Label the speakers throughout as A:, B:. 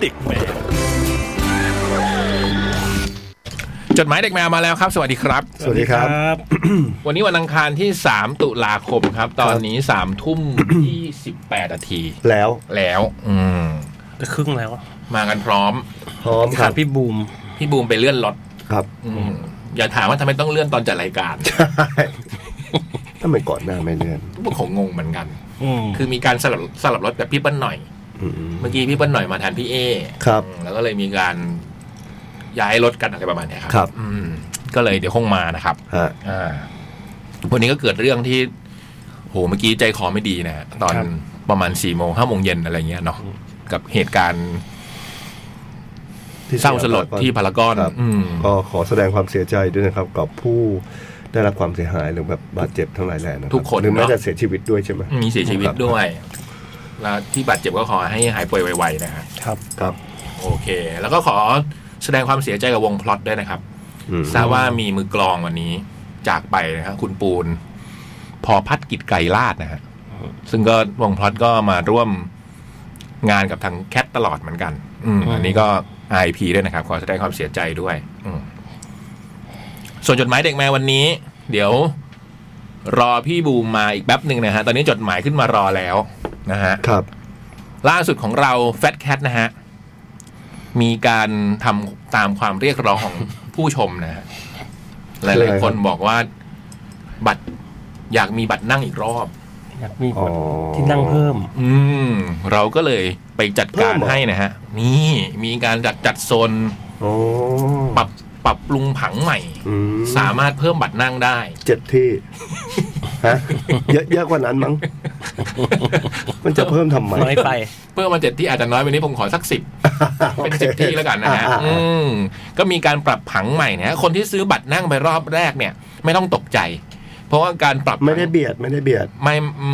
A: เด็กแมว
B: จดหมายเด็กแมวมาแล้วครับ สวัสดีครับ
C: สวัสดีครับ
B: วันนี้วันอังคารที่ 3 ตุลาคมครับ ตอนนี้3ทุ่ม 28นาที
C: แล้ว
B: แล้ว อืม
A: จะครึ่งแล้ว
B: มากันพร้อม
C: พร้อมค
A: ขา
C: รั
A: ด
C: บ
A: พี่บูม
B: พี่บูมไปเลื่อนรถ
C: ครับ
B: อืมอย่าถามว่าทำไมต้องเลื่อนตอนจัดรายการ
C: ทำไมก่อนหน้าไม่เลื่อน
B: ผมคงงงเหมือนกัน
A: อืม
B: คือมีการสลับสลับรถกับพี่เปิ้ลหน่อย
C: อืม
B: เมื่อกี้พี่เปิ้ลหน่อยมาแทนพี่เอ
C: ครับ
B: อืมแล้วก็เลยมีการย้ายรถกันอะไรประมาณเนี้ยครับ
C: ครับ
B: อืม ก็เลยเดี๋ยวคงมานะครับ
C: ฮะ
B: อ่าวันนี้ก็เกิดเรื่องที่โหเมื่อกี้ใจคอไม่ดีนะฮะตอนประมาณสี่โมงห้าโมงเย็นอะไรเงี้ยเนาะกับเหตุการณ์เศร้าสลดที่พารากอน
C: ครับ
B: อืม
C: ก็ขอแสดงความเสียใจด้วยนะครับ กับผู้ได้รับความเสียหายหรือแบบบาดเจ็บทั้งหลายแหล่นะรับ
B: ทุกคน
C: หรือแม้
B: เนาะ
C: แต่เสียชีวิตด้วยใช่ไหม
B: มีเสียชีวิต
C: ครับ
B: ด้วย แล้วที่บาดเจ็บก็ขอให้หายป่วยไวๆนะฮะ
A: ครับ
C: ครับ
B: โอเค แล้วก็ขอแสดงความเสียใจกับวงพลอตด้วยนะครับ
C: อืม
B: ทราบว่ามีมือกลองวันนี้ จากไปนะครับคุณปูน พอพัดกิจไกรลาดนะฮะซึ่งก็วงพลอตก็มาร่วมงานกับทางแคทตลอดเหมือนกัน อืมอันนี้ก็ IP ด้วยนะครับ ขอแสดงความเสียใจด้วย อืมส่วนจดหมายเด็กแมววันนี้ เดี๋ยว รอพี่บูมมาอีกแป๊บหนึ่งนะฮะ ตอนนี้จดหมายขึ้นมารอแล้วนะฮะ
C: ครับ
B: ล่าสุดของเราแฟตแคทนะฮะ มีการทำตามความเรียกร้องของ ผู้ชมนะฮะ หลายๆคนบอกว่า บัตรอยากมีบัตรนั่งอีกรอบ
A: อยากมี
C: อ๋อ
A: ที่นั่งเพิ่ม
B: อืม เราก็เลยไปจัดการ
C: เพิ่มเหรอ
B: ให้นะฮะ นี่มีการจัดจัดโซน
C: อ๋อ
B: ปรับปรับปรุงผังใหม่
C: อืม
B: สามารถเพิ่มบัตรนั่งได้
C: เจ็ดที่ ฮะเยอะเยอะกว่านั้นมั้งมันจะเพิ่มทำไม
A: น้อยไป
B: เพิ่มมาเจ็ดที่อาจจะน้อยไปนี้ผมขอสักสิบ เป็นสิบที่แล้วกันนะฮะ
C: อ่า
B: อืม ก็มีการปรับผังใหม่นะฮะคนที่ซื้อบัตรนั่งไปรอบแรกเนี่ย ไม่ต้องตกใจ เพราะว่าการปรับผัง
C: ไม่ได้เบียดไม่ได้เบียด
B: ไม่อื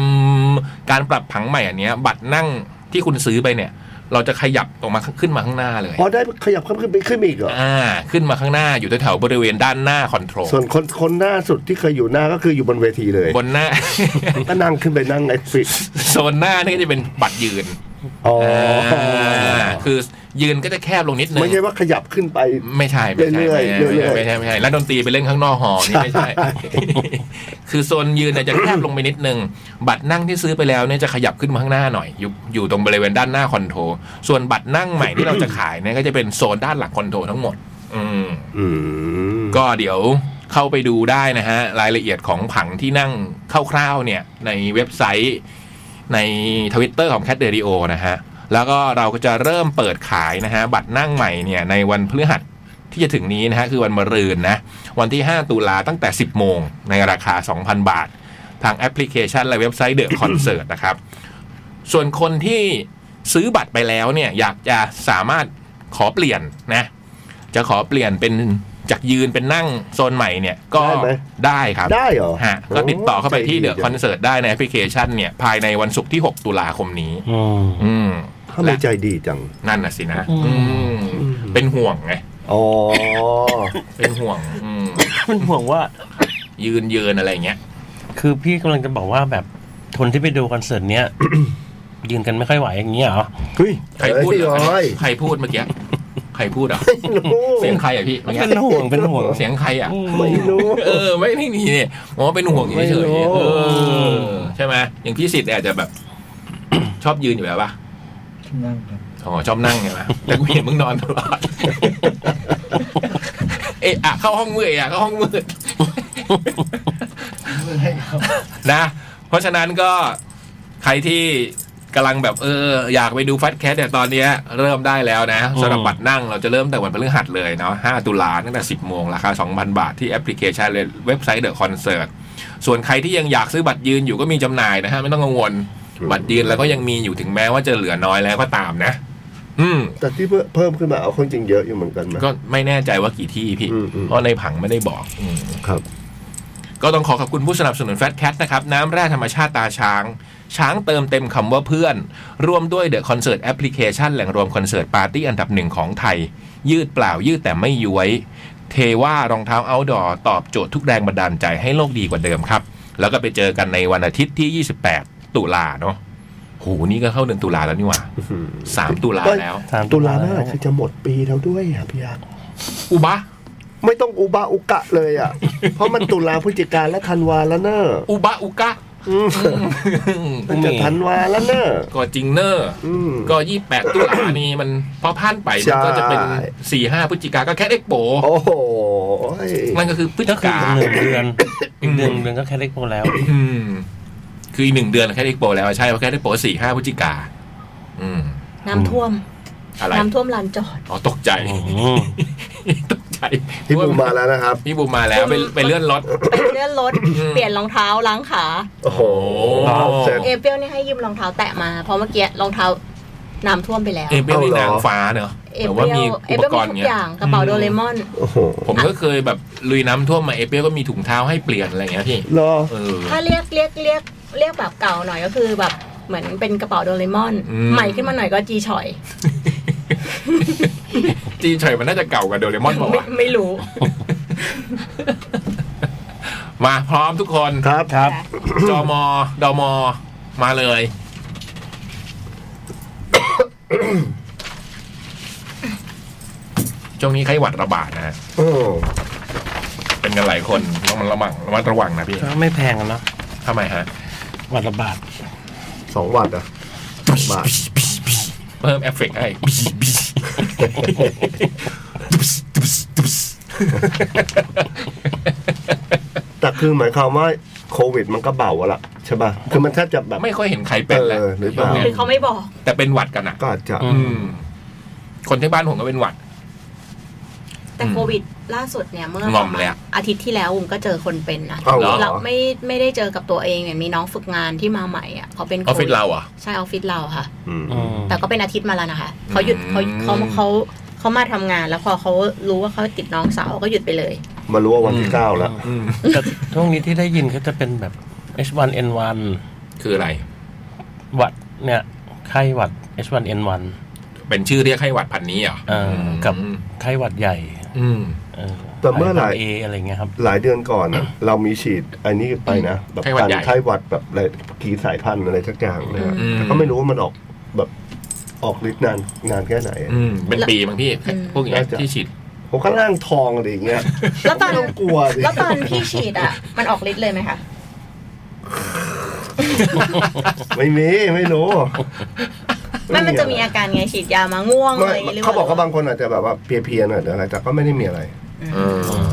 B: มการปรับผังใหม่อันเนี้ย บัตรนั่งที่คุณซื้อไปเนี่ย เราจะขยับออกมาขึ้นมาข้างหน้าเลย
C: อ๋อได้ขยับขึ้นไปขึ้นมาอีกเหรอ
B: อ่า ขึ้นมาข้างหน้าอยู่แถวๆบริเวณด้านหน้าคอนโทรล
C: ส่วนคนคนหน้าสุดที่เคยอยู่หน้าก็คืออยู่บนเวทีเลย
B: บนหน้า
C: ก็นั่งขึ้นไปนั่งไอ้ฟิ
B: โซนหน้านี่ก็จะเป็นบัตรยืน
C: อ๋ออา
B: คือยืนก็จะแคบลงนิดนึง
C: ไม่ใช่ว่าขยับขึ้นไป
B: ไม่ใช่ไม่ใช่
C: เรื่อยๆ
B: ไม่
C: เรื่
B: ใช่
C: อยๆ
B: ไม่ใช่ไม่ใช่แล้วดนตรีไปเล่นข้างนอกหอนี่ไม่ใช่
C: ใช่
B: คือโซนยืนเนี่ยจะแคบลงไปนิดนึง บัตรนั่งที่ซื้อไปแล้วเนี่ยจะขยับขึ้นมาข้างหน้าหน่อย อยู่อยู่ตรงบริเวณด้านหน้าคอนโทรส่วนบัตรนั่งใหม่ที่เราจะขายเนี่ยก็จะเป็นโซนด้านหลังคอนโทรทั้งหมด อืม
C: อืม
B: ก็เดี๋ยวเข้าไปดูได้นะฮะ รายละเอียดของผังที่นั่งคร่าวๆเนี่ย ในเว็บไซต์ ในทวิตเตอร์ของ Cat Radio นะฮะ แล้วก็เราก็จะเริ่มเปิดขายนะฮะ บัตรนั่งใหม่เนี่ย ในวันพฤหัสที่จะถึงนี้นะฮะ คือวันมะรืนนะ วันที่ 5 ตุลาตั้งแต่ 10 โมง ในราคา 2,000 บาท ทางแอปพลิเคชันและเว็บไซต์เดอะคอนเสิร์ตนะครับ ส่วนคนที่ซื้อบัตรไปแล้วเนี่ย อยากจะสามารถขอเปลี่ยนนะ จะขอเปลี่ยนเป็นจากยืนเป็นนั่งโซนใหม่เนี่ย ก็
C: ได้
B: ได้
C: ไหม
B: ครับ
C: ได้เหรอ
B: ฮะก็ติดต่อเข้าไปที่เดอะ
C: ใจ
B: คอนเสิร์ตได้ในแอปพลิเคชันเนี่ย ภายในวันศุกร์ที่ 6 ตุลาคมนี้
A: อืม
B: อืม
C: ทำไม
B: และ
C: ใจดีจัง
B: นั่นน่ะสินะ
A: อืม
B: อืมเป็นห่วงไง
C: อ๋อ
B: เป็นห่วงอืม
A: เป็นห่วงว่า
B: ยืนเยินอะไรอย่างเงี้ย
A: คือพี่กำลังจะบอกว่าแบบคนที่ไปดูคอนเสิร์ตเนี้ย ยืนกันไม่ค่อยไหวอย่างเงี้ยเหรอ
C: เฮ้ย
B: ใครพูดเหรอ
C: เฮ้ย
B: ใครพูดเมื่อกี้ ใครพูดเหรอ่ะ
C: ไม่รู้
B: เสียงใครอ่ะพี่เมื่อกี้
A: เป็นห่วงเป็นห่วง
B: เสียงใครอ่ะ
C: ไม่รู้
B: เออ ไม่ไม่มีเนี่ยผมว่าเป็นห่วง
A: ไม่
B: เฉ
A: รู้
B: ยๆเออใช่ไหมอย่างพี่สิทธิ์เนี่ยอาจจะแบบ ชอบยืนอยู่แล้วปะ
D: นั่งครับ
B: อ๋อชอบนั่งใช่ไหมแต่กูเห็นมึงนอนตลอด เอะอะเข้าห้องมืดเอะอะเข้าห้องมืด
D: ไม่ได้ครับ
B: นะ เพราะฉะนั้นก็ใครที่กำลังแบบเออ อยากไปดูฟัดแคสเนี่ยตอนเนี้ยเริ่มได้แล้วนะสำหรับบัตรนั่งเราจะเริ่มแต่วันพฤหัสเลยเนาะ5ตุลาตั้งแต่ 10 โมงราคา 2,000 บาทที่แอปพลิเคชันและเว็บไซต์เดอะคอนเสิร์ต ส่วนใครที่ยังอยากซื้อบัตรยืนอยู่ก็มีจำหน่ายนะฮะ ไม่ต้องกังวล บัตรยืนแล้วก็ยังมีอยู่ถึงแม้ว่าจะเหลือน้อยแล้วก็ตามนะ อืม
C: แต่ที่เพิ่มเพิ่มขึ้นมาเอาคนจริงเยอะอยู่เหมือนกันนะ
B: ก็ไม่แน่ใจว่ากี่ที่พี่
C: อืมอืม
B: เพราะในผังไม่ได้บอกอืม
C: ครับ
B: ก็ต้องขอขอบคุณผู้สนับสนุนแฟตแคทนะครับ น้ำแร่ธรรมชาติตาช้าง ช้างเติมเต็มคำว่าเพื่อน ร่วมด้วยเดอะคอนเสิร์ตแอปพลิเคชันแหล่งรวมคอนเสิร์ตปาร์ตี้อันดับหนึ่งของไทย ยืดเปล่ายืดแต่ไม่ย้วย เทว่ารองเท้า outdoor ตอบโจทย์ทุกแรงบันดาลใจให้โลกดีกว่าเดิมครับ แล้วก็ไปเจอกันในวันอาทิตย์ที่ 28 ตุลาเนาะ โหนี่ก็เข้าเดือนตุลาแล้วนี่หว่าสามตุลาแล้ว
A: สาม
C: ตุลาห
A: แล้
C: น้าว คือจะหมดปีแล้วด้วยอ่ะพี่ยักษ์
B: อุบะ
C: ไม่ต้องอุบาอุกะเลยอ่ะ เพราะมันตุลาพฤศจิกาและธันวาแล้วเนอะ
B: อุบะอุกะ
C: อืมมันจะธันวาแล้วเนอะ
B: ก็จริงเนอร์
C: อืม
B: ก็ยี่แปดตุลานี่มันพอผ่านไป
C: ใช่
B: มันก็จะเป็นสี่ห้าพฤศจิกาก็แค่เอ็กโป
C: โอ้โห
B: นั่นก็คือพฤศ
A: ก็คือก
B: จิา
A: หนึ่งเดือนอีกหนึ่งเดือนก็แค่เล็กโตแล้ว
B: อืมคืออีกหนึ่งเดือนแค่เอ็กโปแล้วใช่เพราะแค่เอ็กโปสี่ห้าพฤศจิกาอืม
D: น้ำท่วม
B: อะไร
D: น้ำท่วมลานจอด
B: อ๋อตกใจ
A: อืม
B: ตกใจ
C: พี่บูมมาแล้วนะครับ
B: พี่บูมมาแล้วไปไปเลื่อนรถ
D: ไปเลื่อนรถ เปลี่ยนรองเท้าล้างขา
C: โอ้โห
B: อ๋อ
C: เสร็จ
D: เอเปียวเนี่ยให้ยืมรองเท้าแตะมา เพราะเมื่อกี้รองเท้าน้ำท่วมไปแล้ว
B: เอเปียวนี่นางฟ้าเนอะ
D: เอ
B: แต่
D: เปี
B: ว่า
D: ยว
B: มี
D: เอ
B: อุป
D: เปียว
B: กรณ์
D: มีทุก
B: เงี้
D: อย ย่างกระเป๋าโดเรมอน
C: โอ้โห
B: ผมก็เคยแบบลุยน้ำท่วมมาเอเปียวก็มีถุงเท้าให้เปลี่ยนอะไรเงี้ยพี่
C: รอ
B: เออ
D: ถ้าเรียกเรียกเรียกเรียกแบบเก่าหน่อยก็คือแบบเหมือนเป็นกระเป๋าโดเรมอน
B: อืม
D: ใหม่ขึ้นมาหน่อยก็จีชอย
B: จีนเฉยมันน่าจะเก่ากว่าโดเรมอนบอก
D: ไม่
B: ว่าวะ
D: ไม่รู้
B: มาพร้อมทุกคน
C: ครับ
A: ครับ
B: จอมอดอมอมาเลย ช่วงนี้ไข้หวัดระบาดนะฮะ
C: โอ้
B: เป็นกันหลายคนต้องมันระวังระมัดระวังนะพี่
A: ก็ไม่แพงอะเนาะ
B: ทำไมฮะ
A: หวัดระบาด
C: สองวัตต์อะบาท
B: เพิ่มเอฟเฟกต์ให้
C: แต่คือหมายความว่าโควิดมันก็เบาอะล่ะใช่ป่ะ คือมันแทบจะแบบ
B: ไม่ค่อยเห็นใครเป็นแล้ว
C: เออหรือเปล่า
D: คือเขาไม่บอก
B: แต่เป็นหวัดกันอะ
C: ก็อาจจะ
B: อืม คนที่บ้านผมก็เป็นหวัด
D: แต่โควิดล่าสุดเนี่ยเมื่อง
B: อมแล้ว
D: อาทิตย์ที่แล้วผมก็เจอคนเป็นนะ
C: เอาเหรอ
D: เราไม่ไม่ได้เจอกับตัวเองเนี่ยมีน้องฝึกงานที่มาใหม่อ่ะเขาเป็น
B: ออฟฟิศเราเหรอ่ะ
D: ใช่ออฟฟิศเราค่ะ
C: อืม
A: อืม
D: แต่ก็เป็นอาทิตย์มาแล้วนะคะเขาหยุด
B: อืม
D: เขาเขาเขาเขามาทำงานแล้วพอเขารู้ว่าเขาติดน้องสาวก็หยุดไป เลย
C: มารู้ว่าวันที่เก้าแล้ว
A: แต่ช่วงนี้ที่ได้ยินก็จะเป็นแบบ H1N1
B: คืออะไร
A: หวัดเนี่ยไข้หวัด H1N1
B: เป็นชื่อเรียกไข้หวัดพันนี้เหรอ
A: เออกับ
B: อืม
A: ไข้หวัดใหญ่
B: อืม
A: เออ
C: แต่เมื่อไหร่
A: เออะไรเงี้ยครับ
C: หลายเดือนก่อนอะเรามีฉีดอันนี้ไปนะ แบบ
B: ไข้หวัดใหญ่
C: ไข้หวัดแบบอะไรกี่สายพันธุ์อะไรสักอย่างเลยอะ
B: อืม
C: แต่ก็ไม่รู้ว่ามันออกแบบออกฤทธิ์นานนานแค่ไหนอะ
B: อืม เป็นปีบางพี่
D: อืม
B: พวกอย่างเงี้ย
C: น่าจะ
B: ที่ฉีด
C: ผมก็ร่างทองอะไรอย่างเงี้ย
D: แล้วตอน
C: ไม่ต้องกลัวดิ
D: แล้วตอนพี่ฉีดอ่ะ มันออกฤทธิ์เลยไหมคะ
C: ไม่มีไม่รู้
D: ไม่มันจะมีอาการไงฉีดยามาง่วงอะไร
C: ไม่
D: ย่งงี้หรื
C: เขาบอกว่า
D: ปล่
C: บางคนอาจจะแบบว่าเพลียๆหน่อยหรืออะไรแต่ก็ไม่ได้มีอะไร
B: เออ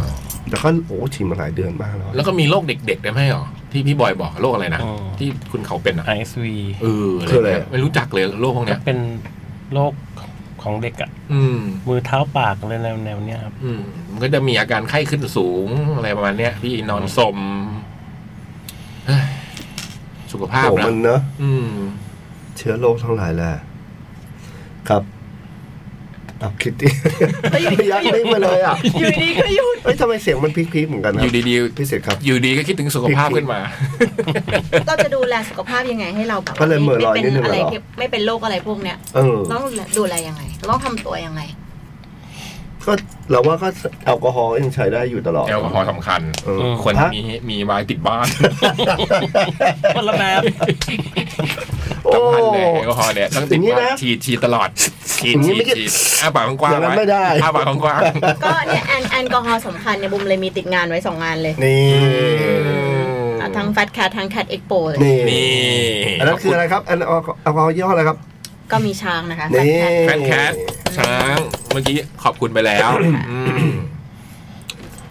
C: แต่ก็โอ้ชิมมาหลายเดือนมากแล้ว
B: แล้วก็มีโรคเด็กๆได้ไหมเหรอ ที่พี่บอยบอกโรคอะไรนะ
A: อ๋อ
B: ที่คุณเขาเป็นอ่ะ
A: RSV
B: เอออะไรเนี่ยไม่รู้จักเลยโรคพวกเนี้ย
A: เป็นโรคของเด็กอะ
B: อืม
A: มือเท้าปากอะไรแนวแนวๆเนี้ยครับ
B: อืมมันก็จะมีอาการไข้ขึ้นสูงอะไรประมาณเนี้ย พี่นอนสมเฮ้ยสุขภาพ
C: โอ้
B: นะ
C: มันเนอะ
B: อืม
C: เชื้อโรคทั้งหลายแหละครับอับคิตตี้ยักนิ่งมาเลยอ่ะ
D: อยู่ดีก็หยุด
C: เอ้ยทำไมเสียงมันพีคๆเหมือนกันนะ
B: อยู่ดี
C: พี่เสกครับ
B: ๆ อยู่ดีก็คิดถึงสุขภาพขึ้นมา
D: เราจะดูแลสุขภาพยังไงให้เราแบบ
C: ก็เลยเหม่อลอย
D: ไม่
C: นิดนึง
D: เป็นอะไร
C: เหรอ
D: ที่ไม่เป็นโรคอะไรพวกเนี้ย
C: เออ
D: ต้องดูแลยังไงต้องทำตัวยังไง
C: ก็เราว่าก็แอลกอฮอล์ยังใช้ได้อยู่ตลอด
B: แอลกอฮอล์สำคัญ
C: เออ
A: ม
B: ควร
C: พระ
B: มีมีไว้ติดบ้าน
A: คนละแบบ
C: โอ้
B: สำคัญเลยแอลกอฮอล์เนี่ยต้องติด
C: อย่างนี้
B: บ้า
C: นะ
B: นฉีดฉีดตลอดฉีด
C: อย่าง
B: ฉีด
C: นี้ไม่ใช่
B: ฉีดอ้าปากกว้าง
C: อย่างนั้น
B: ว้
C: ไม่ได้
B: อ้าปากกว้าง
D: ก็เนี่ยแอนแอลกอฮอล์สำคัญเนี่ยบุมเลยมีติดงานไว้สองงานเลย
C: นี่
D: อ่ะ
B: ๆ
D: ทั้งแฟตแคททั้งแคทเอ็กโปเลย
C: นี่
B: นี่
C: อันนั้นคืออะไรครับอันแอลกอฮอล์ยี่ห้ออะไรครับ
D: ก็มีช้างนะคะ
C: นี่
D: Fat Cat
B: แฟนแคทช้างเมื่อกี้ขอบคุณไปแล้วอืม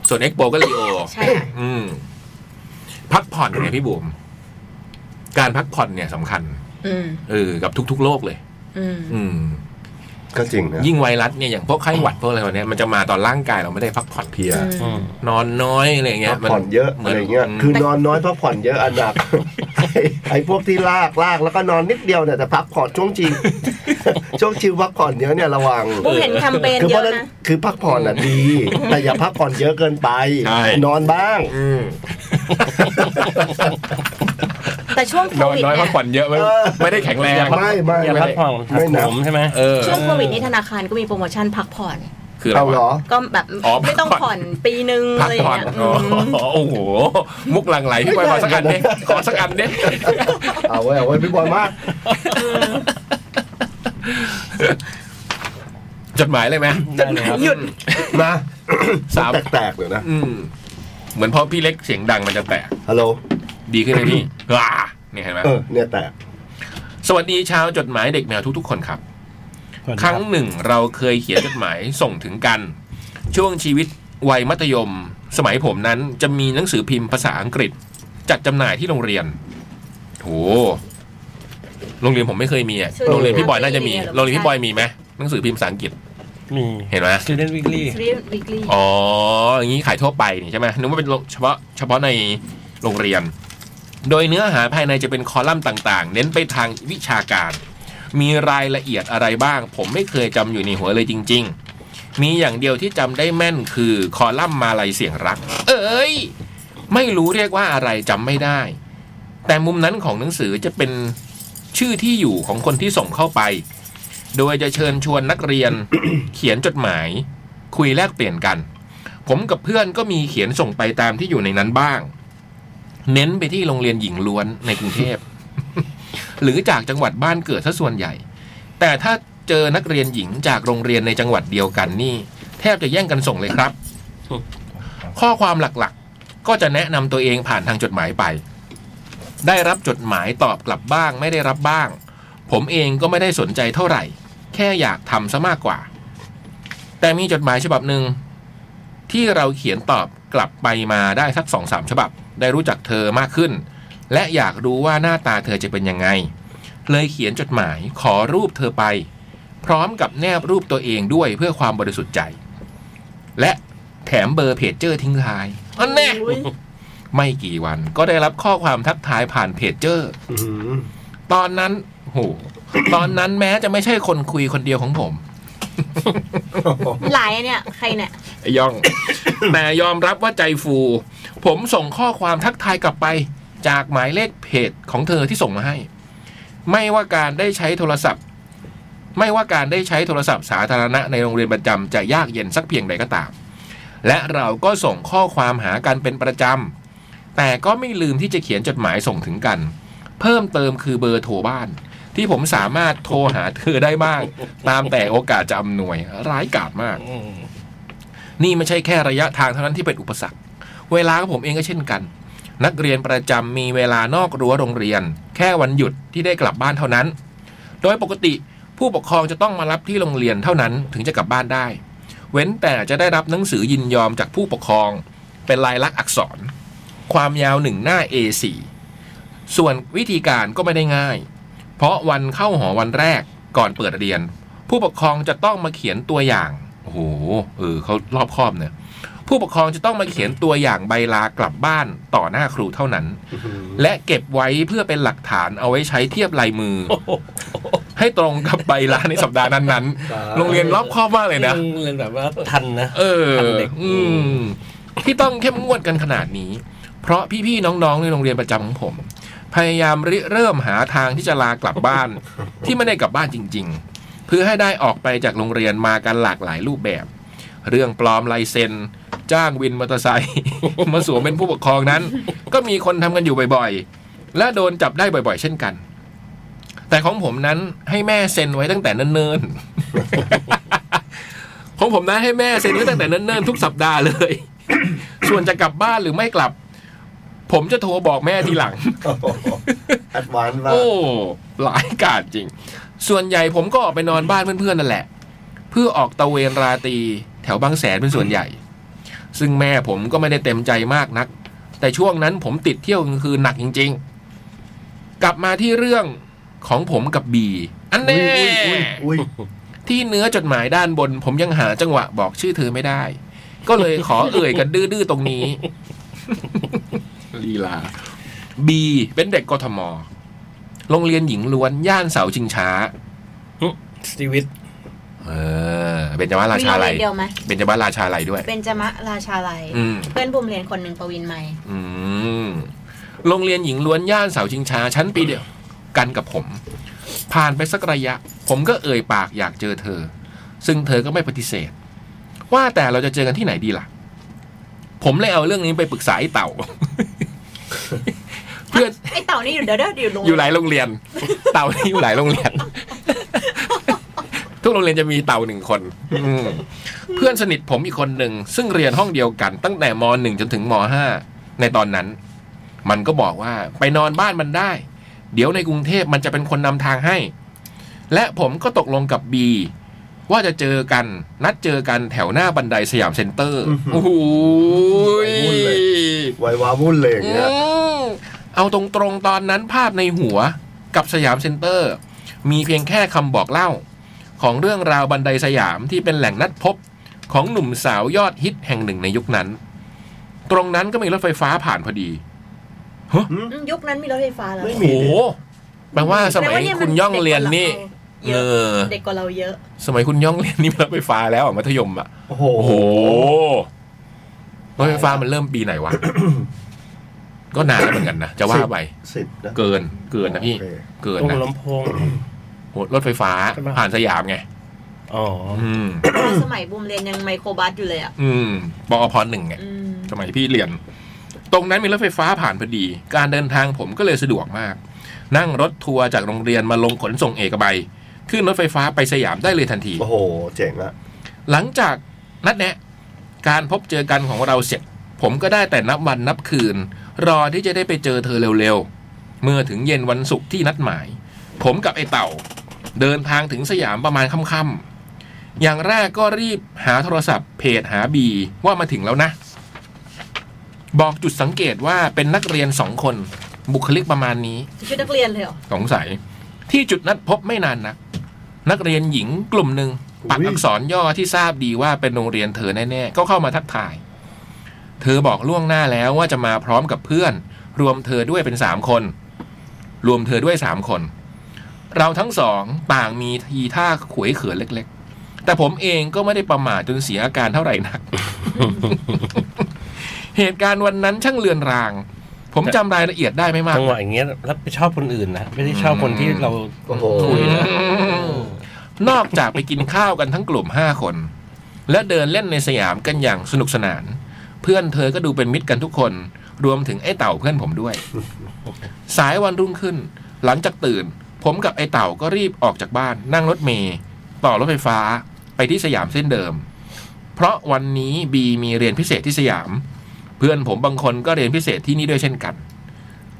B: ส่วนเอ็กโปก็ลีโอ
D: ใช่ค่ะ
B: อืม พักผ่อนไงพี่บุ๋มการพักผ่อนเนี่ยสำคัญ
D: อืม
B: เออกับทุก ๆ โรคเลย
D: อืม
B: อืม
C: ก็จริงนะ
B: ยิ่งไวรัสเนี่ยอย่างพวกไข้หวัดพวกอะไรพวกเนี้ยมันจะมาตอนร่างกายเราไม่ได้พักผ่อนเพลีย
D: อืม
B: นอนน้อยอะไรเงี้
C: พั
B: ย
C: ก
B: มั
C: ผ่อนเยอะ
B: หมื
C: อะไรเงี้ย คือนอนน้อยพักผ่อนเยอะอันดับ ไอ้ไอ้พวกที่ลากลากแล้วก็นอนนิดเดียวเนี่ยแต่พักผ่อนช่วงจริง ช่วงชิวพักผ่อนเยอะเนี่ยระวัง
D: บุมเห็นแคมเปญ
C: คือ
D: เย
C: เพราะ
D: อะ
C: ฉะนั้น
D: นะ
C: คือพักผ่อนอ่ะดี แต่อย่าพักผ่อนเยอะเกินไป
B: ใช่
C: นอนบ้าง
B: อืม
D: แต่ช่วงโคน
B: อน
D: วิด
B: น้อย
D: เนี่
B: พั
D: ย
B: กผ่อนเยอะไม่
C: เออ
B: ไม่ได้แข็งแรง
C: ไม่ไม่
A: อย่าพักผ่อน
C: ไม่
A: หัก
C: นับ
A: ผมใช่ไหม
B: เออ
D: ช่วงโควิดนี่ธนาคารก็มีโปรโมชั่นพักผ่อน
B: คืออะไร
C: เอาเหร
B: วะ
C: อ
D: ก็แบบ
B: อ๋อ
D: ไม่ต้องผ่อนปีนึง
B: พั
D: อะ
B: ก
D: ไรอย่าง
B: ผ่อน
D: เงี้ย
B: อ๋อ
D: อืม
B: โอ้โห มุกหลังไหลพี่บอยขอสักอันเด้ขอสักอันเด้
C: เอาไว้ยเอาไว้ยพี่บอยมาก
B: จดหมายเลยไหม
A: ได้เลยครับ
D: หยุด
C: มา
B: สาม
C: แตกๆเลยนะ
B: อืมเหมือนพอพี่เล็กเสียงดังมันจะแตก
C: ฮัลโหล
B: ดีขึ้นไหมพี่ ว้าเนี่ยเห็นไหม
C: เออ เนี่ยแตก
B: สวัสดีชาวจดหมายเด็กแมวทุกๆคนครับ
A: ก่อนนะ
B: ค
A: ครั
B: รั้
A: บ
B: งหนึ่งเราเคยเขียนจดหมายส่งถึงกัน ช่วงชีวิตวัยมัธยม สมัยผมนั้นจะมีหนังสือพิมพ์ภาษาอังกฤษ จัดจำหน่ายที่โรงเรียนโหโรงเรียนผมไม่เคยมีอะ
D: ชื่อ
B: โรงเรียนพี่บอยน่าจะมี
D: เรียนเหรอ
B: โรงเรียนพี่บอยมีไหมหนังสือพิมพ์ภาษาอังกฤษ
A: มี
B: เห็นไหม
A: Student Weekly
D: ซีรีส์วิกฤต
B: อ๋ออย่างนี้ขายทั่วไปนี่ใช่ไหมนึกว่าเป็นเฉพาะเฉพาะในโรงเรียน โดยเนื้อหาภายในจะเป็นคอลัมน์ต่าง ๆ เน้นไปทางวิชาการ มีรายละเอียดอะไรบ้าง ผมไม่เคยจำอยู่ในหัวเลยจริง ๆ มีอย่างเดียวที่จำได้แม่นคือคอลัมน์มาลายเสียงรัก เอ้ย ไม่รู้เรียกว่าอะไรจำไม่ได้ แต่มุมนั้นของหนังสือจะเป็นชื่อที่อยู่ของคนที่ส่งเข้าไป โดยจะเชิญชวนนักเรียน เขียนจดหมาย คุยแลกเปลี่ยนกัน ผมกับเพื่อนก็มีเขียนส่งไปตามที่อยู่ในนั้นบ้าง เน้นไปที่โรงเรียนหญิงล้วนในกรุงเทพ หรือจากจังหวัดบ้านเกิดซะส่วนใหญ่ แต่ถ้าเจอนักเรียนหญิงจากโรงเรียนในจังหวัดเดียวกันนี่ แทบจะแย่งกันส่งเลยครับ ข้อความหลักๆ ก็จะแนะนำตัวเองผ่านทางจดหมายไป ได้รับจดหมายตอบกลับบ้าง ไม่ได้รับบ้าง ผมเองก็ไม่ได้สนใจเท่าไหร่ แค่อยากทำซะมากกว่า แต่มีจดหมายฉบับหนึ่ง ที่เราเขียนตอบกลับไปมาได้สักสองสามฉบับ ได้รู้จักเธอมากขึ้น และอยากรู้ว่าหน้าตาเธอจะเป็นยังไง เลยเขียนจดหมายขอรูปเธอไป พร้อมกับแนบรูปตัวเองด้วยเพื่อความบริสุทธิ์ใจ และแถมเบอร์เพจเจอร์ทิ้งท้ายอันแน่
D: อุ๊ย
B: ไม่กี่วันก็ได้รับข้อความทักทายผ่านเพจเจอร์
C: อื้อหือ
B: ตอนนั้นโห ตอนนั้นแม้จะไม่ใช่คนคุยคนเดียวของผม
D: หลายอันเนี่ยใครเนี่ย
B: ไอ้ย่อง แต่ยอมรับว่าใจฟู ผมส่งข้อความทักทายกลับไป จากหมายเลขเพจของเธอที่ส่งมาให้ ไม่ว่าการได้ใช้โทรศัพท์ ไม่ว่าการได้ใช้โทรศัพท์สาธารณะในโรงเรียนประจำจะยากเย็นสักเพียงใดก็ตาม และเราก็ส่งข้อความหากันเป็นประจำ แต่ก็ไม่ลืมที่จะเขียนจดหมายส่งถึงกัน เพิ่มเติมคือเบอร์โทรบ้าน ที่ผมสามารถโทรหาเธอได้บ้าง ตามแต่โอกาสจะอำนวยร้ายกาจมาก นี่ไม่ใช่แค่ระยะทางเท่านั้นที่เป็นอุปสรรค เวลาของผมเองก็เช่นกัน นักเรียนประจำมีเวลานอกรั้วโรงเรียน แค่วันหยุดที่ได้กลับบ้านเท่านั้น โดยปกติผู้ปกครองจะต้องมารับที่โรงเรียนเท่านั้นถึงจะกลับบ้านได้ เว้นแต่จะได้รับหนังสือยินยอมจากผู้ปกครอง เป็นลายลักษณ์อักษร ความยาวหนึ่งหน้า A4 ส่วนวิธีการก็ไม่ได้ง่าย เพราะวันเข้าหอวันแรกก่อนเปิดเรียน ผู้ปกครองจะต้องมาเขียนตัวอย่าง โอ้โห เออเขารอบคอบเนี่ย ผู้ปกครองจะต้องมาเขียนตัวอย่างใบลากลับบ้านต่อหน้าครูเท่านั้น
C: อื้อหือ
B: และเก็บไว้เพื่อเป็นหลักฐานเอาไว้ใช้เทียบลายมือ ให้ตรงกับใบลาในสัปดาห์นั้นๆ โรงเรียนรอบคอบมากเลยนะ
A: โรงเรียนแบบว่าทันนะ
B: เออ
A: ทำเด็ก
B: อืม ที่ต้องเข้มงวดกันขนาดนี้ เพราะพี่ๆน้องๆในโรงเรียนประจำของผม พยายามริเริ่มหาทางที่จะลากลับบ้าน ที่ไม่ได้กลับบ้านจริง ๆ เพื่อให้ได้ออกไปจากโรงเรียนมากันหลากหลายรูปแบบ เรื่องปลอมลายเซ็น จ้างวินมอเตอร์ไซค์ มาสวมเป็นผู้ปกครองนั้น ก็มีคนทำกันอยู่บ่อยๆ และโดนจับได้บ่อยๆ เช่นกัน แต่ของผมนั้นให้แม่เซ็นไว้ตั้งแต่เนิ่นๆ ของผมนะให้แม่เซ็นไว้ตั้งแต่เนิ่นๆทุกสัปดาห์เลย ส่วนจะกลับบ้านหรือไม่กลับ ผมจะโทรบอกแม่ทีหลัง
C: โอ้โหแอดวานซ์มาก
B: โอ้ หลายกาดจริง ส่วนใหญ่ผมก็ออกไปนอนบ้านเพื่อนๆนั่นแหละ เพื่อออกตะเวนราตรีแถวบางแสนเป็นส่วนใหญ่ ซึ่งแม่ผมก็ไม่ได้เต็มใจมากนัก แต่ช่วงนั้นผมติดเที่ยวกลางคืนหนักจริง ๆ กลับมาที่เรื่องของผมกับบี อัน
C: อุ้
B: แน่
C: ยอุ้ยอุ้ย
B: ที่เนื้อจดหมายด้านบน ผมยังหาจังหวะบอกชื่อเธอไม่ได้ ก็เลย ขอเอ่ยกันดื้อๆตรงนี้ ลีลา B เป็นเด็กกทม โรงเรียนหญิงล้วน ย่านเสาชิงช้า
A: สตีวิท
B: เออ เบญจมารา
D: มี
B: ชา
D: โรง
B: ลัย
D: เรียนเดียวไหม
B: เบญจมาราชาลัยด้วย
D: เป็นจมะราชาลัย
B: อืม
D: เพื่อนบุมเรียนคนหนึ่งประวินใหม่
B: อืมโรงเรียนหญิงล้วนย่านเสาชิงช้าชั้นปีเดียวกันกับผม ผ่านไปสักระยะ ผมก็เอ่ยปากอยากเจอเธอ ซึ่งเธอก็ไม่ปฏิเสธ ว่าแต่เราจะเจอกันที่ไหนดีล่ะ ผมเลยเอาเรื่องนี้ไปปรึกษาไอ้เต่า เพื่อ
D: ไอเต่านี่อยู่เดี๋ยวเดี๋ยวเดี๋ยวลง
B: อยู่หลายโรงเรียน เต่าที่อยู่หลายโรงเรียน ทุกโรงเรียนจะมีเต่าหนึ่งคนอืมเพื่อนสนิทผมอีกคนหนึ่ง ซึ่งเรียนห้องเดียวกันตั้งแต่มหนึ่งจนถึงมห้าในตอนนั้น มันก็บอกว่าไปนอนบ้านมันได้ เดี๋ยวในกรุงเทพมันจะเป็นคนนำทางให้ และผมก็ตกลงกับบีว่าจะเจอกัน นัดเจอกันแถวหน้าบันไดสยามเซ็นเตอร์
C: อื้อหือ
B: โอ้โห
C: วุ่นเลย ไวยวาวุ่นเลยอย่างเงี้ย
B: มเอาตรงๆตอนนั้นภาพในหัวกับสยามเซ็นเตอร์ มีเพียงแค่คำบอกเล่า ของเรื่องราวบันไดสยามที่เป็นแหล่งนัดพบของหนุ่มสาวยอดฮิตแห่งหนึ่งในยุคนั้น ตรงนั้นก็มีรถไฟฟ้าผ่านพอดี
D: อืมยุคนั้นมีรถไฟฟ้าแล้ว
C: ไม่มี
B: โอ้โหแปลว่าสมัย
D: แปลว่าเนี่
B: คุณย่องเรียนนี่
D: เย
B: เอ
D: อะ
B: อ
D: เด็กกว่าเราเยอะ
B: สมัยคุณย่องเรียนนี่มีรถไฟฟ้าแล้วอ่ะมัธยมอ่ะ
C: โอ้โห
B: โอ้โหรถไฟฟ้ามันเริ่มปีไหนวะ ก็นานแล้วเหมือนกันนะจะว่าไป
C: สิบนะ
B: เกินเกินนะพี่
C: โอเค
B: เกิน
A: ตรง
B: นะ
A: ลำโพง
B: รถไฟฟ้า
A: ใช่ไหม
B: ผ่านสยามไง
A: อ๋อ
B: อืม
D: สมัยบูมเรียนยังไมโครบัสอยู่เลยอ่ะ
B: อืมปอพหนึ่งไง
D: อืม
B: สมัยพี่เรียน ตรงนั้นมีรถไฟฟ้าผ่านพอดี การเดินทางผมก็เลยสะดวกมาก นั่งรถทัวร์จากโรงเรียนมาลงขนส่งเอกบัยขึ้นรถไฟฟ้าไปสยามได้เลยทันที
C: โอ้โห เจ๋งอะ
B: หลังจากนัดแนะ การพบเจอกันของเราเสร็จ ผมก็ได้แต่นับวันนับคืน รอที่จะได้ไปเจอเธอเร็วๆ เมื่อถึงเย็นวันศุกร์ที่นัดหมาย ผมกับไอ้เต่า เดินทางถึงสยามประมาณค่ำๆอย่างแรกก็รีบหาโทรศัพท์เพจหาบีว่ามาถึงแล้วนะ บอกจุดสังเกตว่าเป็นนักเรียนสองคน บุคลิกประมาณนี้
D: ชุดนักเรียนเลยเหรอ
B: สงสัย ที่จุดนัดพบไม่นานนัก นักเรียนหญิงกลุ่มหนึ่งปักอักษรย่อที่ทราบดีว่าเป็นโรงเรียนเธอแน่ๆ ก็เข้ามาทักทาย เธอบอกล่วงหน้าแล้วว่าจะมาพร้อมกับเพื่อน รวมเธอด้วยเป็นสามคน รวมเธอด้วยสามคน เราทั้งสองต่างมีทีท่าขวยเขินเล็กๆ แต่ผมเองก็ไม่ได้ประมาทจนเสียอาการเท่าไหร่ นัก เหตุการณ์วันนั้นช่างเลือนราง ผมจำรายละเอียดได้ไม่มาก
A: จังหวะอย่างเงี้ยรับผิดชอบคนอื่นนะ ไม่ได้ชอบคนที่ เรา
C: โอ้โห
A: คุยนะ
B: นอกจากไปกินข้าวกันทั้งกลุ่มห้าคน และเดินเล่นในสยามกันอย่างสนุกสนาน เพื่อนเธอก็ดูเป็นมิตรกันทุกคน รวมถึงไอ้เต่าเพื่อนผมด้วย สายวันรุ่งขึ้น หลังจากตื่น ผมกับไอ้เต่าก็รีบออกจากบ้าน นั่งรถเมย์ต่อรถไฟฟ้าไปที่สยามเส้นเดิม เพราะวันนี้บีมีเรียนพิเศษที่สยาม เพื่อนผมบางคนก็เรียนพิเศษที่นี่ด้วยเช่นกัน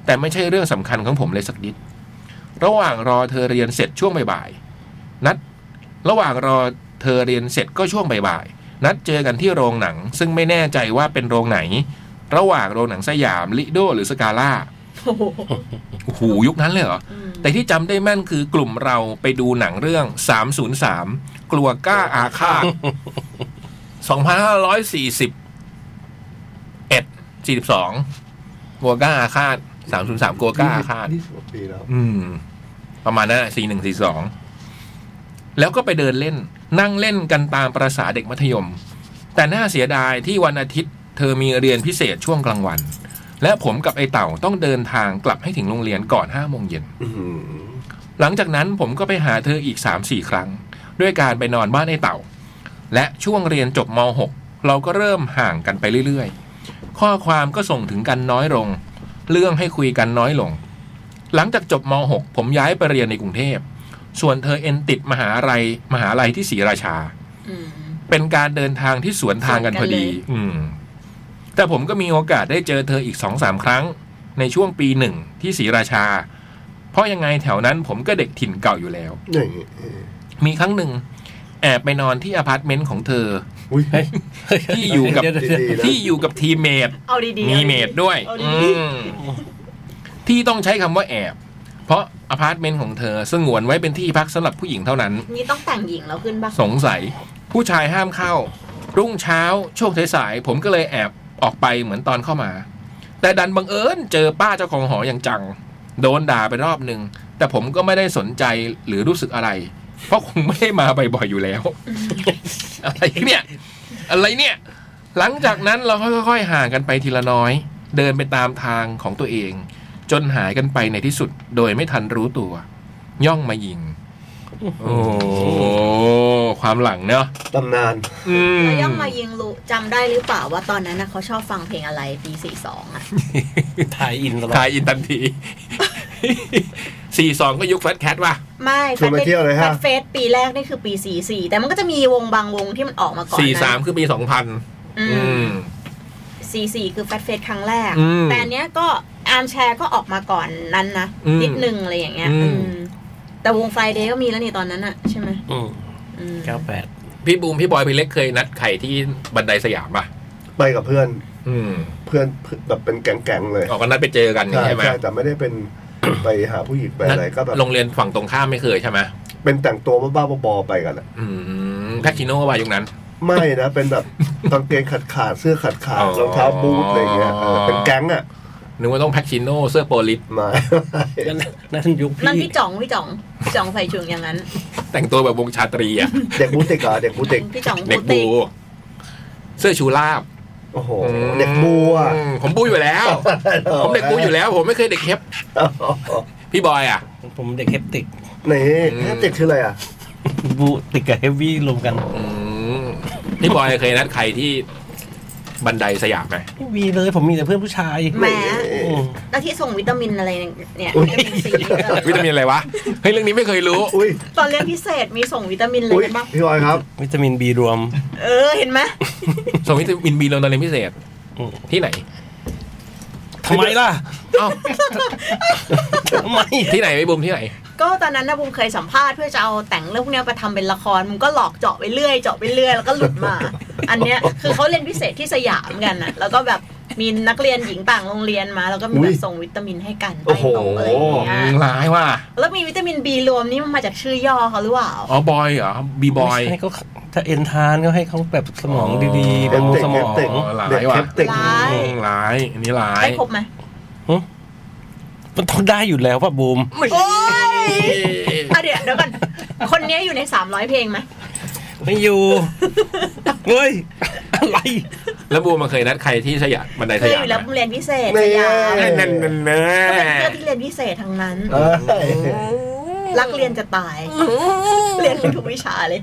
B: แต่ไม่ใช่เรื่องสำคัญของผมเลยสักนิด ระหว่างรอเธอเรียนเสร็จช่วงบ่ายๆนัด ระหว่างรอเธอเรียนเสร็จก็ช่วงบ่ายๆนัดเจอกันที่โรงหนัง ซึ่งไม่แน่ใจว่าเป็นโรงไหน ระหว่างโรงหนังสยามลิโดหรือสกาล่า
D: โอ้โห
B: โอ้โหยุคนั้นเลยเหรอ
D: อืม
B: แต่ที่จำได้แม่นคือกลุ่มเราไปดูหนังเรื่อง 303 กลัวกล้าอาฆาต 2540 1 42 กลัวกล้าอาฆาต 303 กลัวกล้าอาฆาต
C: นี่สิบกว่ปีแล้ว
B: อืม ประมาณนั้นสี่หนึ่งสี่สองแล้วก็ไปเดินเล่น นั่งเล่นกันตามประษาเด็กมัธยม แต่น่าเสียดายที่วันอาทิตย์ เธอมีเรียนพิเศษช่วงกลางวัน และผมกับไอ้เต่าต้องเดินทางกลับให้ถึงโรงเรียนก่อนห้าโมงเย็น
C: อื้อหือ
B: หลังจากนั้นผมก็ไปหาเธออีก 3 4 ครั้ง ด้วยการไปนอนบ้านไอ้เต่า และช่วงเรียนจบม .6 เราก็เริ่มห่างกันไปเรื่อยๆ ข้อความก็ส่งถึงกันน้อยลง เรื่องให้คุยกันน้อยลง หลังจากจบม .6 ผมย้ายไปเรียนในกรุงเทพ ส่วนเธอเอ็นติดมหาลัยมหาลัยที่ศรีราชา
D: อืม
B: เป็นการเดินทางที่สวนทางกันพอดี
D: สวนกันเลย
B: อืม แต่ผมก็มีโอกาสได้เจอเธออีกสองสามครั้ง ในช่วงปีหนึ่งที่ศรีราชา เพราะยังไงแถวนั้นผมก็เด็กถิ่นเก่าอยู่แล้ว
C: อย่างงี้
B: มีครั้งหนึ่ง แอบไปนอนที่อพาร์ตเมนต์ของเธอ
C: อุ้ย
B: ที่อยู่กับ
A: เดี๋วเดี๋ยวเดี๋ยว
C: นะ
B: ที่อยู่กับทีมเมด
D: เอาดีๆ
B: มี
D: อาๆ
B: เมดด้วย
D: เอา
B: อื
D: ดี
B: ม ที่ต้องใช้คำว่าแอบ เพราะอพาร์ตเมนต์ของเธอสงวนไว้เป็นที่พักสำหรับผู้หญิงเท่านั้น
D: ๆนี่ต้องแต่งหญิงแล้วขึ้นปะ
B: สงสัยผู้ชายห้ามเข้า รุ่งเช้าช่วงสายๆผมก็เลยแอบออกไปเหมือนตอนเข้ามา แต่ดันบังเอิญเจอป้าเจ้าของหออย่างจัง โดนด่าไปรอบหนึ่งแต่ผมก็ไม่ได้สนใจหรือรู้สึกอะไร เพราะคงไม่ได้มาบ่อยๆอยู่แล้ว อะไรเนี่ยอะไรเนี่ย หลังจากนั้นเราค่อยๆห่างกันไปทีละน้อย เดินไปตามทางของตัวเอง จนหายกันไปในที่สุดโดยไม่ทันรู้ตัว ย่องมายิง โอ้โหความหลังเนาะ
C: ตำนาน
B: อืม
D: แล้วยังมายิงรู้จำได้หรือเปล่าว่าตอนนั้นนะเขาชอบฟังเพลงอะไรปีสี่สองอ่ะ
A: ถ่ายอินตลอด
B: ทายอินทันที สี่สองก็ยุคแฟลตแคทว่ะ
D: ไม่
C: ชวนไปเที่ยวเลยฮะ
D: แฟสปีแรกนี่คือปีสี่สี่แต่มันก็จะมีวงบางวงที่มันออกมาก่อน
B: สี่สาม
D: นะ
B: คือปีสองพัน
D: อืม ซีซีคือแฟตเฟสครั้งแรก
B: อืม
D: แต่อันเนี้ยก็อาร์มแชร์ก็ออกมาก่อนนั้นนะ
B: อืม
D: นิดนึงอะไรอย่างเงี้ย
B: อืม
D: อืมแต่วงไฟเดย์ก็มีแล้วนี่ตอนนั้นอะใช่ไหม
A: อืม
D: อืม
A: เก้าแปด
B: พี่บูมพี่บอยพี่เล็กเคยนัดไข่ที่บันไดสยามป่ะ
C: ไปกับเพื่อน
B: อืม
C: เพื่อนเพื่อนแบบเป็นแก๊งๆเลย
B: ออกกันนัดไปเจอกันนี่
C: ใช่
B: ใช่ไหม
C: ใช่แต่ไม่ได้เป็น ไปหาผู้หญิงไปอะไรก็แบบ
B: โรงเรียนฝั่งตรงข้ามไม่เคยใช่ไหม
C: เป็นแต่งตัวบ้าๆบอๆไปกันอะ
B: อืมแพคคิโน่ว่ายุคนั้น
C: ไม่นะ เป็นแบบกางเกงขาดขาดๆเสื้อขาดขาด
B: อ๋อ
C: รองเท้าบูทอะไรเงี้ยเออเป็นแก๊งอะ
B: นึกว่าต้องแพคคิโน่เสื้อโปลิส
C: มา
A: นั่นนั่นยุคพี่
D: นั่นพี่จ่องพี่จ่องพี่จ่องใส่ชุดอย่างนั้น
B: แต่งตัวแบบวงชาตรีอ่ะ
C: เด็กบูติกเหรอ่ะเด็กบูติก
D: พี่จ่อง
B: เด็กบู
D: บูติก
B: เสื้อชูราบ
C: โอ้โหเด็กบูอะ
B: มผมบูอยู่แล้ว ผมเด็กบูอยู่แล้ว ผมไม่เคยเด็กเฮปพี่บอยอ่ะ
A: ผมเด็กเฮปติก
C: นี่
B: อืม
C: แฮปติกคืออะไรอ่ะ
A: บูติกกับเฮฟวี่รวมกัน
B: อืมพี่บอยเคยนัดใครที่บันไดสยามไหม
A: ไม่มีเลยผมมีแต่เพื่อนผู้ชาย
D: แหม
A: อืม
D: แล้วที่ส่งวิตามินอะไรเนี่ย
C: อุ๊ย
D: วิตามินซีด้วย
B: วิตามินอะไรวะเฮ้ยเรื่องนี้ไม่เคยรู้
C: อุ้ย
D: ตอนเรียนพิเศษมีส่งวิตามินอะไร
C: อุ้ย
D: กันบ้าง
C: พี่ออยครับ
A: วิตามินบีรวม
D: เออเห็นไหม
B: ส่งวิตามินบีลงตอนเรียนพิเศษ
A: อืม
B: ที่ไหน
A: ทำไมล่ะ
B: อ้าว
A: ทำไม
B: ที่ไหนไอ้บูมที่ไหน
D: ก็ตอนนั้นนะบุมเคยสัมภาษณ์เพื่อจะเอาแต่งเรื่องพวกเนี้ยไปทำเป็นละครมึงก็หลอกเจาะไปเรื่อยเจาะไปเรื่อยแล้วก็หลุดมา อันเนี้ยคือเขาเรียนพิเศษที่สยามกันนะแล้วก็แบบมีนักเรียนหญิงต่างโรงเรียนมา แล้วก็มี
C: อุ๊
D: แบ
C: ย
D: บส่งวิตามินให้กัน
C: โอ้
D: ใต้
C: โห
D: โต๊ะอะไรอย่างเงี้ย
B: ร้ายว่ะ
D: แล้วมีวิตามินบีรวมนี่มันมาจากชื่อย่อเขาหรือเปล่า
B: อ๋อบอยเหรอบีบอย
A: ไม่ใช่ก็ถ้าเอ็นทานก็ให้เขาแบบสมองดี
B: อ๋
A: ๆ
B: อ
A: บำรุงสม
C: เด็
A: อก ง
C: เด็ก
B: อ๋อหลาย
C: เด็ก
B: ว่ะ
C: เฮปติก
D: หลาย
B: อืมร้ายอันนี้ร้าย
D: ได้ครบไหม
A: มันต้องได้อยู่แล้วป่ะบูม
D: โอ้ยอ่ะเดี๋ยวเดี๋ยวก่อนคนเนี้ยอยู่ใน 300 เพลงไหม
A: ไม่อยู่ เฮ้ย อะไร
B: แล้วบูมมันเคยนัดใครที่สยามบันได
D: เค
B: ส
D: ย
B: ยาม
D: อ
B: ไห
D: ยู่
B: ม
D: แล้วผมเรียนพิเศษ
C: นี่
D: สยาม
B: นั่นนั่นนั่นน
D: ก็เป็น
B: ั่น
D: เพื่อนที่เรียนพิเศษทั้งนั้น
C: เอ้ย
D: รักเรียนจะตาย เรียนทุกวิชาเลย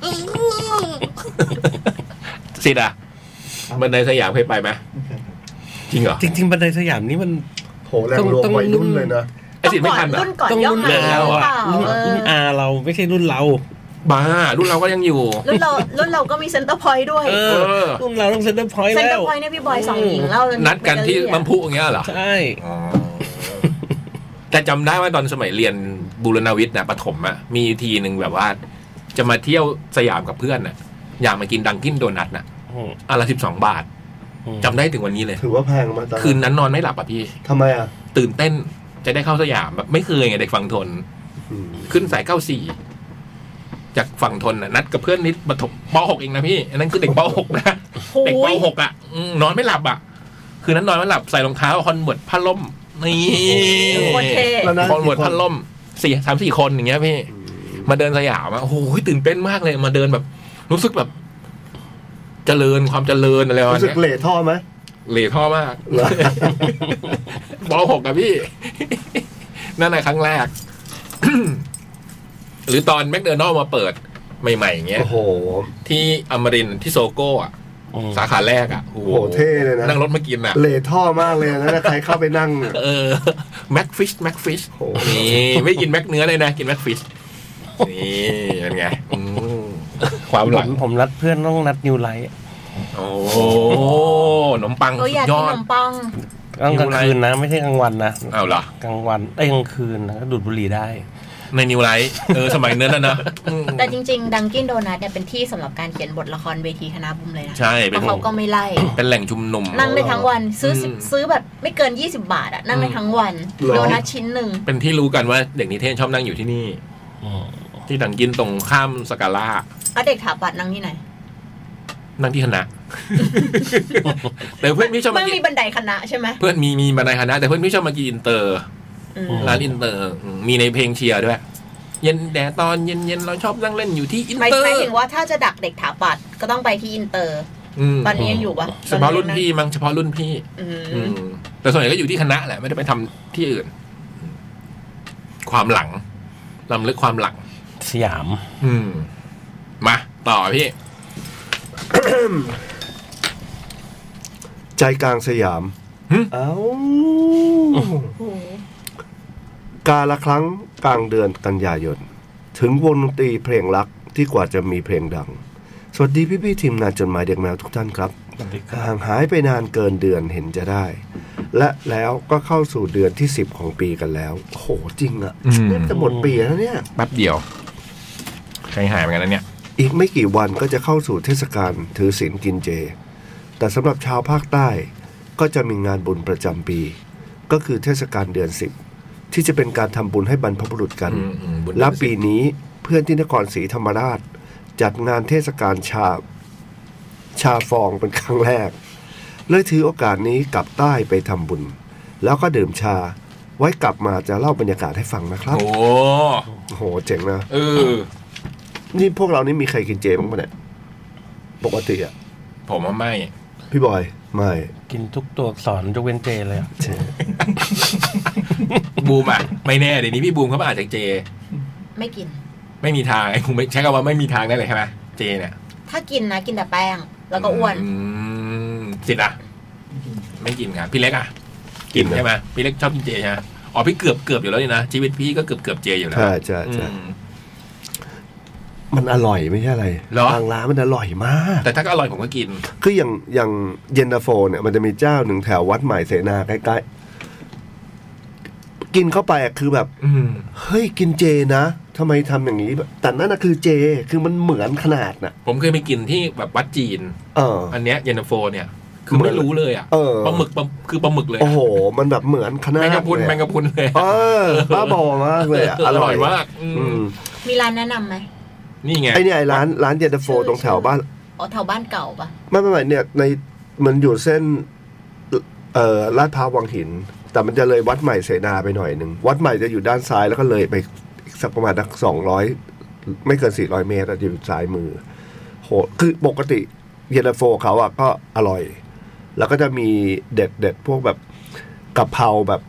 B: สิดอะบันไดสยามเคยไปไหมจริงเหรอ
A: จริง ๆ บันไดสยามนี่มัน
C: โหแรงรวม
A: ต้อง
C: วัยรุ่นเลยนะ
B: ไอสิดไม่ทันเหร
D: รุ่
B: อ่ะ
D: นก่อน
A: ต้อง
D: ย่อ
A: รุ่น
D: มาห
A: เรา
D: รือ
A: อะ
D: เปล่า
A: รุ่น
D: เออ
A: รุ่นอาเราไม่ใช่รุ่นเรา
B: บ้ารุ่นเราก็ยังอยู่
D: รุ่นเรารุ่นเราก็มีเซ็นเตอร์พอยต์ด้วย
A: เอ
B: เอ
A: อ
B: อ
A: รุ่นเราต้องเซ็นเตอร์พอยต์
D: เซ็น
A: แล้
D: เตอ
A: ว
D: ร์พอยต์เนี่ยพี่บอยสองหญิงเล่า
B: นัดกันที่บัมพุอย่างเงี้ยเหรอ
A: ใช่
B: อ๋อแต่จำได้ว่าตอนสมัยเรียนบูรณวิทย์นะประถมอะมีทีหนึ่งแบบว่า จะมาเที่ยวสยามกับเพื่อนอะอยากมากินดังกินโดนัทนะอนละสิบสองบาทจำได้ถึงวันนี้เลย
C: ถือว่าแพงมาตลอด
B: คืนนั้นนอนไม่หลับอ่ะพี่
C: ทำไมอ่ะ
B: ตื่นเต้นจะได้เข้าสยามแบบไม่เคยไงเด็กฝั่งทน
C: อืม
B: ขึ้นสายเก้าสี่จากฝั่งทนน่ะนัดกับเพื่อนนิดปฐมปหกเองนะพี่ อันนั้นคือเด็กปหกนะเด็กปหกอ่ะอืมนอนไม่หลับอ่ะ คืนนั้นนอนไม่หลับใส่รองเท้าคอนเวิร์ตผ้าล่มนี่
D: โอเค
C: แล้วนั่ง
B: คอนเวิร์ต
C: กี่
B: ผ้าล่มสี่สามสี่คนอย่างเงี้ยพี่ มาเดินสยามอ่ะโอ้โหตื่นเต้นมากเลยมาเดินแบบ รู้สึกแบบ เจริญความเจริญอะไรประมาณ
C: รู้สึก
B: เนี้ย
C: เหล่ท่อไหม
B: เหล่ท่อมาก
C: เหรอ
B: ปหกอะพี่ นั่นแหละครั้งแรก หรือตอนแม d โดนัลมาเปิดใหม่ๆอย่างเงี้ย
C: โอ้โห
B: ที่อมรินทร์ที่โซโก้อะสาขาแรกอะโอ้
C: โหเท่เลยนะ
B: นั่งรถมากินอะ
C: เหล่ท่อมากเลยนะถ้าใครเข้าไปนั่ง
B: เออแม็กฟิชแม็กฟิช
C: โอ้
B: นี่ไม่กินแม็กเนื้อเลยนะ กินแม็กฟิชนี่เป็นไงอืมความห
A: ผ
B: ลั
A: ม
B: ง
A: ผมนัดเพื่อนต้องนัดนิวไลท์
B: โอ้ขนมปัง
D: เอออยาก
B: ย
D: กิ
B: อ
D: นข
B: ด
D: นมปัง
A: ต้องกลาง
B: New Light
A: คืนนะ ไม่ใช่กลางวันนะ
B: เอาเหรอ
A: กลางวันไอ้ยกลางคืนนะก็ดูดบุหรี่ได้
B: ในนิวไลท์เออสมัยนั้นนะนะอืม
D: แต่จริงๆ ดังกินโดนัทเนี่ยเป็นที่สำหรับการเขียนบทละครเวทีคณะบุ้มเลยนะ
B: ใช่เป็น
D: เพราะเขาก็ไม่ไล่
B: เป็นแหล่งชุมนุม
D: นั่งได้ทั้งวันซื้ออ
B: ม
D: ซื้อแบบไม่เกิน 20 บาทอะนั่งได้
B: อืม
D: ทั้งวัน
C: หรอ
D: โดนัทชิ้นหนึ่ง
B: เป็นที่รู้กันว่าเด็กนิเทศชอบนั่งอยู่ที่นี่ ที่ดังกินตรงข้ามสกาล่า
D: แล้วเด็กถาปัดนั่งที่ไหน
B: นั่งที่ค ณะ แต่เพื่อนพี่ชอบ
D: มั
B: มาน กิ
D: มี
B: น
D: บันไดคณะใช่ไหม
B: เพื่อนมีมีมาในคณะ แต่เพื่อนพี่ชอบมากินอินเตอร์
D: อืม
A: อืม
B: ร้านอินเตอร์อืมมีในเพลงเชียร์ด้วย เย็นแดดตอนเย็นเย็นๆเราชอบนั่งเล่นอยู่ที่อิน
D: หมาย
B: เตอ
D: หมาย
B: ร์
D: ถึงว่าถ้าจะดักเด็กถาปัดก็ต้องไปที่อินเตอร์
B: อืม
D: ตอนนี้ยังอยู่ปะ
B: เฉพาะรุ่นพี่มั้งเฉพาะรุ่นพี่
D: อืม
B: อืมแต่ส่วนใหญ่ก็อยู่ที่คณะแหละไม่ได้ไปทำที่อื่น ความหลังลำลึกความหลัง
A: สยาม
B: อืม มา ต่อพี่
C: ใจกลางสยาม
B: หึ
C: เอ้า
D: โอ้โห
C: กาละครั้งกลางเดือนกันยายน ถึงวงดนตรีเพลงรักที่กว่าจะมีเพลงดัง สวัสดีพี่พี่ๆทีมงานจดหมายเด็กแมวทุกท่านครับห่างหายไปนานเกินเดือนเห็นจะได้ และแล้วก็เข้าสู่เดือนที่ 10 ของปีกันแล้วโหจริงอะ
B: อืม
C: นี่จะหมดปีแล้วเนี่ย
B: แป๊บเดียวใจหายเหมือนกันนะเนี่ย
C: อีกไม่กี่วันก็จะเข้าสู่เทศกาลถือศีลกินเจ แต่สำหรับชาวภาคใต้ก็จะมีงานบุญประจำปี ก็คือเทศกาลเดือน 10 ที่จะเป็นการทำบุญให้บรรพบุรุษกัน
B: อืมอืมบุญ
C: และปีนี้เพื่อนที่นครศรีธรรมราช จัดงานเทศกาลชา ชาฟองเป็นครั้งแรก เลยถือโอกาสนี้กลับใต้ไปทำบุญ แล้วก็ดื่มชาไว้กลับมาจะเล่าบรรยากาศให้ฟังนะครับ
B: โอ้
C: โอ้โหเจ๋งนะ
B: เออ
C: นี่พวกเรานี่มีใครกินเจบ้างปะเนี่ยปกติอะ
B: ผมว่าไม่
C: พี่บอยไม่
A: กินทุกตัวอักษรยกเว้นเจเลยอะ
C: เจ
B: บูมอ่ะ ไม่แน่ เดี๋ยวนี้พี่บูมเขามาอาจจากเจ
D: ไม่กิน
B: ไม่มีทาง ไอ้คุณไม่ใช้คำว่าไม่มีทางได้เลยใช่ไหมเจเนี่ย
D: ถ้ากินนะกินแต่แป้ง แล้วก็อ้วน
B: มสิทธิ์อ่ะ ไม่กินครับพี่เล็กอ่ะ กินใช่ไหมพี่เล็กชอบกินเจใช่ไหมอ๋อพี่เกือบเกือบอยู่แล้วนี่นะชีวิตพี่ก็เกือบเกือบเจอยู่แล้ว
C: ใช่ใช่ใช่
B: อืม
C: มันอร่อยไม่ใช่อะไร
B: เหรอ
C: ทางร้านมันอร่อยมาก
B: แต่ถ้าก็อร่อยผมก็กิน
C: คืออย่างอย่างเย็นตาโฟเนี่ยมันจะมีเจ้าหนึ่งแถววัดใหม่เสนาใกล้ๆ กินเข้าไปอะคือแบบ
B: อืม
C: เฮ้ยกินเจนะทำไมทำอย่างนี้แบบแต่นั่นนะคือเจคือมันเหมือนขนาดน่ะ
B: ผมเคยไปกินที่แบบวัดจีน
C: เออ
B: อันเนี้ยเย็นตาโฟเนี่ย คือไม่รู้เลยอ่ะ
C: เออ
B: ปลาหมึกปลาคือปลาหมึกเลย
C: โอ้โห มันแบบเหมือนขนาด
B: แมงกะพรุน
C: เลย
B: แมงกะพรุนเลย
C: เออบ้าบอมากเลยอะอ
B: อ
C: ร่
B: ร่
C: อ
B: อย ยมากอืม
C: อืม
D: มีร้านแนะนำไหม
B: นี่ไง
C: ไอเนี่ยไอ้ร้านร้านเย็นตาโฟตรงแถวบ้าน
D: อ๋อแถวบ้านเก่าปะ
C: ไม่ไม่ไม่เนี่ยในมันอยู่เส้น เอ่อลาดพร้าววังหิน แต่มันจะเลยวัดใหม่เสนาไปหน่อยหนึ่งวัดใหม่จะอยู่ด้านซ้ายแล้วก็เลยไปอีกสักประมาณสักสองร้อยไม่เกินสี่ร้อยเมตรอะอยู่ซ้ายมือโหคือปกติเยนตาโฟเขาอะก็อร่อย แล้วก็จะมีเด็ดเด็ดพวกแบบกะเพราแบบ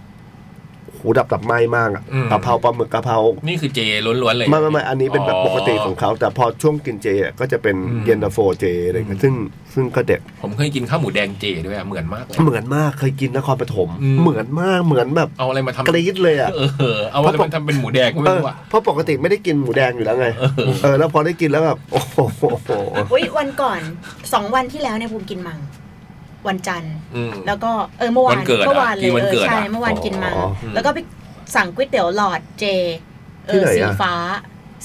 C: หูดับดับไหม้มากอะ
B: อืม
C: กะเพราปลาหมึกกะเพรา
B: นี่คือเจล้วนๆเลย
C: ไม่ไม่ไม่อันนี้เป็นแบบปกติของเขา แต่พอช่วงกินเจอะก็จะเป็น
B: อืม
C: เย็นตาโฟเจอะไรเงี้ยซึ่งซึ่งก็เด็ด
B: ผมเคยกินข้าวหมูแดงเจด้วยอะเหมือนมากเลย
C: เหมือนมากเคยกินนครปฐม
B: อืม
C: เหมือนมากเหมือนแบบ
B: เอาอะไรมาก ทำ
C: รี๊ดเลยอ่ะ
B: เออ เอาอะไรมาทำเป็นหมูแดงก็ไม่
C: เออ
B: รู้อ่ะ
C: เพราะปกติไม่ได้กินหมูแดงอยู่แล้วไง เออ แล้วพอได้กินแล้วแบบโอ้โห
D: อุ้ยวันก่อนสองวันที่แล้วเนี่ยบูมกินมัง วันจันทร์
B: อืม
D: แล้วก็เออเมื่อวาน
B: วันเกิดอะ
D: เมื่อวานเล
B: กิ
D: ย
B: นวัน
D: เอ
B: เกิ
D: อ
B: ดอะ
D: ใช่เมื่อวานกินมัง
C: อ๋อ
B: ม
D: แล้วก็ไปสั่งก๋วยเตี๋ยวหลอดเจเอ
C: ที่
D: อ
C: ไหนอะ
D: สีฟ้า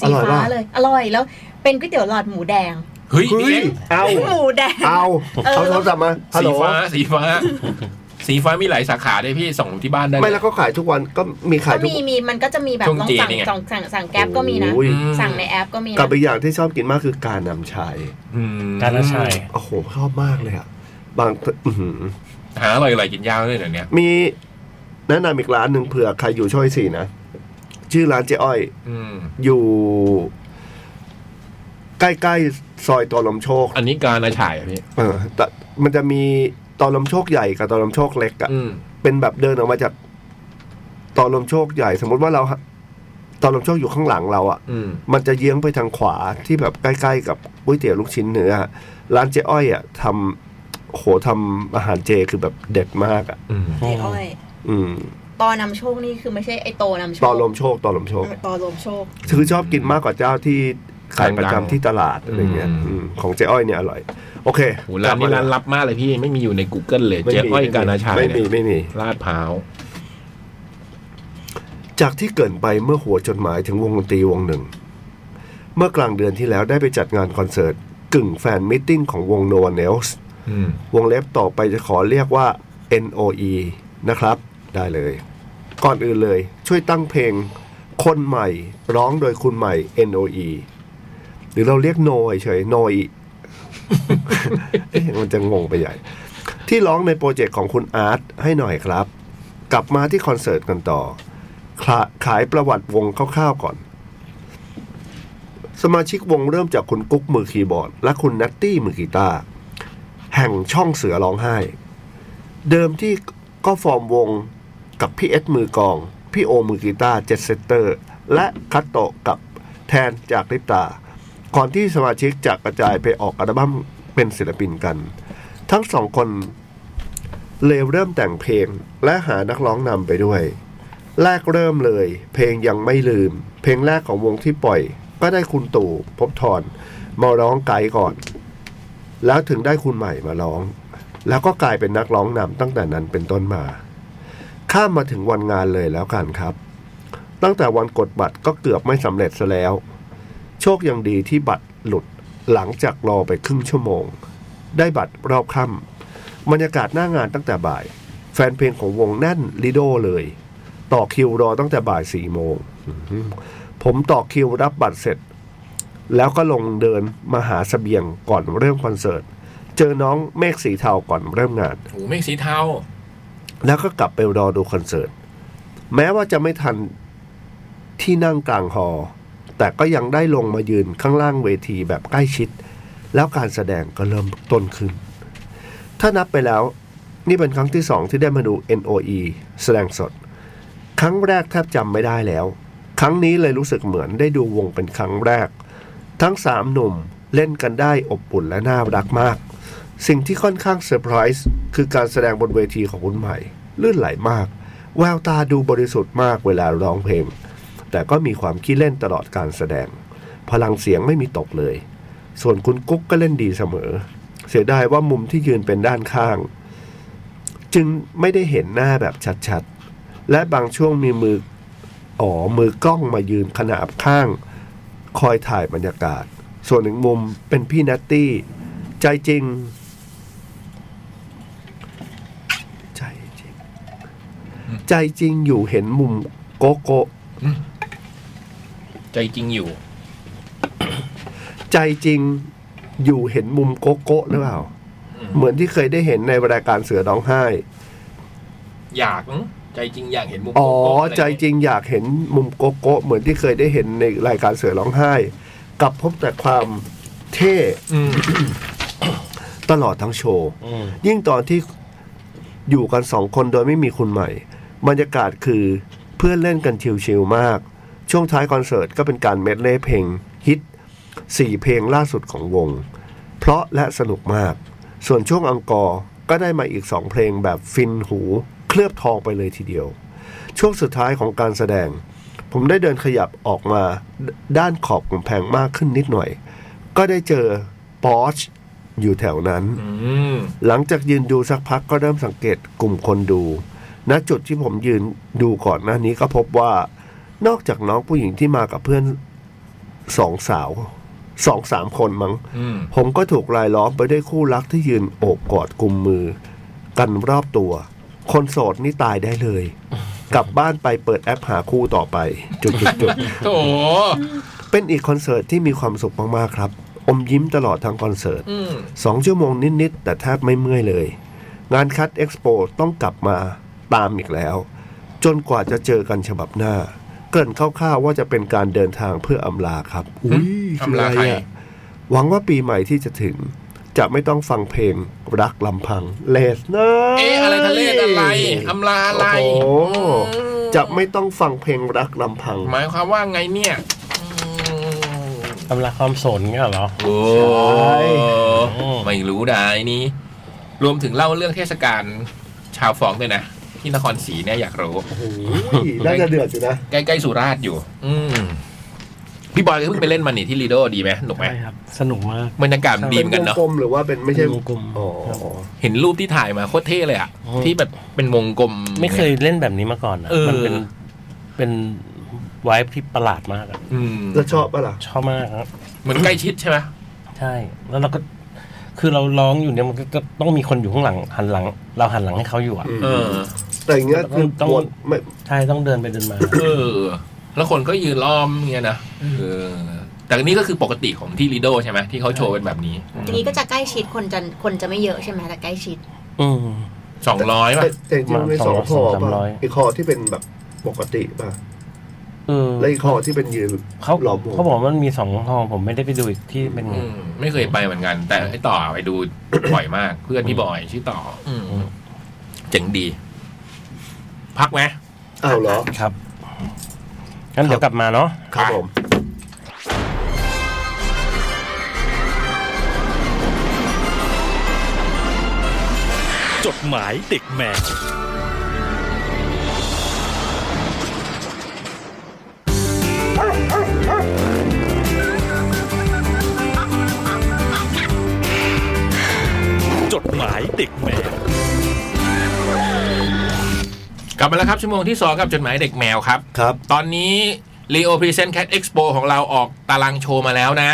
C: อ
D: สี
C: ร่อย
D: ฟ้า
C: ปะ
D: เลย อร่อยแล้วเป็นก๋วยเตี๋ยวหลอดหมูแดง
B: เฮ้ย
C: เฮ้ยเอา
D: หมูแดง
C: เอา
D: เออ
C: เอาโทรศัพท์มาฮัล
B: สี
C: โหล
B: ฟ้าสีฟ้า สีฟ้ามีหลายสาขาด้วยพี่ส่งที่บ้านได้
C: ไม่
B: เล
C: แล้
B: ย
C: วก็ขายทุกวันก็มีขา
D: ก็
C: ยทุก
D: มีมีมันก็จะมีแบบ
B: ช่วง
D: ลอง
B: จีน
D: สั่ง
B: นี่ไง
D: สั่งสั่งสั่งแก๊ปก็มีนะ
C: โอ้ย
B: อืม
D: สั่งในแอปก็มีนะ
C: กับอีกอย่างที่ชอบกินมากคือการนำชาย
B: อืม
A: การละชัย
C: โอ้โหชอบมากเลยอ่ะบางอื้อหือ
B: หาอร่อยๆกินยากด้วยเดี๋ยวนี้
C: มีแนะนำอีกร้านหนึ่งเผื่อใครอยู่ช่อยสี่นะชื่อร้านเจ๊อ้อย
B: อืม
C: อยู่ใกล้ๆซอยตอลมโชค
B: อันนี้การละฉายอะพี่
C: เออแต่มันจะมีตอลมโชคใหญ่กับตอลมโชคเล็กอะ
B: อืม
C: เป็นแบบเดินออกมาจากตอลมโชคใหญ่ สมมติว่าเราตอลมโชคอยู่ข้างหลังเราอะ
B: อืม
C: มันจะเยื้องไปทางขวาที่แบบใกล้ๆกับก๋วยเตี๋ยวลูกชิ้นเนื้อร้านเจ๊อ้อยอะทำโหทำอาหารเจคือแบบเด็ดมากอะ
B: อืม
D: ไอ้อ้อย
C: อืม
D: ตอนำโชคนี่คือไม่ใช่ไอ้โตนำโชค
C: ตอลมโชคตอลมโชค
D: ตอนลมโชค
C: คือชอบกินมากกว่าเจ้าที่ขายประ
B: ดั
C: จำ
B: งๆ
C: ที่ตลาดอะไรเงี้ย
B: อืม
C: อืมของเจ๊อ้อยเนี่ยอร่อย โอเค
B: โหร้านนี้ร้านลับมากเลยพี่ไม่มีอยู่ใน Google เลย
C: ไม่
B: เจ๊
C: มี
B: อ้อยการละฉาย
C: ไม่
B: เนี่
C: มี
B: ย
C: ไม่มี
B: ลาดพร้าว
C: จากที่เกรินไปเมื่อหัวจดหมายถึงวงดนตรีวงหนึ่ง เมื่อกลางเดือนที่แล้วได้ไปจัดงานคอนเสิร์ต กึ่งแฟนมิทติ้งของวง No One Else
B: อืม
C: วงเล็บต่อไปจะขอเรียกว่า NOE นะครับ ได้เลย ก่อนอื่นเลย ช่วยตั้งเพลงคนใหม่ร้องโดยคุณใหม่ NOE หรือเราเรียกโนเฉยโนอี เอ๊ะมันจะงงไปใหญ่ ที่ร้องในโปรเจกต์ของคุณอาร์ตให้หน่อยครับ กลับมาที่คอนเสิร์ตกันต่อขาขายประวัติวงคร่าวๆก่อน สมาชิกวงเริ่มจากคุณกุ๊กมือคีย์บอร์ด และคุณนัตตี้มือกีตาร์ แห่งช่องเสือร้องไห้ เดิมที่ก็ฟอร์มวงกับพี่เอสมือกลอง พี่โอมือกีตาร์เจ็ดเซตเตอร์ และคัตโตะกับแท แทนจากลิปตา ก่อนที่สมาชิกจะกระจายไปออกอัลบั้มเป็นศิลปินกัน ทั้งสองคนเลยเริ่มแต่งเพลงและหานักร้องนำไปด้วย แรกเริ่มเลย เพลงยังไม่ลืม เพลงแรกของวงที่ปล่อย ก็ได้คุณตู่ภพบทรมาร้องไกด์ก่อน แล้วถึงได้คุณใหม่มาร้อง แล้วก็กลายเป็นนักร้องนำตั้งแต่นั้นเป็นต้นมา ข้ามมาถึงวันงานเลยแล้วกันครับ ตั้งแต่วันกดบัตรก็เกือบไม่สำเร็จซะแล้ว โชคยังดีที่บัตรหลุดหลังจากรอไปครึ่งชั่วโมง ได้บัตรรอบค่ำบรรยากาศหน้างานตั้งแต่บ่าย แฟนเพลงของวงแน่นลิโดเลย ต่อคิวรอตั้งแต่บ่ายสี่โมงอื้อหือผมต่อคิวรับบัตรเสร็จ แล้วก็ลงเดินมาหาเสบียงก่อนเริ่มคอนเสิร์ต เจอน้องเมฆสีเทาก่อนเริ่มงาน
B: โอ้โหเมฆสีเทา
C: แล้วก็กลับไปรอดูคอนเสิร์ต แม้ว่าจะไม่ทันที่นั่งกลางฮอลล์แต่ก็ยังได้ลงมายืนข้างล่างเวทีแบบใกล้ชิด แล้วการแสดงก็เริ่มต้นขึ้น ถ้านับไปแล้วนี่เป็นครั้งที่สองที่ได้มาดู NOE แสดงสด ครั้งแรกแทบจำไม่ได้แล้ว ครั้งนี้เลยรู้สึกเหมือนได้ดูวงเป็นครั้งแรก ทั้งสามหนุ่มเล่นกันได้อบอุ่นและน่ารักมาก สิ่งที่ค่อนข้างเซอร์ไพรส์คือการแสดงบนเวทีของคุณใหม่ ลื่นไหลมาก แววตาดูบริสุทธิ์มากเวลาร้องเพลง แต่ก็มีความขี้เล่นตลอดการแสดง พลังเสียงไม่มีตกเลย ส่วนคุณกุ๊กก็เล่นดีเสมอ เสียดายว่ามุมที่ยืนเป็นด้านข้าง จึงไม่ได้เห็นหน้าแบบชัดๆ และบางช่วงมีมืออ๋อมือกล้องมายืนขนาบข้าง คอยถ่ายบรรยากาศ ส่วนหนึ่งมุมเป็นพี่นัตตี้ ใจจริง ใจจริง ใจจริงอยู่เห็นมุมโกโก้
B: ใจจริงอยู่
C: ใจจริงอยู่เห็นมุมโกโก้หรือเปล่า เหมือนที่เคยได้เห็นในรายการเสือร้องไห้
B: อยากมั้งใจจริงอยากเห็นมุม
C: อ๋อ
B: โกโก้ะไ
C: ใจจริงอยากเห็นมุมโกโก้เหมือนที่เคยได้เห็นในรายการเสือร้องไห้กลับพบแต่ความเท่
B: อืม
C: ตลอดทั้งโชว์
A: อืม
C: ยิ่งตอนที่อยู่กันสองคนโดยไม่มีคุณใหม่ บรรยากาศคือเพื่อนเล่นกันชิลๆมาก ช่วงท้ายคอนเสิร์ตก็เป็นการเมดเล่เพลงฮิต4เพลงล่าสุดของวง เพราะและสนุกมาก ส่วนช่วงอังกอร์ก็ได้มาอีกสองเพลงแบบฟินหู เคลือบทองไปเลยทีเดียว ช่วงสุดท้ายของการแสดง ผมได้เดินขยับออกมาดด้านขอบกำแพงมากขึ้นนิดหน่อย ก็ได้เจอปอชอยู่แถวนั้น
B: อืม
C: หลังจากยืนดูสักพักก็เริ่มสังเกตกลุ่มคนดู ณ จุดที่ผมยืนดูก่อนหน้านี้ก็พบว่า นอกจากน้องผู้หญิงที่มากับเพื่อนสองสาวสองสามคนมั้ง
B: อืม
C: ผมก็ถูกรายล้อมไปด้วยคู่รักที่ยืนโอบกอดกลุ่มมือ กันรอบตัว คนโสดนี่ตายได้เลย กลับบ้านไปเปิดแอปหาคู่ต่อไป จุดจุดจุด
B: โถ
C: เป็นอีกคอนเสิร์ตที่มีความสุขมากๆครับ อมยิ้มตลอดทั้งคอนเสิร์ต
B: อืม
C: สองชั่วโมงนิด ๆ แต่แทบไม่เมื่อยเลย งานคัดเอ็กซ์โปต้องกลับมาตามอีกแล้ว จนกว่าจะเจอกันฉบับหน้า เกรินคร่าวๆว่าจะเป็นการเดินทางเพื่ออำลาครับ อุ้ยคือ
B: ทำ
C: อะ
B: ลา
C: ไร
B: ใคร
C: อะหวังว่าปีใหม่ที่จะถึง จะไม่ต้องฟังเพลงรักลำพังเลสนะ
B: เอ๊ะอะไรทะเลอะไรอำลาอะไร
C: โอ้โห
B: อืม
C: จะไม่ต้องฟังเพลงรักลำพัง
B: หมายความว่าไงเนี่ยอืม
A: ตำราความสนเงี้ยเหรอ
B: โอ้
C: ใช่
B: ไม่รู้ได้นี่ รวมถึงเล่าเรื่องเทศกาลชาวฟองด้วยนะ ที่นครศรีเนี่ยอยากรู้
C: โอ้ยน่าจะเดือดอยู่นะ
B: ใกล้ๆสุราษฎร์อยู่ อืมพี่บอยก็เพิ่งไปเล่นมานี่ที่ลีโดดีไหมหนุกไหม
A: ใช่ครับ สนุกมาก
B: บรรยากาศมันดี
C: เป็
B: เห
C: น
B: มือนกัน
C: วง
B: เนาะ
C: กลมหรือว่าเป็นไม่ใช่
A: เป็นวงกลม
C: อ๋อ
B: เห็นรูปที่ถ่ายมาโคตรเท่เลยอะ
A: อืม
B: ที่แบบเป็นวงกลม
A: ไม่เคยเล่นแบบนี้มาก่อนนะ
B: เออ
A: มันเป็นเป็นไวท์ที่ประหลาดมากอะ
B: อืม
C: แล้วชอบปะล่ะ
A: ชอบมากครับ
B: เหมือนใกล้ชิดใช่ไหม
A: ใช่ แล้วเราก็ คือเราร้องอยู่เนี่ยมันก็ก็ต้องมีคนอยู่ข้างหลังหันหลัง เราหันหลังให้เขาอยู่อ่ะ
B: เออ
C: แต่อย่างเงี้ยคือ
A: ต้อง
C: ปวดไม่
A: ใช่ต้องเดินไปเดินมา
B: เออ แล้วคนก็ยืนล้อมเงี้ยนะเออ แต่อันนี้ก็คือปกติของที่ลีโดใช่ไหมที่เขาโชว์เป็นแบบนี้
D: ทีนี้ก็จะใกล้ชิดคนจะคนจะไม่เยอะใช่ไหมแต่ใกล้ชิด
A: อืม
B: สองร้อยป่ะ
C: แต่แต่จริงๆในสองคอ
A: สาม
C: ป่ะ
A: ร้อย
C: อีกคอที่เป็นแบบปกติป่ะ
A: เออ
C: และอีกคอที่เป็นยืน
A: เขา
C: หลอมวง
A: เขาบอกว่ามันมีสองห้องผมไม่ได้ไปดูอีกที่เป็นไง
B: อืมไม่เคยไปเหมือนกัน แต่ไอ้ต่อไปดู บ่อยมาก เพื่อนพี่บอยชื่อต่อ อืม
A: อืม
B: เจ๋งดี พักไหม
C: อ้าวเหรอ
A: ครับงั้นเดี๋ยวกลับมาเนาะ
C: ครับผม
E: จดหมายเด็กแมว จดหมายเด็กแมว
B: กลับมาแล้วครับ ชั่วโมงที่ 2 กับจดหมายเด็กแมวครับ
C: ครับ
B: ตอนนี้ Leo Present Cat Expo ของเราออกตารางโชว์มาแล้วนะ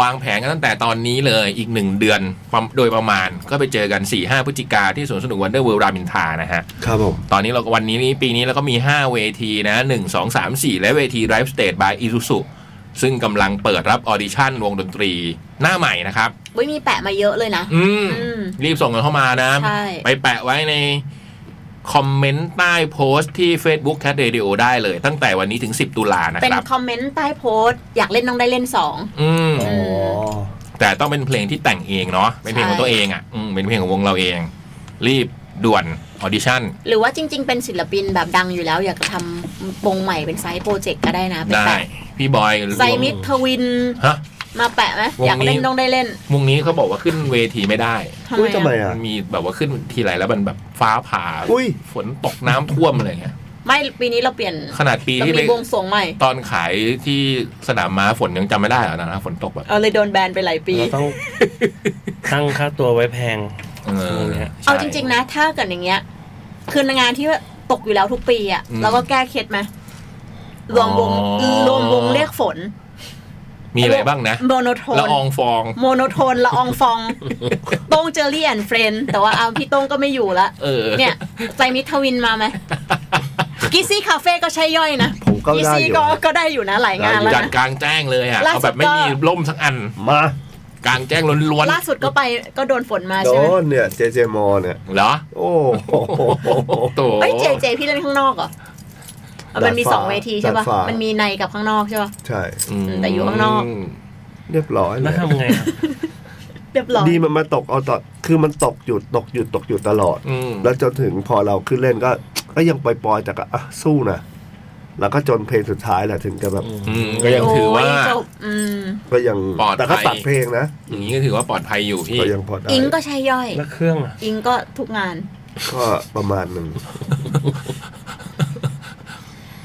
B: วางแผนกันตั้งแต่ตอนนี้เลยอีกหนึ่งเดือนประโดยประมาณ ก็ไปเจอกัน 4-5 พฤศจิกาที่สวนสนุกวันเดอร์เวิลด์รามินทานะฮะ
C: ครับผม
B: ตอนนี้เราก็วันนี้นี่ปีนี้เราก็มี 5 เวทีนะ 1 2 3 4 และเวที Drive Stage by Isuzu ซึ่งกำลังเปิดรับออดิชั่นวงดนตรีหน้าใหม่นะครับ
D: เว้ยมีแปะมาเยอะเลยนะ
B: อืม
D: อืม
B: รีบส่งกันเข้ามานะ
D: ใช่
B: ไปแปะไว้ใน คอมเมนต์ใต้โพสต์ที่ Facebook Cat Radio ได้เลย ตั้งแต่วันนี้ถึง 10 ตุลานะ
D: เป็น
B: ครับ
D: คอมเมนต์ใต้โพสต์อยากเล่นต้องได้เล่นสอง
B: อืม
D: อ๋อ
B: แต่ต้องเป็นเพลงที่แต่งเองเนาะเป็นเพลงของตัวเองอ่ะอืมเป็นเพลงของวงเราเอง รีบด่วนออดิชั่น
D: หรือว่าจริง ๆ เป็นศิลปินแบบดังอยู่แล้ว อยากจะทำวงใหม่เป็นไซส์โปรเจกต์ก็ได้นะเป็น
B: ได้
D: แปะ
B: พี่บอย
D: ไซมิดทวิน
B: ฮะ
D: มาแปะไหม
B: วงนี้
D: อยากเล่นต้องได้เล่น
B: วงนี้เขาบอกว่าขึ้นเวทีไม่ได้
D: ทำ
C: อุ้ยทำไม
D: ไมอะ
C: อ่ะ
B: มันมีแบบว่าขึ้นทีไรแล้วมันแบบฟ้าผ่า
C: อุ้ย
B: ฝนตกน้ำท่วมอะไรเงี้ย
D: ไม่ปีนี้เราเปลี่ยน
B: ขนาดปี
D: เรา
B: ที่
D: มี
B: ไป
D: วงสวงใหม่
B: ตอนขายที่สนามม้าฝนยังจำไม่ได้เหรอนะฝนตกแบบ
D: เอาเลยโดนแบนไปหลายปี
A: เราต้องตั้งค่าตัวไว้แพง
B: เออใช่
D: เอาจริง ๆ นะ ถ้าเกิดอย่างเงี้ย คือนงานที่ตกอยู่แล้วทุกปีอ่ะ
B: อืม
D: เราก็แก้เคล็ดไหมรวมวง
B: อ๋อ
D: รวมวงเรียกฝน
B: มีอะไรบ้างนะ
D: โมโนโทน
B: ละอองฟอง
D: โมโนโทนละอองฟ อง โต้งเจอรี่แอนเฟรนแต่ว่าเอาวพี่โต้งก็ไม่อยู่ละ
B: เออ
D: เนี่ยใจมิทวินมาไหมกิซี่คาเฟ่ก็ใช่ย่อยนะ
C: ผมก็
D: กิ
C: ได้
D: ซี่
C: อยู่
D: ก็ก็ได้อยู่นะหลายงานแล้ว
B: จัด
D: นะ
B: กลางแจ้งเลยอ่ะ
D: ล่าสุ
B: เอาแบ
D: ด
B: บไม่
D: ก็
B: มีร่มสักอัน
C: มา
B: กลางแจ้งล้วน
D: ล่าสุดก็ไปก็โดนฝนมา
C: โด
D: ใช่ไหม
C: นเนี่ยเจเจมอเนี่ย
B: ๆเหรอ
C: โอ้โห
B: โต
D: เอ้ยเจเจพี่เล่นข้างนอกเหรอเอามันมี
C: ดาดฟ้า
D: สองเวทีใช่
C: ดา
D: ป่ะ
C: ดฟ้ามั
D: มันมีในกับข้างนอกใช่ป่ะ
C: ใช่
D: แต่อยู่ข้างนอก
C: เรียบร้อยเล
A: แล้ว
C: ย
A: ทำไงครับ
D: เรียบร้อย
C: ดีมันมาตกเอาตอนคือมันตกหยุดตกหยุดตกหยุดตลอด
B: อืม
C: แล้วจนถึงพอเราขึ้นเล่นก็ก็ยังปล่อยๆแต่ก็อ่ะสู้นะแล้วก็จนเพลงสุดท้ายแหละถึงจะแบบ
B: อืมก็ยังถือว่า
D: โยจบอืม
C: ก็ยัง
B: ปลอดภัย
C: แต่ก็ตัดเพลงนะ
B: อย่างนี้ก็ถือว่าปลอดภัยอยู่พี่
C: ก็ยังพอได้
D: อิงก็ใช่ย่อย
A: แล้วเครื่องอ่ะ
D: อิงก็ทุกงาน
C: ก็ประมาณหนึ่ง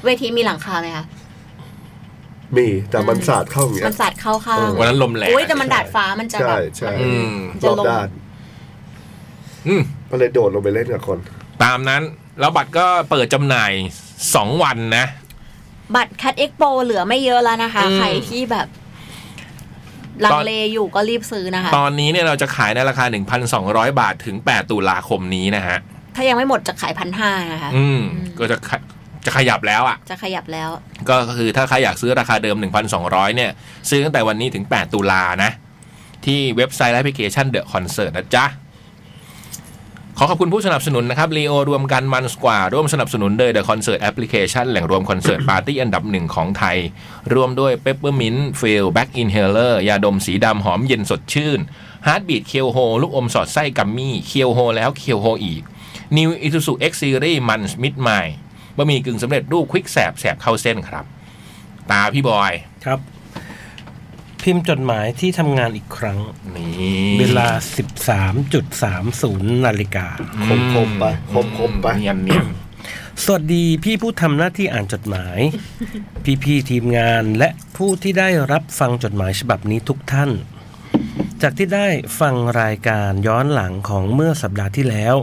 D: เวทีมีหลังคาไหมคะ
C: มีแต่มันสาดเข้าอย่างเงี้
D: มั
C: ย
D: นสัตว์เข้าข้าง
C: เออ
B: วันนั้นลมแรง
D: โอ้ยแต่มันดาดฟ้ามันจะแบ
C: ใช่
D: บ
C: ใช่
B: อืม
C: ร
D: มันจะ
C: อบ
D: ลง
C: ด้าน
B: อืม
C: ก็เลยโดดลงไปเล่นกับคน
B: ตามนั้น แล้วบัตรก็เปิดจำหน่าย 2 วันนะ
D: บัตรคัดเอ็กโปเหลือไม่เยอะแล้วนะคะ
B: อืม
D: ใครที่แบบ ลั
B: ต
D: ง
B: อน
D: เลอยู่ก็รีบซื้อนะคะ
B: ตอนนี้เนี่ยเราจะขายในราคา 1,200 บาทถึง 8 ตุลาคมนี้นะฮะ
D: ถ้ายังไม่หมดจะขายพันห้านะคะ
B: อืม
D: อืม
B: ก็จะขะจะขยับแล้วอ่ะ
D: จะขยับแล้ว
B: ก็คือถ้าใครอยากซื้อราคาเดิม 1,200 เนี่ย ซื้อตั้งแต่วันนี้ถึง 8 ตุลานะ ที่เว็บไซต์และแอปพลิเคชันเดอะคอนเสิร์ตนะจ๊ะ ขอขอบคุณผู้สนับสนุนนะครับ l ีโอรวมกันมันสกว่า ร่วมสนับสนุนโดย The Concert Application แหล่งรวมคอนเสิร์ตปาร์ตี้อันดับหนึ่งของไทย ร่วมด้วย Peppermint f i l Back Inhaler ยาดมสีดำหอมเย็นสดชื่น Heartbeat เคียวโฮลูกอมสอดไส้กัมมี่เคียวโฮแล้วเคียวโฮอีก New Isuzu X Series มันมิดไมล์บะหมี่กึ่งสำเร็จรูปควิกแสบแสบเข้าเส้นครับ ตาพี่บอย
A: ครับ พิมพ์จดหมายที่ทำงานอีกครั้ง
B: นี่
A: เวลา 13.30 นาฬิกา
C: คมๆไปคมๆไป
B: เนียนเนียน
A: สวัสดีพี่ผู้ทำหน้าที่อ่านจดหมาย พี่ๆทีมงานและผู้ที่ได้รับฟังจดหมายฉบับนี้ทุกท่าน จากที่ได้ฟังรายการย้อนหลังของเมื่อสัปดาห์ที่แล้ว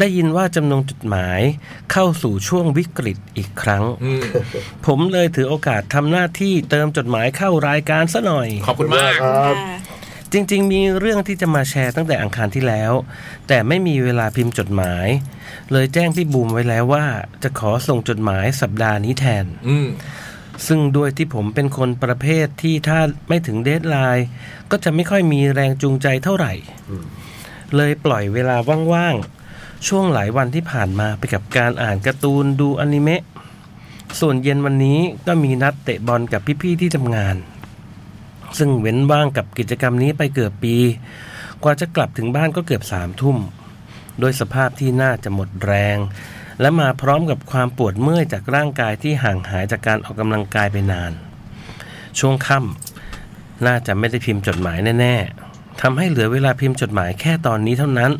A: ได้ยินว่าจำนวนจดหมายเข้าสู่ช่วงวิกฤตอีกครั้ง
B: อืม
A: ผมเลยถือโอกาสทำหน้าที่เติมจดหมายเข้ารายการซะหน่อย
B: ขอบคุณ มาก
C: ครับ
A: จริงๆ มีเรื่องที่จะมาแชร์ตั้งแต่อังคารที่แล้ว แต่ไม่มีเวลาพิมพ์จดหมาย เลยแจ้งพี่บูมไว้แล้วว่า จะขอส่งจดหมายสัปดาห์นี้แทน
B: อืม
A: ซึ่งด้วยที่ผมเป็นคนประเภทที่ถ้าไม่ถึงเดทไลน์ก็จะไม่ค่อยมีแรงจูงใจเท่าไหร่ เลยปล่อยเวลาว่างๆ ช่วงหลายวันที่ผ่านมาไปกับการอ่านการ์ตูนดูอนิเมะ ส่วนเย็นวันนี้ก็มีนัดเตะบอลกับพี่ ๆ ที่ทำงาน ซึ่งเว้นว่างกับกิจกรรมนี้ไปเกือบปี กว่าจะกลับถึงบ้านก็เกือบสามทุ่ม โดยสภาพที่น่าจะหมดแรง และมาพร้อมกับความปวดเมื่อยจากร่างกายที่ห่างหายจากการออกกำลังกายไปนาน ช่วงค่ำน่าจะไม่ได้พิมพ์จดหมายแน่ ๆทำให้เหลือเวลาพิมพ์จดหมายแค่ตอนนี้เท่านั้น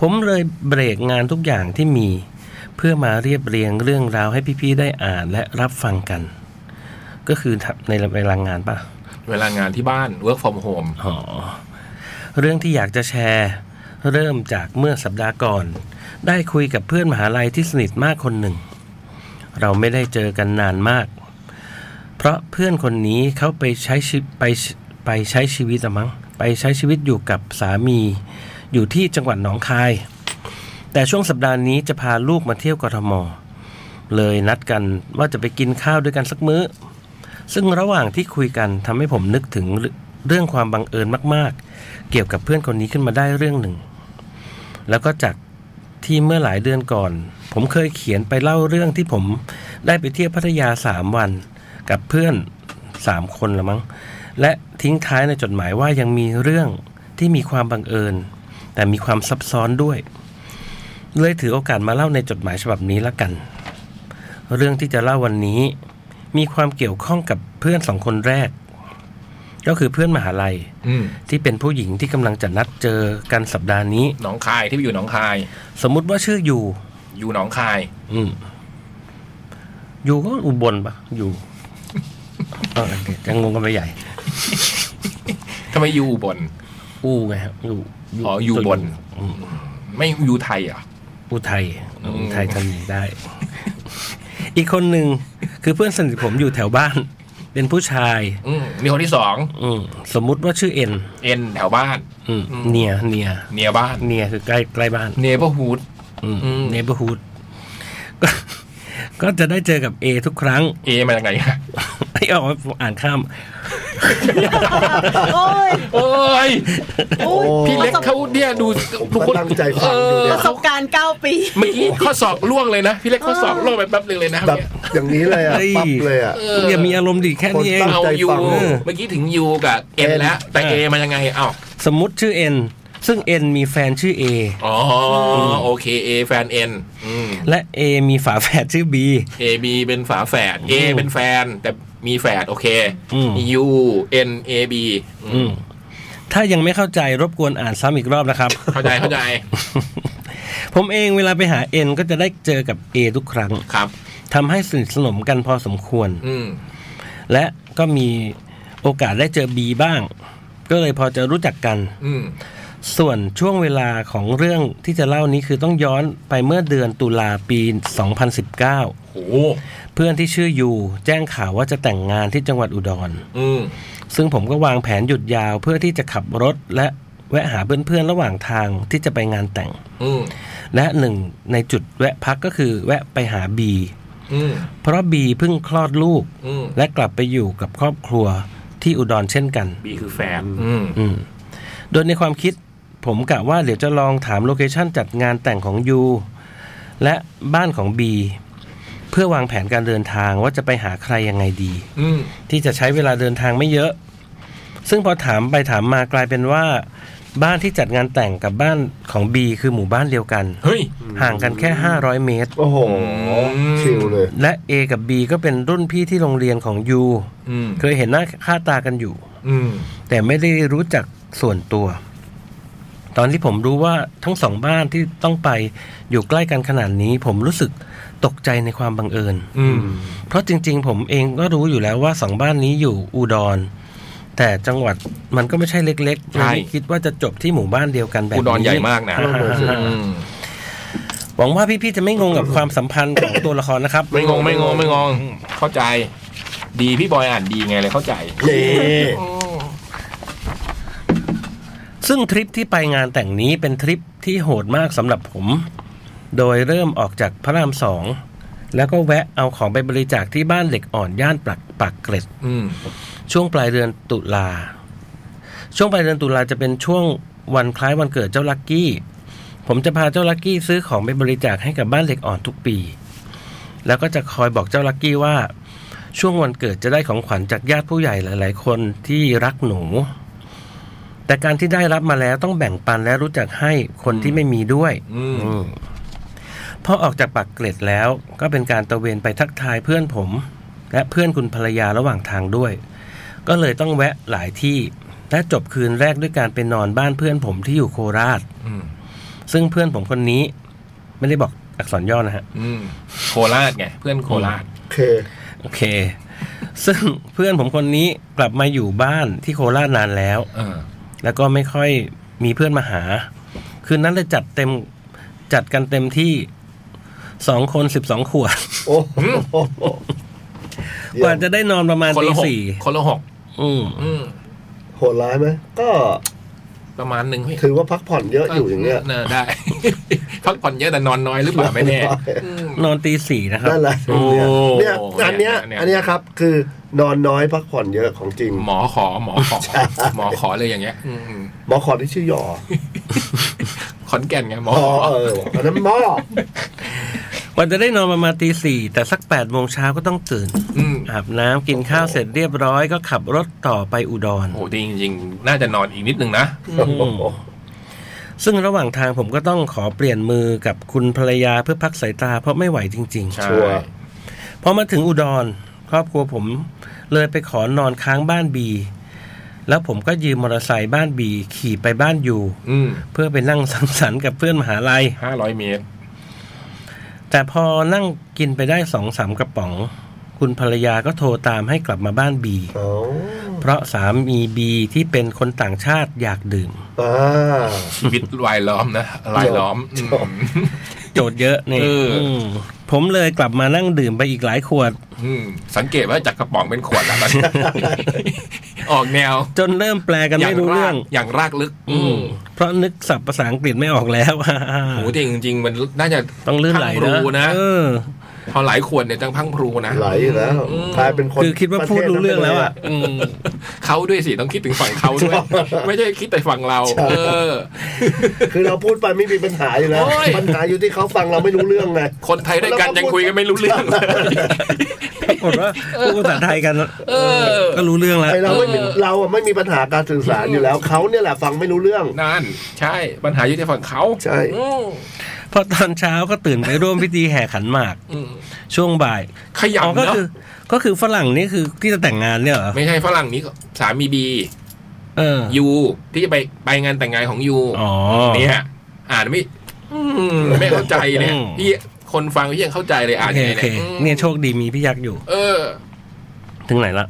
A: ผมเลยเบรกงานทุกอย่างที่มี เพื่อมาเรียบเรียงเรื่องราวให้พี่ๆได้อ่านและรับฟังกัน ก็คือในเวลางานปะ
B: เวลางานที่บ้าน work from home
A: อ๋อเรื่องที่อยากจะแชร์ เริ่มจากเมื่อสัปดาห์ก่อน ได้คุยกับเพื่อนมหาลัยที่สนิทมากคนหนึ่ง เราไม่ได้เจอกันนานมาก เพราะเพื่อนคนนี้เขาไปใช้ชีไปไปใช้ชีวิตละมั้งไปใช้ชีวิตอยู่กับสามี อยู่ที่จังหวัดหนองคาย แต่ช่วงสัปดาห์นี้จะพาลูกมาเที่ยวกทม เลยนัดกันว่าจะไปกินข้าวด้วยกันสักมื้อ ซึ่งระหว่างที่คุยกันทำให้ผมนึกถึงเรื่องเรื่องความบังเอิญมาก ๆ เกี่ยวกับเพื่อนคนนี้ขึ้นมาได้เรื่องหนึ่ง แล้วก็จากที่เมื่อหลายเดือนก่อน ผมเคยเขียนไปเล่าเรื่องที่ผมได้ไปเที่ยวพัทยาสามวัน กับเพื่อนสามคนละมั้ง และทิ้งท้ายในจดหมายว่ายังมีเรื่องที่มีความบังเอิญ แต่มีความซับซ้อนด้วย เลยถือโอกาสมาเล่าในจดหมายฉบับนี้ละกัน เรื่องที่จะเล่าวันนี้ มีความเกี่ยวข้องกับเพื่อนสองคนแรก ก็คือเพื่อนมหาลัย
B: อืม
A: ที่เป็นผู้หญิงที่กำลังจะนัดเจอกันสัปดาห์นี้
B: หนองคายที่ไปอยู่หนองคาย
A: สมมุติว่าชื่ออยู่
B: อยู่หนองคาย
A: อืม อยู่ก็อุบลปะอยู่เออจะงงกันไปใหญ่
B: ทำไมอยู่อุบน
A: อู้ไงครับอยู่
B: อ๋ออยู่อุบล
A: อืม
B: ไม่อยู่ไทยเหรอ่ะ
A: อุทัย
B: อืม
A: อุทัยทำได้ อีกคนหนึ่งคือเพื่อนสนิทผมอยู่แถวบ้าน เป็นผู้ชาย
B: มีคนที่สอง
A: อืมสมมุติว่าชื่อเอ็น
B: เอ็นแถวบ้าน
A: อืม
B: อืม
A: เนียเนีย
B: เนียบ้าน
A: เนียคือใกล้ใกล้บ้าน
B: เนเปอร์ฮูด อืม
A: เนเบอร์ฮูดก็ ก็จะได้เจอกับ A ทุกครั้ง
B: เอมาจากไหนอะ
A: ไอ้ยเอาผมอ่านข้าม
D: โอ้ย
B: โอ้ย
D: โอ้ย
C: โอ้
B: พี่เล็กเขาเนี่ยดู
C: ผม
B: ทุกค
C: ก็
B: น
C: ตั้งใจฟังอยู่
D: ป
C: เนี่ย
D: ระสบการณ์9ปี
B: เมื่อกี้ข้อสอบล่วงเลยนะ พี่เล็กข้อสอบล่วงไปแป๊บหนึงเลยนะ
C: แบบอย่างนี้เลยอ่ะ
A: เฮ้ย
C: ปั๊บเลยอ่ะ
B: เ
A: อย่ามีอารมณ์ดิแค่นี้เอง
C: คนตั้
B: เอา
C: ง ใจ
B: ยู
C: ฟัง
B: เมื่อกี้ถึงยูกับเอ็นแล้วแต่เอมายังไงเอ้า
A: สมมติชื่อ N ซึ่ง N มีแฟนชื่อ A
B: อ๋อโอเคเอแฟนเอ็นอืม
A: และ A มีฝาแฝดชื่อ B
B: A B เป็นฝาแฝด A เป็นแฟน แต่มีแฝดโอเค
A: อืม
B: U N A B อืม
A: ถ้ายังไม่เข้าใจรบกวนอ่านซ้ำอีกรอบนะครับ
B: เข้าใจเข้าใจ
A: ผมเองเวลาไปหา N ก็จะได้เจอกับ A ทุกครั้ง
B: ครับ
A: ทำให้สนิทสนมกันพอสมควร
B: อืม
A: และก็มีโอกาสได้เจอ B บ้าง ก็เลยพอจะรู้จักกัน
B: อืม
A: ส่วนช่วงเวลาของเรื่องที่จะเล่านี้คือต้องย้อนไปเมื่อเดือนตุลาปี 2019
B: โห
A: เพื่อนที่ชื่อยูแจ้งข่าวว่าจะแต่งงานที่จังหวัดอุดร
B: อืม
A: ซึ่งผมก็วางแผนหยุดยาวเพื่อที่จะขับรถและแวะหาเพื่อนๆระหว่างทางที่จะไปงานแต่ง
B: อืม
A: และหนึ่งในจุดแวะพักก็คือแวะไปหาบี
B: อืม
A: เพราะบีเพิ่งคลอดลูก
B: อืม
A: และกลับไปอยู่กับครอบครัวที่อุดรเช่นกัน
B: บีคือแฟนอืม
A: อืมโดยในความคิดผมกะว่าเดี๋ยวจะลองถามโลเคชันจัดงานแต่งของยูและบ้านของบีเพื่อวางแผนการเดินทางว่าจะไปหาใครยังไงดี
B: อืม
A: ที่จะใช้เวลาเดินทางไม่เยอะ ซึ่งพอถามไปถามมากลายเป็นว่า บ้านที่จัดงานแต่งกับบ้านของบีคือหมู่บ้านเดียวกัน
B: เฮ้ย
A: ห่างกันแค่ 500 เมตร
C: โอ้โห
B: อืม
C: ชิลเลย
A: และ A กับ B ก็เป็นรุ่นพี่ที่โรงเรียนของยู
B: อืม
A: เคยเห็นหน้าค่าตากันอยู่
B: อืม
A: แต่ไม่ได้รู้จักส่วนตัว ตอนที่ผมรู้ว่าทั้งสองบ้านที่ต้องไปอยู่ใกล้กันขนาดนี้ ผมรู้สึกตกใจในความบังเอิญ
B: อืม
A: เพราะจริง ๆ ผมเองก็รู้อยู่แล้วว่าสองบ้านนี้อยู่อุดร แต่จังหวัดมันก็ไม่ใช่เล็กๆเลยไม่คิดว่าจะจบที่หมู่บ้านเดียวกันแบบ
B: อุ
A: นี้
B: ดรใหญ่มากนะ
C: อืม
B: อืม
A: หวังว่าพี่ๆจะไม่งงกับความสัมพันธ์ของตัวละครนะครับ
B: ไม่งงไม่งงไม่งง เข้าใจ ดีพี่บอยอ่านดีไงเลยเข้าใจ
C: เย่
A: ซึ่งทริปที่ไปงานแต่งนี้เป็นทริปที่โหดมากสำหรับผม โดยเริ่มออกจากพระรามสอง แล้วก็แวะเอาของไปบริจาคที่บ้านเหล็กอ่อนย่านปักปักเกร็ด
B: อืม
A: ช่วงปลายเดือนตุลา ช่วงปลายเดือนตุลาจะเป็นช่วงวันคล้ายวันเกิดเจ้าลักกี้ ผมจะพาเจ้าลักกี้ซื้อของไปบริจาคให้กับบ้านเหล็กอ่อนทุกปี แล้วก็จะคอยบอกเจ้าลักกี้ว่า ช่วงวันเกิดจะได้ของขวัญจากญาติผู้ใหญ่หลาย ๆ คนที่รักหนู แต่การที่ได้รับมาแล้วต้องแบ่งปันและรู้จักให้คนที่ไม่มีด้วย
B: อืม
A: พอออกจากปากเกร็ดแล้วก็เป็นการตระเวนไปทักทายเพื่อนผม และเพื่อนคุณภรรยาระหว่างทางด้วย ก็เลยต้องแวะหลายที่ และจบคืนแรกด้วยการไปนอนบ้านเพื่อนผมที่อยู่โคราช
B: อืม
A: ซึ่งเพื่อนผมคนนี้ ไม่ได้บอกอักษรย่อนะฮะ
B: อืมโคราชไงเพื่อนโคราช
C: โอเค
A: โอเค ซึ่งเพื่อนผมคนนี้กลับมาอยู่บ้านที่โคราชนานแล้ว
B: เออ
A: แล้วก็ไม่ค่อยมีเพื่อนมาหา คืนนั้นเลยจัดเต็มจัดกันเต็มที่สองคนสิบสองขวด
C: โอ้โห
A: กว่าจะได้นอนประมาณ
B: คน
A: ตี
B: ละหก
A: สี่
B: คนละหก
A: อืม
B: อืม
C: โหดร้ายไหมก็
B: ประมาณหนึ่งพี่
C: ถือว่าพักผ่อนเยอะอยู่อย่างเงี้ย
B: อ ได้ พักผ่อนเยอะแต่นอนน้อยหรือเปล่าไม่แน่อืม
A: นอนตีสี่นะครับ
C: นั่นแหละ
B: โอ้
C: เนี่ยอันเนี้ย
B: เนี่ย
C: อันเนี้ยครับคือนอนน้อยพักผ่อนเยอะของจริง
B: หมอขอหมอขอหมอขอเลยอย่างเงี้ยอืม
C: หมอขอที่ชื่อหยอ
B: ขอนแก่นไงหมอ
C: อ๋อ
B: ขอ
C: เอออันนั้นหมอก
A: ว่าจะได้นอนประมาณตีสี่แต่สักแปดโมงเช้าก็ต้องตื่น
B: อืม
A: อาบน้ำกินข้าวเสร็จเรียบร้อยก็ขับรถต่อไปอุดร
B: โอ้จริงจริงๆ น่าจะนอนอีกนิดนึงนะ
C: โอ้โห
A: ซึ่งระหว่างทางผมก็ต้องขอเปลี่ยนมือกับคุณภรรยาเพื่อพักสายตาเพราะไม่ไหวจริง
B: ใช่
C: ชัวร์
A: ๆพอมาถึงอุดร ครอบครัวผมเลยไปขอนอนค้างบ้านบี แล้วผมก็ยืมมอเตอร์ไซค์บ้านบี ขี่ไปบ้านอยู่
B: อืม
A: เพื่อไปนั่งสังสรรค์กับเพื่อนมหาลัย
B: ห้าร้อยเมตร
A: แต่พอนั่งกินไปได้สองสามกระป๋อง คุณภรรยาก็โทรตามให้กลับมาบ้านบี
C: เอา
A: เพราะสามีบีที่เป็นคนต่างชาติอยากดื่ม
C: อ่า
B: ชีวิตวายล้อมนะลายล้อมอืม
A: โจทย์เยอะเนี่ย
B: เอออื
A: มผมเลยกลับมานั่งดื่มไปอีกหลายขวด
B: อืมสังเกตว่าจากกระป๋องเป็นขวดแล้ว ตอนนี้ ออกแนว
A: จนเริ่มแปลกันไม่รู้เรื่อง
B: อย่างรากลึก
A: อื
B: อื
A: ม
B: ม
A: เพราะนึกศัพท์ภาษาอังกฤษไม่ออกแล้ว
B: โหจริงจริงๆมันน่าจะ
A: ต้องลื่นไหล
B: พรั่งพรูนะ
A: เออ
B: พอหลายขวดเนี่ยจังพรังพรูนะ
C: ไหลอยู่แล้ว
B: อืม
C: กลายเป็นคน
A: คือคิดว่าพูดรู้เรื่องแล้วอ่ะ
B: อืมเขาด้วยสิต้องคิดถึงฝั่งเขาด้วย ไม่ใช่คิดแต่ฝั่งเรา เออ
C: คือเราพูดไปไม่มีปัญหาอยู่แล้ว
B: โอ้ย
C: ปัญหาอยู่ที่เขาฟังเราไม่รู้เรื่องไง
B: คนไทยด้วยกันยังคุยกันไม่รู้เรื่องเลย
A: ปรากฏว่าพูดภาษาไทยกัน
B: เออ
A: ก็รู้เรื่องแล้ว
C: ไอเราไม่มี
B: เออ
C: เราอะไม่มีปัญหาการสื่อสารอยู่แล้วเขาเนี่ยแหละฟังไม่รู้เรื่อง
B: นั่น ใช่ปัญหาอยู่ที่ฝั่งเขา
C: ใช่
B: อืม
A: พอตอนเช้าก็ตื่นไปร่วมพิธีแห่ขันหมาก
B: อืม
A: ช่วงบ่าย
B: ขยัน
A: อ๋อก็
B: เนาะ
A: คือ ก็คือฝรั่งนี่คือที่จะแต่งงานเนี่ยเหรอ
B: ไม่ใช่ฝรั่งนี้สามีบี
A: เออ
B: ยูที่จะไปไปงานแต่งงานของยู
A: อ๋อ
B: เนี่ยอ่านไม่อืมไม่เข้าใจเนี่ย
A: อืม
B: พี่คนฟังพี่ยังเข้าใจเลยอ่าน
A: โอเค
B: ยังไง
A: โอเค
B: เนี่ยอืม
A: เนี่ยโชคดีมีพี่ยักษ์อยู่
B: เออ
A: ถึงไหนละ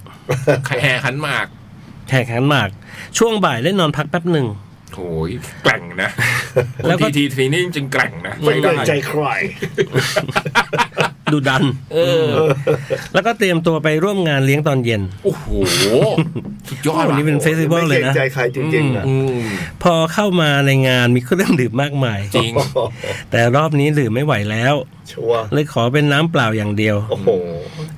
B: แห่ขันหมาก
A: แข่งขันหมาก ช่วงบ่ายได้นอนพักแป๊บหนึ่ง
B: โอ้ยแกร่งนะ
A: แล้
B: แล้ว ว
A: ก็
B: ทีทีทีนี่จริงๆแกร่งนะ
C: ไม่เกรงใจใคร
A: ดูดัน
B: เออ
A: แล้วก็เตรียมตัวไปร่วมงานเลี้ยงตอนเย็น
B: โอ้โหสุดยอด
A: วันนี้เป็นเฟสติวัล
C: ไม่
A: เล
C: เกร
A: ย
C: ง
A: นะ
C: ใจใครจริงๆนะ
B: อืม
A: พอเข้ามาในงานมีเครื่องดื่มมากมาย
B: จริง
C: โอ้โห
A: แต่รอบนี้ดื่มไม่ไหวแล้ว
C: ชัวร์
A: เลยขอเป็นน้ำเปล่าอย่างเดียว
C: โอ้โห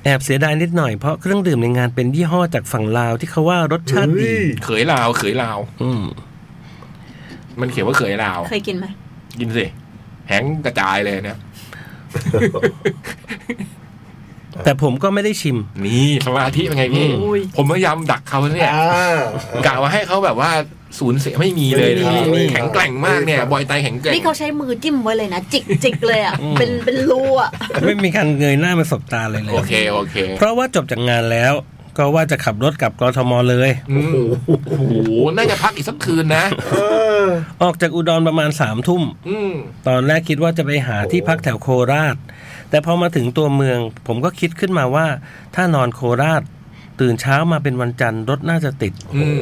A: แอบเสียดายนิดหน่อยเพราะเครื่องดื่มในงานเป็นยี่ห้อจากฝั่งลาวที่เขาว่ารสชาติ
C: เฮ้
A: ดี
C: ย
B: เขยลาวเขยลาว
A: อืม
B: มันเขียนว่าเขยลาว
D: เคยกินไหม
B: กินสิแหงกระจายเลยเนี่ย
A: แต่ผมก็ไม่ได้ชิม
B: นี่สมาธิเป็นไงพี่
A: อุ้ย
B: ผมพยายามดักเขาเนี่ย
C: อ่า
B: กะว่าให้เขาแบบว่าสูญเสียไม่มีเลย
C: ไม่มี
B: นะ
C: ไม่มี
B: แข็งแกร่งมากเนี่ย บอยไตแข็งแกร่ง
D: นี่เขาใช้มือจิ้มไว้เลยนะ จิกจิกเลยอ่ะ เป็นเป็นรูอ่ะ
A: ไม่มีการเงยหน้ามาสบตาเลยเล
B: โอย เค โอเค
A: เพราะว่าจบจากงานแล้ว ก็ว่าจะขับรถกลับกทมเลย
B: อืมโอ้โหน่าจะพักอีกสักคืนนะ
C: เออ
A: ออกจากอุดรประมาณสามทุ่ม
B: อืม
A: ตอนแรกคิดว่าจะไปหา
C: โอ้
A: ที่พักแถวโคราช แต่พอมาถึงตัวเมือง ผมก็คิดขึ้นมาว่า ถ้านอนโคราช ตื่นเช้ามาเป็นวันจันทร์รถน่าจะติด
B: อืม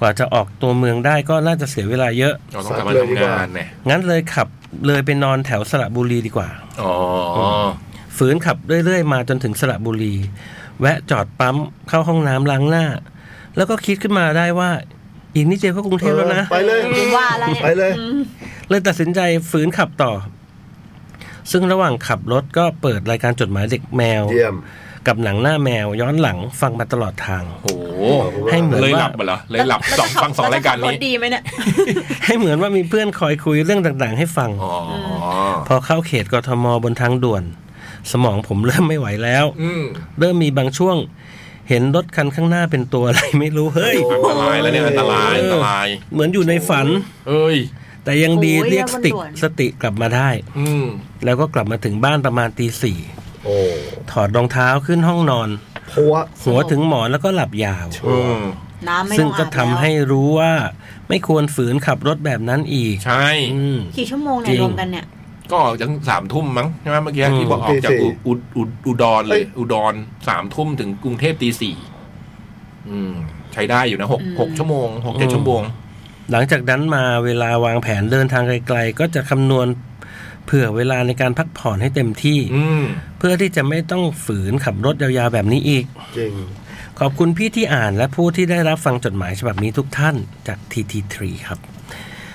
A: กว่าจะออกตัวเมืองได้ก็น่าจะเสียเวลาเยอะ
B: เราต้องกลับมาทำงานเนี่ย
A: งั้นเลยขับเลยไปนอนแถวสระบุรีดีกว่า
B: อ๋อ
A: ฝืนขับเรื่อยๆ มาจนถึงสระบุรี แวะจอดปั๊มเข้าห้องน้ำล้างหน้า แล้วก็คิดขึ้นมาได้ว่าอีกนิดเดียวก็กรุงเทพแล้วนะ
C: ไปเลย
D: ว่าแล้วเนี่ย
C: ไปเลย
D: อืม
A: เลยตัดสินใจฝืนขับต่อ ซึ่งระหว่างขับรถก็เปิดรายการจดหมายเด็กแมว
C: เยี่ยม
A: กับหนังหน้าแมวย้อนหลังฟังมาตลอดทาง
B: โอ้โห
A: ให้เหมือน
B: เลยห
A: ว่า
B: ลับเหรอเลยหลับสองฟังสองรายการ
D: แล้
B: นี้
D: วจะขับถดีไหมเนี่ย
A: ให้เหมือนว่ามีเพื่อนคอยคุยเรื่องต่างๆ ให้ฟัง
B: อ๋อ
A: พอเข้าเขตกทมบนทางด่วน สมองผมเริ่มไม่ไหวแล้ว
B: อืม
A: เริ่มมีบางช่วง เห็นรถคันข้างหน้าเป็นตัวอะไรไม่รู้เฮ้ย
B: อันตรายแล้วเนี่ยอันตรายอันตราย
A: เหมือนอยู่ในฝัน
B: เอ้ย
A: แต่ยังดี
D: โอ้ย
A: เรียกส
D: เรียก
A: ติ
D: ด่วน
A: สติกลับมาได้
B: อืม
A: แล้วก็กลับมาถึงบ้านประมาณตีสี่
C: โอ้
A: ถอดรองเท้าขึ้นห้องนอน
C: เพราะว่า
A: หัวถึงหมอนแล้วก็หลับยาว
B: อืม
D: น้ำไม่
A: ซึ่ง
D: ต้อง
A: ก็
D: อาบ
A: ทำ
D: แล้ว
A: ให้รู้ว่าไม่ควรฝืนขับรถแบบนั้นอีก
B: ใช่
A: อืม
D: กี่ชั่วโมงใน
A: จริ
D: ย
A: ง
D: รวมกันเนี่ย
B: ก็ออกจากสามทุ่มมั้งใช่ไหมเมื่อกี้
A: อืม
B: ที่บอกออกจาก
C: ตีสี่
B: อุอุอุอุดรเล
C: เอ้
B: ย
C: ย
B: อุดรสามทุ่มถึงกรุงเทพตีสี่อืม ใช้ได้อยู่นะหก
D: อืม
B: หกชั่วโมงหกเจ็ดชั่วโมง
A: หลังจากนั้นมาเวลาวางแผนเดินทางไกลๆ ก็จะคำนวณเผื่อเวลาในการพักผ่อนให้เต็มที่
B: อืม
A: เพื่อที่จะไม่ต้องฝืนขับรถยาวๆแบบนี้อีก
C: จริง
A: ขอบคุณพี่ที่อ่านและผู้ที่ได้รับฟังจดหมายฉบับนี้ทุกท่านจาก TT3 ครับ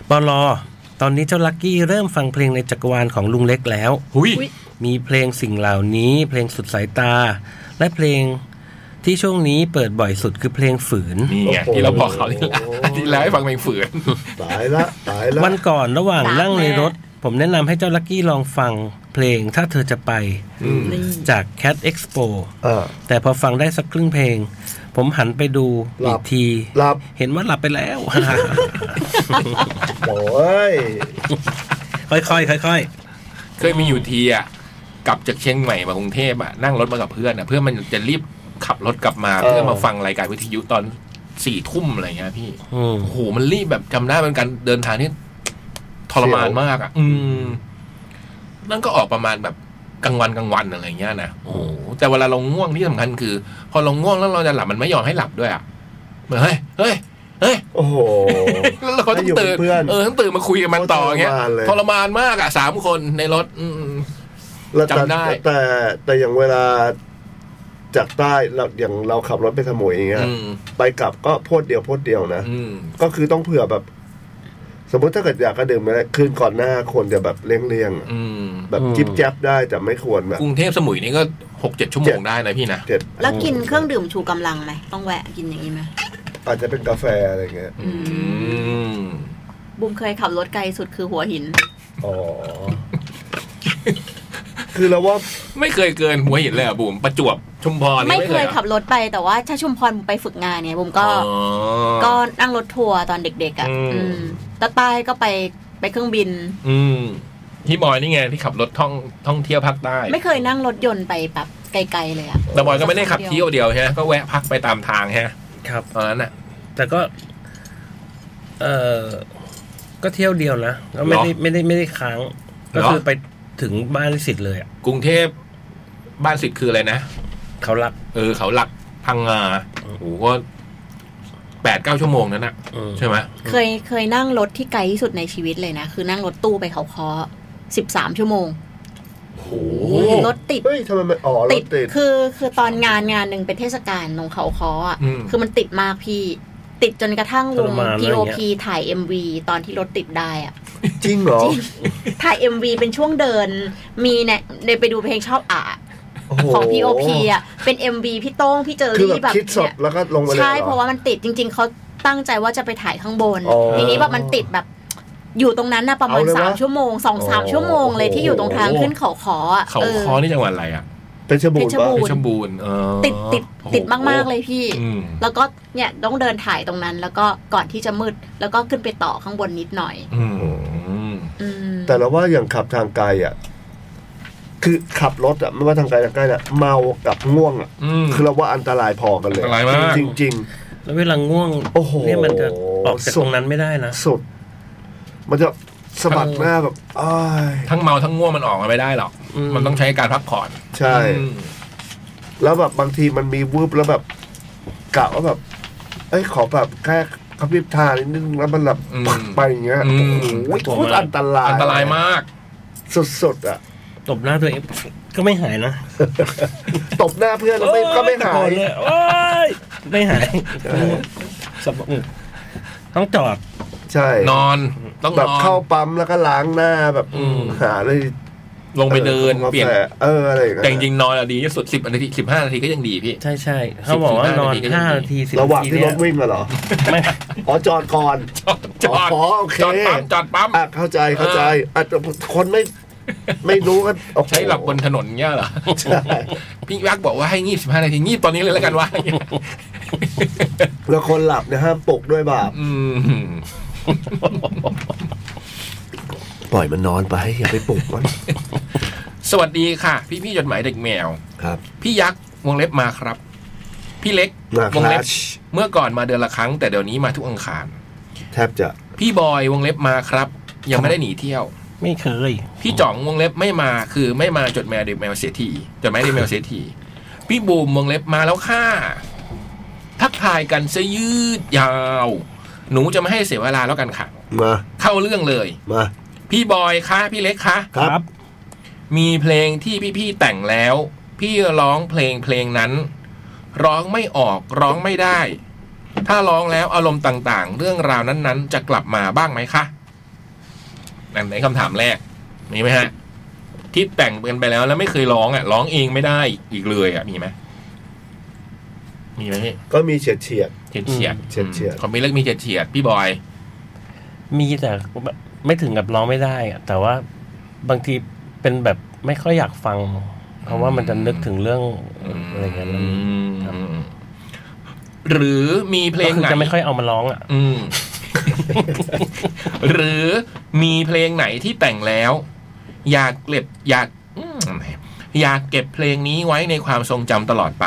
A: ปลอตอนนี้เจ้าลักกี้เริ่มฟังเพลงในจักรวาลของลุงเล็กแล้ว
B: หุย
D: อุ๊ย
A: มีเพลงสิ่งเหล่านี้เพลงสุดสายตา และเพลงที่ช่วงนี้เปิดบ่อยสุดคือเพลงฝืน
B: นี่ไง
C: โอ้โห
B: ที่เราบอกเขาที่แล้ว ที่แล้วให้ฟังเพลง ฝืน
C: ตายละตายละ
A: วันก่อนระหว่าง
D: รัก
A: นั่งใน
D: แม่
A: รถ ผมแนะนำให้เจ้าลักกี้ลองฟังเพลงถ้าเธอจะไป
B: อืม
D: นี่
A: จาก Cat Expo
C: เออ
A: แต่พอฟังได้สักครึ่งเพลง ผมหันไปดู
C: หลั
A: อี
C: บ
A: กที
C: หลับ
A: เห็นว่าหลับไปแล้ว
C: โอ้ย
A: ค่อยๆ ค่อย
B: เคยมีอยู่ทีอ่ะกลับจากเชียงใหม่มากรุงเทพอ่ะนั่งรถมากับเพื่อนอ่ะเพื่อนมันจะรีบขับรถกลับมา เพื่อมาฟังรายการวิทยุตอนสี่ทุ่มอะไรเงี้ยพี่
A: ๆอืม
B: โอ้โหมันรีบแบบจำได้เป็นการเดินทางที่ทรมานมากอ่ะ อืมนั่นก็ออกประมาณแบบกลางวันกลางวันอะไรอย่างเงี้ยนะโอ้โหแต่เวลาเราง่วงที่สำคัญคือ พอเราง่วงแล้วเราจะหลับมันไม่ยอมให้หลับด้วยอ่ะเหมือนเฮ้ยเฮ้ยเฮ้ย
C: โอ้โห
B: แล้วเราก็ต้องตื่น
C: ให้อยู่เป็นเพื่อน
B: เออต้องตื่นมาคุยกับมันต่ออย่างเงี้ย
C: ทรมานเลย
B: ทรมานมากอ่ะสามคนในรถ อืม
C: แล้วแต่
B: จำได้
C: แต่แต่อย่างเวลาจากใต้เราอย่างเราขับรถไปสมุยอย่างเงี้ย
B: อืม
C: ไปกลับก็โพดเดียวโพดเดียวนะ
B: อืม
C: ก็คือต้องเผื่อแบบ สมมติถ้าเกิดอยากก็ดื่มอะไรคืนก่อนหน้าควรจะแบบเลี่ยงเลี่ยงๆอะ
B: อืม
C: แบบจิบแจ๊บได้แต่ไม่ควรแบบ
B: กรุงเทพสมุยนี่ก็หกเจ็ดชั่วโมงได้นะพี่นะ
C: เจ็ด
D: แล้วกินเครื่องดื่มชูกำลังไหมต้องแวะกินอย่างนี้ไหม
C: อาจจะเป็นกาแฟอะไรเงี้ย
B: อืม
D: บุมเคยขับรถไกลสุดคือหัวหิน
C: อ๋ อ คือเราว่า
B: ไม่เคยเกินหัวหินเลยเหรอ่ะบุ๋มประจวบชุมพรนี่
D: ไม่เคย
B: หรอ
D: ขับรถไปแต่ว่าถ้าชุมพรบุ๋มไปฝึกงานเนี่ยบุมก็
B: อ๋อ
D: ก็นั่งรถทัวร์ตอนเด็กๆอ่ะ
B: อืม
D: อืมแล้วใต้ก็ไปไปเครื่องบิน
B: อืมพี่บอยนี่ไงที่ขับรถท่องท่องเที่ยวภาคใต้
D: ไม่เคยนั่งรถยนต์ไปแบบไกลๆเลยอ่ะ
B: แต่บอยก็ไม่ได้ขับเที่ยวเดียวใช่ไหมก็แวะพักไปตามทางใช่ไหม
A: ครับ
B: ตอนนั้นน่ะ
A: แต่ก็ เออก็เที่ยวเดียวนะก็ไม่ได้
B: เหรอ
A: ไม่ได้ไม่ได้ค้าง ก็
B: เหรอ
A: คือไปถึงบ้านลิสิตเลยอ่ะ
B: กรุงเทพบ้านสิทธิ์คืออะไรนะ
A: เขารัก
B: เออเขาหลักพังงาโอ้โหก็แปดเก้าชั่วโมงนั้นน่ะ
A: อืม
B: ใช่ไหม
D: เคยเคยนั่งรถที่ไกลที่สุดในชีวิตเลยนะ คือนั่งรถตู้ไปเขาคอสิบสามชั่วโมง
B: โอ้โห
D: รถติด
C: เฮ้ยทำไมมันอ๋อรถติด
D: คือคือตอนงานงานหนึ่งเป็นเทศกาลตรงเขาคออ่ะ
B: อืม
D: คือมันติดมากพี่ ติดจนกระทั่งวง
A: ทรมานอะไรอย่างเงี้
D: P.O.P
A: ย
D: ถ่าย MV ตอนที่รถติดได้อ่ะ
C: จริงเหรอ
D: ถ่าย MV เป็นช่วงเดิน มีเนี่ยเดินไปดูเพลงชอบอ่ะ
C: โอ้โห
D: ของ P.O.P อ่ะ เป็น MV พี่โต้ง พี่เจอ
C: คือแบ
D: รี่
C: บ
D: แบบ
C: คิดส
D: เนี่
C: ด
D: ย
C: แล้วก็ลงไปเลย
D: ใช่
C: หอ
D: เพราะว่ามันติดจริง ๆ เขาตั้งใจว่าจะไปถ่ายข้างบน
C: อ๋อ
D: ทีนี้แบบมันติดแบบอยู่ตรงนั้นนะประมาณ
C: เอาเลยวะ
D: สามชั่วโมงสองสาม
C: อ๋อ
D: ชั่วโมงเลยที่อยู่ตรงทางขึ้นเขาขออะ
B: เขา
D: เออ
B: คอนี่จังหวัดอะไรอ่ะ
C: เป็นชรบูรณ์
D: เพชร
C: ปะ
D: บู
B: เพชรบูรณ์เออ
D: ติดติด
B: โอ้โห
D: ติดมากๆเลยพี่
B: อืม
D: แล้วก็เนี่ยต้องเดินถ่ายตรงนั้น แล้วก็ก่อนที่จะมืดแล้วก็ขึ้นไปต่อข้างบนนิดหน่อย
B: อืม
D: อืม
C: แต่เราว่าอย่างขับทางไกลอ่ะ คือขับรถอ่ะไม่ว่าทางไกลทางใกล้น่ะเมากับง่วงอ่ะ
B: อืม
C: คือเราว่าอันตรายพอกันเลย
B: อันตรายมาก
C: จริง
A: แล้วเวลาง่วง
C: โอ้โห
A: เนี่ยมันจะออกจากตรงนั้นไม่ได้นะ
C: ๆสุด มันจะสะบัดหน้าแบบอ้าย
B: ทั้งเมาทั้งง่วงมันออกมาไม่ได้หรอก
A: อืม
B: มันต้องใช้การพักผ่อน
C: ใช่
B: อืม
C: แล้วแบบบางทีมันมีวูบแล้วแบบกะว่าแบบ เอ้ยขอแบบแค่กระพริบตานิดนึงแล้วมันแบบปักไปอย่างเงี้ยโอ้โหโคตรอันตราย
B: อันตรายมาก
C: สุดๆอ่ะ
A: ตบหน้าตัวเองก็ไม่หายนะ
C: ตบหน้าเพื่อนแล้วไม่ก็ไม่หา
A: โอ้ตะโกน
C: ย
A: เลโอ้ยไม่หายสบอืมต้องจอด
C: ใช่
B: นอนต้อง
C: แบ
B: น
C: บ
B: อน
C: เข้าปั๊มแล้วก็ล้างหน้าแบบ
B: อืม
C: หาเลย
B: ลงไปเดิน
C: ออกาแฟ
B: เปลี่ยน
C: เอออะไรอย่าง
B: แต่จ
C: เงี้ย
B: ริงๆนอนอะดีที่สุดสิบนาทีสิบห้านาทีก็ยังดีพี่
A: ใช่ใช่เขาบอกว่านอน
B: 15
A: ห้านาทีสิบ
C: ระหว่าง
A: นาที
C: ที่ร
A: เนี่ย
C: ถวิ่งอะเหรอ
A: ไม่
C: อ๋อจอดก่อน
B: จอดจอด
C: อ๋อโอเค
B: จอดปั๊มจอดปั๊ม
C: อ่ะเข้าใจเข้าใจ
B: เออ
C: อ่ะแต่คนไม่ไม่รู้ก็โอ้โ
B: ใช้หลับบนถนนเงี้ยเหรอ
C: ใช่
B: พี่รักบอกว่าให้งีบสิบห้านาทีงีบตอนนี้เลยแล้วกันว่า
C: แล้วคนหลับเนี่ยห้ามปลุกด้วยบาป
B: อืม
C: ปล่อยมันนอนไปอย่าไปปลุกมัน
B: สวัสดีค่ะ พี่พี่ๆจดหมายเด็กแมว
C: ครับ
B: พี่ยักษ์วงเล็บมาครับ พี่เล็ก
C: นะคว
B: ง
C: ลา
B: เล็บ
C: ช
B: เมื่อก่อนมาเดือนละครั้ง แต่เดี๋ยวนี้มาทุกอังคาร
C: แทบจะ
B: พี่บอยวงเล็บมาครับ ยังไม่ได้หนีเที่ยว
A: ไม่เคย
B: พี่จ่องวงเล็บไม่มาคือไม่มาจดหมายเดบแมวเสียทีจดหมายเดบแมวเสียทีพี่บูมวงเล็บมาแล้วค่ะ ทักทายกันซะยืดยาว หนูจะไม่ให้เสียเวลาแล้วกันค่ะ
C: มา
B: เข้าเรื่องเลย
C: มา
B: พี่บอยคะพี่เล็กคะ
C: ครับ
B: มีเพลงที่พี่ๆแต่งแล้ว พี่ร้องเพลงเพลงนั้น ร้องไม่ออกร้องไม่ได้ ถ้าร้องแล้วอารมณ์ต่างๆ เรื่องราวนั้นๆ จะกลับมาบ้างไหมคะนั่นในคำถามแรกมีไหมฮะ ที่แต่งกันไปแล้วแล้วไม่เคยร้องอ่ะร้องเองไม่ได้อีกเลยอ่ะมีไหมมีไหมพี่
C: ก็มีเฉียดเฉียด
B: เฉียดเฉียด
C: อืมเฉียดเฉียด
B: ของพี่เล็กมีเฉียดเฉียดพี่บอย
A: มีแต่ไม่ถึงกับร้องไม่ได้อะแต่ว่าบางทีเป็นแบบไม่ค่อยอยากฟัง เพราะว่ามันจะนึกถึงเรื่องอะไรอย่างเงี้ย
B: อืมหรือมีเพล
A: ก็
B: ง
A: คือ
B: ไหน
A: จะไม่ค่อยเอามาร้องอ่ะ
B: อืม หรือมีเพลงไหนที่แต่งแล้ว อยากเก็บอยากอืมอยากเก็บเพลงนี้ไว้ในความทรงจำตลอดไป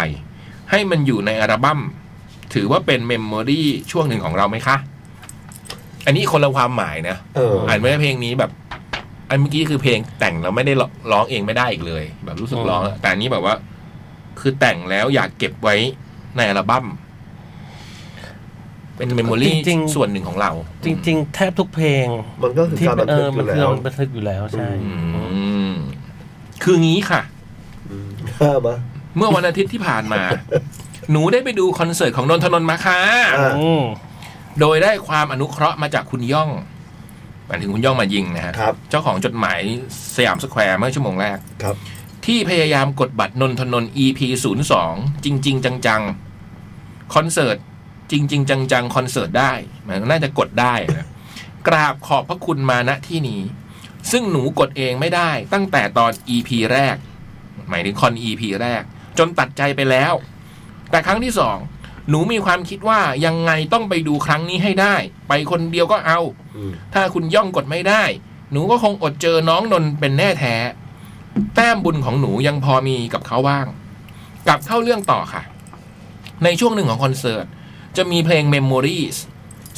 B: ให้มันอยู่ในอัลบั้มถือว่าเป็นเมมโมรีช่วงหนึ่งของเราไหมคะ อันนี้คนละความหมายนะ
C: เอออ
B: อ่านไม่ได้เพลงนี้แบบ อันเมื่อกี้คือเพลงแต่งแล้วไม่ได้ร้องร้องเองไม่ได้อีกเลย แบบรู้สึกร้องอะแต่อันนี้แบบว่า คือแต่งแล้วอยากเก็บไว้ในอัลบั้มเป็นเมมโมรี
A: จริงๆ
B: ส่วนหนึ่งของเรา
A: จริง ๆ แทบทุกเพลง
C: มันก็คือ
A: ที่
C: การบัน
A: เอ
C: ทึ
A: อ
C: กอ
A: มันคือ
C: ยู่แล้ว
A: บันทึกอยู่แล้วใช่
C: อื
B: อืมคืองี้ค่ะ
C: เออมา
B: เมื่อวันอาทิตย์ที่ผ่านมา หนูได้ไปดูคอนเสิร์ตของนนทนนท์มาค่ะ
C: อ่า
A: อืม
B: โดยได้ความอนุเคราะห์มาจากคุณย่องหมายถึงคุณย่องมายิงนะฮะ
C: ครับ
B: เจ้าของจดหมายสยามสแควร์เมื่อชั่วโมงแรก
C: ครับ
B: ที่พยายามกดบัตรนนทนนท์ EP 0 2 จริงจริง ๆ จัง ๆ คอนเสิร์ต จริง ๆ จัง ๆ คอนเสิร์ตได้มันน่าจะกดได้นะ กราบขอบพระคุณมาณที่นี้ ซึ่งหนูกดเองไม่ได้ตั้งแต่ตอน EP แรก หมายถึงคอน EP แรก จนตัดใจไปแล้ว แต่ครั้งที่สอง หนูมีความคิดว่ายังไงต้องไปดูครั้งนี้ให้ได้ ไปคนเดียวก็เอา
C: อืม
B: ถ้าคุณย่องกดไม่ได้ หนูก็คงอดเจอน้องนนท์เป็นแน่แท้ แต้มบุญของหนูยังพอมีกับเขาบ้าง กลับเข้าเรื่องต่อค่ะ ในช่วงหนึ่งของคอนเสิร์ต จะมีเพลง Memories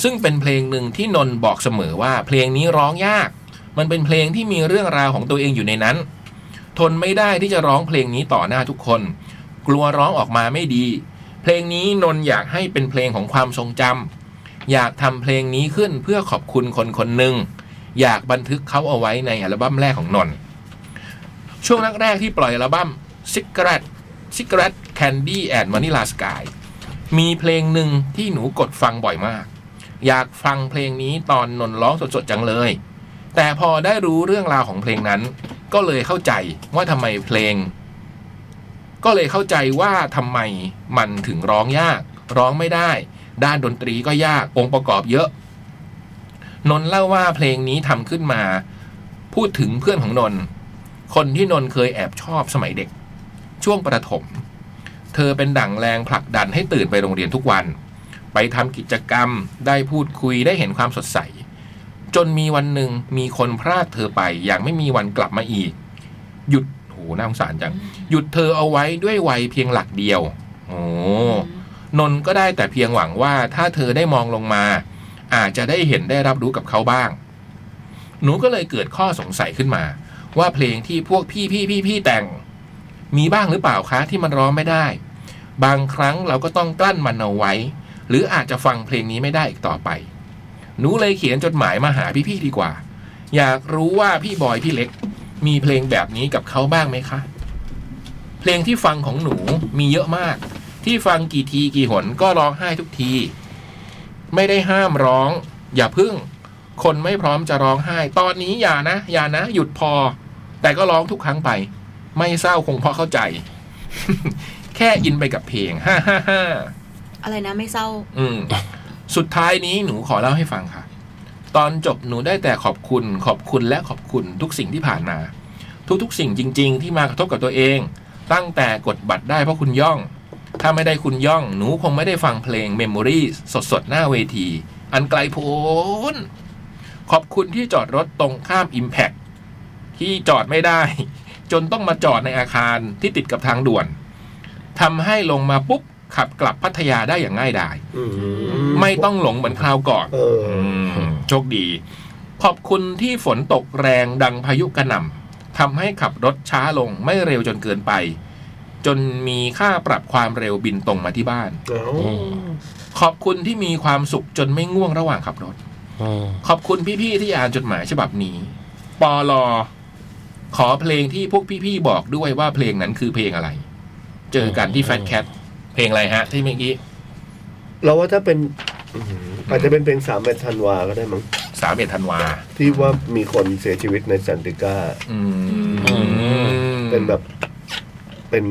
B: ซึ่งเป็นเพลงหนึ่งที่นนท์บอกเสมอว่าเพลงนี้ร้องยาก มันเป็นเพลงที่มีเรื่องราวของตัวเองอยู่ในนั้น ทนไม่ได้ที่จะร้องเพลงนี้ต่อหน้าทุกคน กลัวร้องออกมาไม่ดี เพลงนี้นนท์อยากให้เป็นเพลงของความทรงจำ อยากทำเพลงนี้ขึ้นเพื่อขอบคุณคนคนหนึ่ง อยากบันทึกเขาเอาไว้ในอัลบั้มแรกของนนท์ช่วงแรกๆที่ปล่อยอัลบั้ม Cigarette Cigarette Candy and Vanilla Sky มีเพลงหนึ่งที่หนูกดฟังบ่อยมาก อยากฟังเพลงนี้ตอนนนท์ร้องสดๆจังเลย แต่พอได้รู้เรื่องราวของเพลงนั้น ก็เลยเข้าใจว่าทำไมเพลง ก็เลยเข้าใจว่าทำไมมันถึงร้องยาก ร้องไม่ได้ ด้านดนตรีก็ยากองค์ประกอบเยอะ นนท์เล่าว่าเพลงนี้ทำขึ้นมา พูดถึงเพื่อนของนนท์คนที่นนท์เคยแอบชอบสมัยเด็ก ช่วงประถม เธอเป็นดั่งแรงผลักดันให้ตื่นไปโรงเรียนทุกวัน ไปทำกิจกรรมได้พูดคุยได้เห็นความสดใส จนมีวันหนึ่งมีคนพรากเธอไปอย่างไม่มีวันกลับมาอีก หยุดโหน่าสงสารจัง หยุดเธอเอาไว้ด้วยวัยเพียงหลักเดียวโอ้ นนท์ก็ได้แต่เพียงหวังว่าถ้าเธอได้มองลงมา อาจจะได้เห็นได้รับรู้กับเขาบ้าง หนูก็เลยเกิดข้อสงสัยขึ้นมา ว่าเพลงที่พวกพี่พี่พี่พี่แต่ง มีบ้างหรือเปล่าคะที่มันร้องไม่ได้ บางครั้งเราก็ต้องกลั้นมันเอาไว้ หรืออาจจะฟังเพลงนี้ไม่ได้อีกต่อไป หนูเลยเขียนจดหมายมาหาพี่พี่ๆดีกว่า อยากรู้ว่าพี่บอยพี่เล็ก มีเพลงแบบนี้กับเขาบ้างไหมคะ เพลงที่ฟังของหนูมีเยอะมาก ที่ฟังกี่ทีกี่หนก็ร้องไห้ทุกที ไม่ได้ห้ามร้อง อย่าพึ่ง คนไม่พร้อมจะร้องไห้ ตอนนี้อย่านะ อย่านะ หยุดพอ แต่ก็ร้องทุกครั้งไป ไม่เศร้าคงเพราะเข้าใจ แค่อินไปกับเพลง ฮ่าฮ่าฮ่า
D: อะไรนะไม่เศร้า
B: อืมสุดท้ายนี้หนูขอเล่าให้ฟังค่ะ ตอนจบหนูได้แต่ขอบคุณ ขอบคุณและขอบคุณทุกสิ่งที่ผ่านมา ทุกๆสิ่งจริง ๆ ที่มากระทบกับตัวเอง ตั้งแต่กดบัตรได้เพราะคุณย่อง ถ้าไม่ได้คุณย่อง หนูคงไม่ได้ฟังเพลง Memory สดๆ หน้าเวที อันไกลโพ้น ขอบคุณที่จอดรถตรงข้าม Impact ที่จอดไม่ได้ จนต้องมาจอดในอาคารที่ติดกับทางด่วนทำให้ลงมาปุ๊บ ขับกลับพัทยาได้อย่างง่ายดาย
C: อืม
B: ไม่ต้องหลงเหมือนคราวก่อน
C: เอออ
B: มโชคดี ขอบคุณที่ฝนตกแรงดังพายุกระหน่ำทำให้ขับรถช้าลงไม่เร็วจนเกินไป จนมีค่าปรับความเร็วบินตรงมาที่บ้าน ขอบคุณที่มีความสุขจนไม่ง่วงระหว่างขับรถ
A: อืม
B: ขอบคุณพี่ๆที่อ่านจดหมายฉบับนี้ ปอลอ ขอเพลงที่พวกพี่ๆบอกด้วยว่าเพลงนั้นคือเพลงอะไร เจอกันที่แฟตแคทเพลงอะไรฮะ ที่เมื่อกี้
C: เราว่าถ้าเป็นอืมอาจจะเป็นเพลงสามเอ็ดธันวาก็ได้มั้ง
B: สามเอ็ดธันวา
C: ที่ว่ามีคนเสียชีวิตในซันติก้า
B: อืม
C: เป็นแบบ เป็น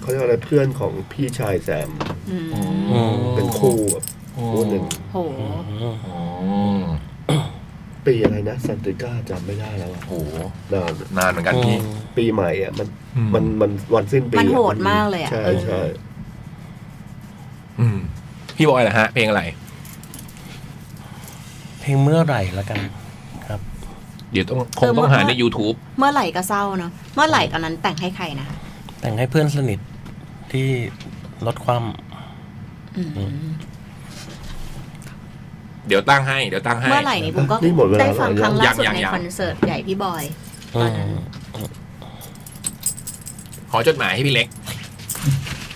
C: เขาเรียกว่าอะไรเพื่อนของพี่ชายแซม
D: อืม
B: อืม
C: เป็นคู่แบบคู่หนึ่ง
D: โห
B: โอ้
C: ปีอะไรนะซันติก้าจำไม่ได้แล้วอะ
B: โห
C: นานอะ
B: นานเหมือนกันพี่
C: ปีใหม่อ่ะมัน
B: อืม
C: มันมันวันสิ้นปีอะ
D: มันโหดมากเลยอะ
C: ใช่
D: เออ
C: ใช่
B: อืมพี่บอยนะฮะ เพลงอะไร
A: เพลงเมื่อไหร่ละกัน ครับ
B: เดี๋ยวต้องคงต้องหาใน YouTube
D: เมื่อไหร่ก็เศร้าเนาะเมื่อไหร่ตอนนั้นแต่งให้ใครนะ
A: แต่งให้เพื่อนสนิทที่ลดความ
D: อืม
B: เดี๋ยวตั้งให้ เดี๋ยวตั้งให้
D: เมื่อไหร่นี่ผมก็
C: นี่หมดเวลา
D: ได้ฟังค
C: แล้วเหรอ
D: รั้งล่าสุด
B: ยังๆๆ
D: ในคอนเสิร์ตใหญ่พี่บอย
A: อื
D: ตอ
A: ม
D: นนั้น
B: ขอจดหมายให้พี่เล็ก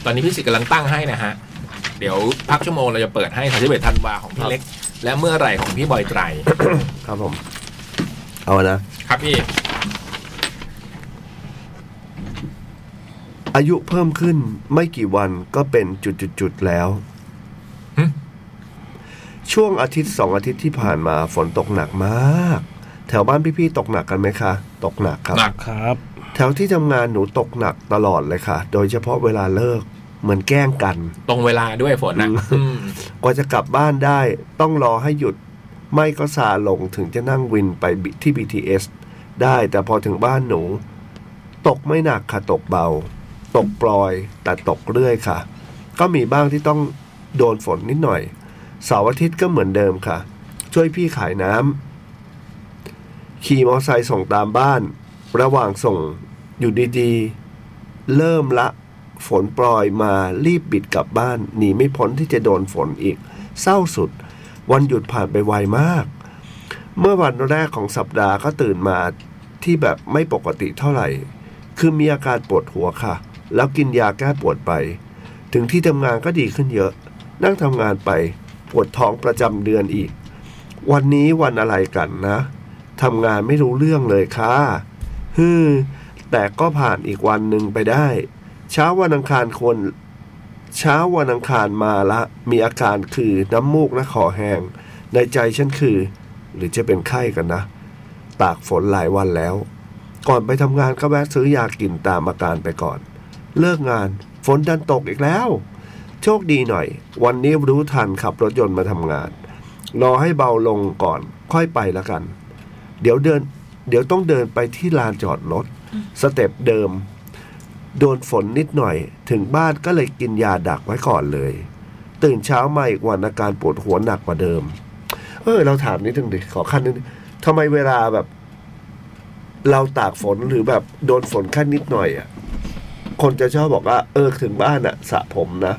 B: ตอนนี้พี่สิทธิ์กำลังตั้งให้นะฮะ เดี๋ยวพักชั่วโมงเราจะเปิดให้สาิเธันวาของพี่เล็ก และเมื่อไหร่ของพี่บอยไตร
C: ครับผม เอานะ
B: ครับพี่
C: อายุเพิ่มขึ้นไม่กี่วันก็เป็นจุดๆๆแล้ว
B: หึ
C: ช่วงอาทิตย์สองอาทิตย์ที่ผ่านมาฝนตกหนักมาก แถวบ้านพี่ๆตกหนักกันไหมคะ ตกหนักครับ
B: หนัก
A: ครับ
C: แถวที่ทำงานหนูตกหนักตลอดเลยค่ะ โดยเฉพาะเวลาเลิกเหมือนแกล้งกัน
B: ตรงเวลาด้วยฝนนะอืม
C: กว่าจะกลับบ้านได้ ต้องรอให้หยุด ไม่ก็ซาลงถึงจะนั่งวินไปบิที่ BTS ได้แต่พอถึงบ้านหนู ตกไม่หนักค่ะตกเบา ตกปลอยแต่ตกเรื่อยค่ะ ก็มีบ้างที่ต้องโดนฝนนิดหน่อยเสาร์อาทิตย์ก็เหมือนเดิมค่ะ ช่วยพี่ขายน้ำขี่มอเตอร์ไซค์ส่งตามบ้าน ระหว่างส่งอยู่ดีๆ เริ่มละ ฝนปล่อยมารีบบิดกลับบ้านหนีไม่พ้นที่จะโดนฝนอีก เศร้าสุด วันหยุดผ่านไปไวมาก เมื่อวันแรกของสัปดาห์ก็ตื่นมาที่แบบไม่ปกติเท่าไหร่ คือมีอาการปวดหัวค่ะ แล้วกินยาแก้ปวดไป ถึงที่ทำงานก็ดีขึ้นเยอะ นั่งทำงานไปปวดท้องประจำเดือนอีก วันนี้วันอะไรกันนะทำงานไม่รู้เรื่องเลยค่ะฮือแต่ก็ผ่านอีกวันหนึ่งไปได้ เช้าวันอังคารควรเช้าวันอังคารมาละ มีอาการคือน้ำมูกและคอแห้งในใจฉันคือ หรือจะเป็นไข้กันนะ ตากฝนหลายวันแล้ว ก่อนไปทำงานก็แวะซื้อยากินตามอาการไปก่อน เลิกงานฝนดันตกอีกแล้ว โชคดีหน่อย วันนี้รู้ทันขับรถยนต์มาทำงาน รอให้เบาลงก่อนค่อยไปละกัน เดี๋ยวเดิน เดี๋ยวต้องเดินไปที่ลานจอดรถสเต็ปเดิม โดนฝนนิดหน่อย ถึงบ้านก็เลยกินยาดักไว้ก่อนเลย ตื่นเช้ามาอีกวันอาการปวดหัวหนักกว่าเดิม เออ เราถามนิดนึงดิขอขั้นนิดนึงทำไมเวลาแบบ เราตากฝนหรือแบบโดนฝนแค่นิดหน่อยอะ่ะ คนจะชอบบอกว่า เออถึงบ้านอะ่ะสระผมนะ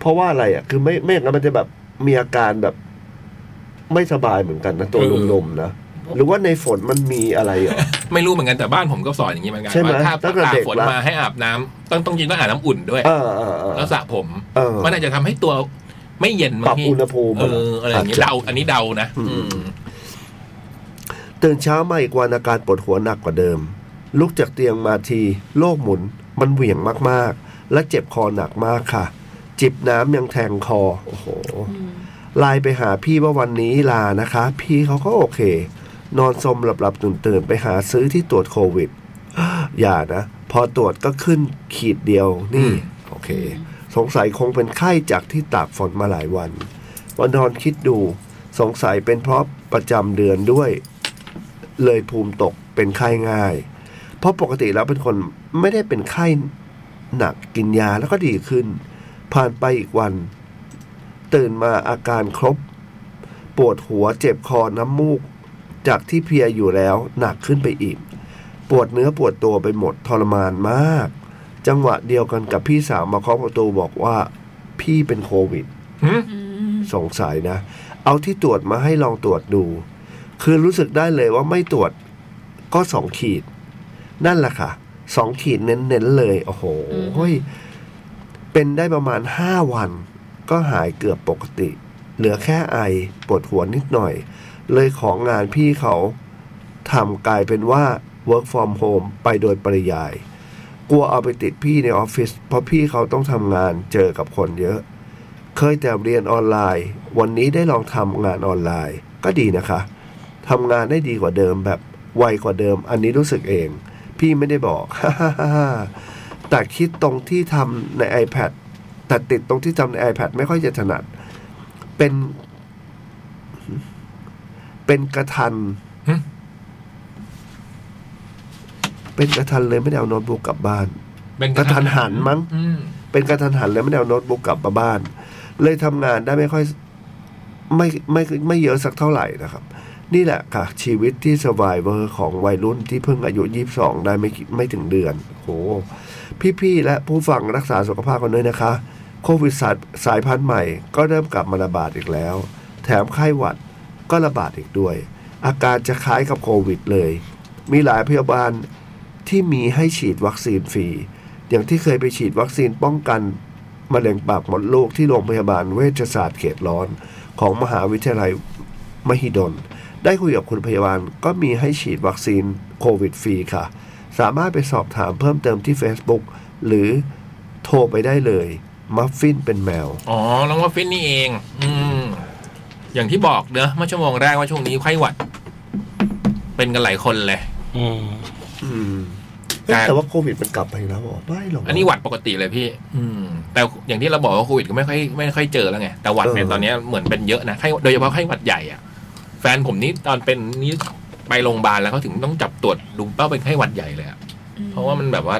C: เพราะว่าอะไรอะ่ะ คือไม่ไม่อย่างนั้นมันจะแบบมีอาการแบบ ไม่สบายเหมือนกันนะตัวลมๆนะหรือว่าในฝนมันมีอะไรเหรอ
B: ไม่รู้เหมือนกันแต่บ้านผมก็สอนอย่างนี้เหมือนกัน
C: ใช่ไหม
B: ว่าถ้า
C: ตั้งแต่
B: ตาก
C: เด็ก
B: ฝน
C: ละ
B: มาให้อาบน้ำต้องต้องกินต้องอาบน้ำอุ่นด้วย
C: เออเออเออ
B: แล้วสระผม
C: เออ
B: มันอาจจะทำให้ตัวไม่เย็นมั้ง
C: ปรับ
B: พี่
C: อุณหภูมิ
B: เอออะไรอย่างนี้
C: อาจจะ
B: เดาอันนี้เดานะ
C: อืม
B: อืม
C: ตื่นเช้ามาอีกวันอาการปวดหัวหนักกว่าเดิม ลุกจากเตียงมาทีโลกหมุน มันเหวี่ยงมากๆ และเจ็บคอหนักมากค่ะ จิบน้ำยังแทงคอ โอ้โห
D: อืม
C: ไลน์ไปหาพี่ว่าวันนี้ลานะคะ พี่เขาก็โอเค นอนสมหลับๆตื่นตื่นๆไปหาซื้อที่ตรวจโควิด อย่านะ พอตรวจก็ขึ้นขีดเดียวนี่ โอเค สงสัยคงเป็นไข้จากที่ตากฝนมาหลายวัน วันนอนคิดดู สงสัยเป็นเพราะประจำเดือนด้วย เลยภูมิตกเป็นไข้ง่าย เพราะปกติแล้วเป็นคนไม่ได้เป็นไข้หนักกินยาแล้วก็ดีขึ้น ผ่านไปอีกวัน ตื่นมาอาการครบ ปวดหัวเจ็บคอน้ำมูก จากที่เพลียอยู่แล้วหนักขึ้นไปอีก ปวดเนื้อปวดตัวไปหมดทรมานมาก จังหวะเดียวกันกับพี่สาวมาเคาะประตูบอกว่า พี่เป็นโควิด
B: หืม
D: อืม
C: สงสัยนะ เอาที่ตรวจมาให้ลองตรวจดู คือรู้สึกได้เลยว่าไม่ตรวจก็สองขีด นั่นแหละค่ะสองขีดเน้นๆเลย โอ้โหเฮ้ยเป็นได้ประมาณห้าวัน ก็หายเกือบปกติ เหลือแค่ไอปวดหัวนิดหน่อย เลยของงานพี่เขาทำกลายเป็นว่า work from home ไปโดยปริยาย กลัวเอาไปติดพี่ในออฟฟิศเพราะพี่เขาต้องทำงานเจอกับคนเยอะ เคยแต่เรียนออนไลน์ วันนี้ได้ลองทำงานออนไลน์ ก็ดีนะคะทำงานได้ดีกว่าเดิมแบบไวกว่าเดิม อันนี้รู้สึกเอง พี่ไม่ได้บอก แต่คิดตรงที่ทำใน iPad แต่ติดตรงที่ทำใน iPad ไม่ค่อยจะถนัด เป็น เป็นกระทัน เป็นกระทันเลยไม่ได้เอาโน้ตบุ๊กกลับบ้าน
B: เป็น
C: กระทันหันมั้ง
B: อืม
C: เป็นกระทันหันแล้วไม่ได้เอาโน้ตบุ๊กกลับมาบ้าน เลยทำงานได้ไม่ค่อย ไม่ไม่ไม่เยอะสักเท่าไหร่นะครับ นี่แหละค่ะ ชีวิตที่ survivor ของวัยรุ่นที่เพิ่งอายุ 22 ได้ไม่กี่ไม่ถึงเดือน โห พี่ๆ และผู้ฟังรักษาสุขภาพกันด้วยนะคะ โควิดสายสายพันธุ์ใหม่ก็เริ่มกลับมาระบาดอีกแล้ว แถมไข้หวัดก็ระบาดอีกด้วย อาการจะคล้ายกับโควิดเลย มีหลายพยาบาล ที่มีให้ฉีดวัคซีนฟรี อย่างที่เคยไปฉีดวัคซีนป้องกันมะเร็งปากมดลูกที่โรงพยาบาลเวชศาสตร์เขตร้อน ของมหาวิทยาลัยมหิดล ได้คุยกับคุณพยาบาลก็มีให้ฉีดวัคซีนโควิดฟรีค่ะ สามารถไปสอบถามเพิ่มเติมที่ Facebook หรือโทรไปได้เลย มัฟฟินเป็นแมว
B: อ๋อน้องว่าฟินนี่เอง อืมอย่างที่บอกเนอะเมื่อชั่วโมงแรกว่าช่วงนี้ไข้หวัด เป็นกันหลายคนเลย
A: อืม
C: อืม
B: แต่
C: แต่ว่าโควิดมันกลับไปแล้วเหรอไม่หรอก
B: อันนี้หวัดปกติเลยพี่ อืม แต่อย่างที่เราบอกว่าโควิดก็ไม่ค่อยไม่ค่อยเจอแล้วไง แต่หวัดเนี่ย
C: เออ
B: ตอนเนี้ยเหมือนเป็นเยอะนะไข้โดยเฉพาะไข้หวัดใหญ่อะแฟนผมนี่ตอนเป็นนี่ไปโรงพยาบาลแล้วเขาถึงต้องจับตรวจดูเป้าเป็นไข้หวัดใหญ่เลยอะเพราะว่ามันแบบว่า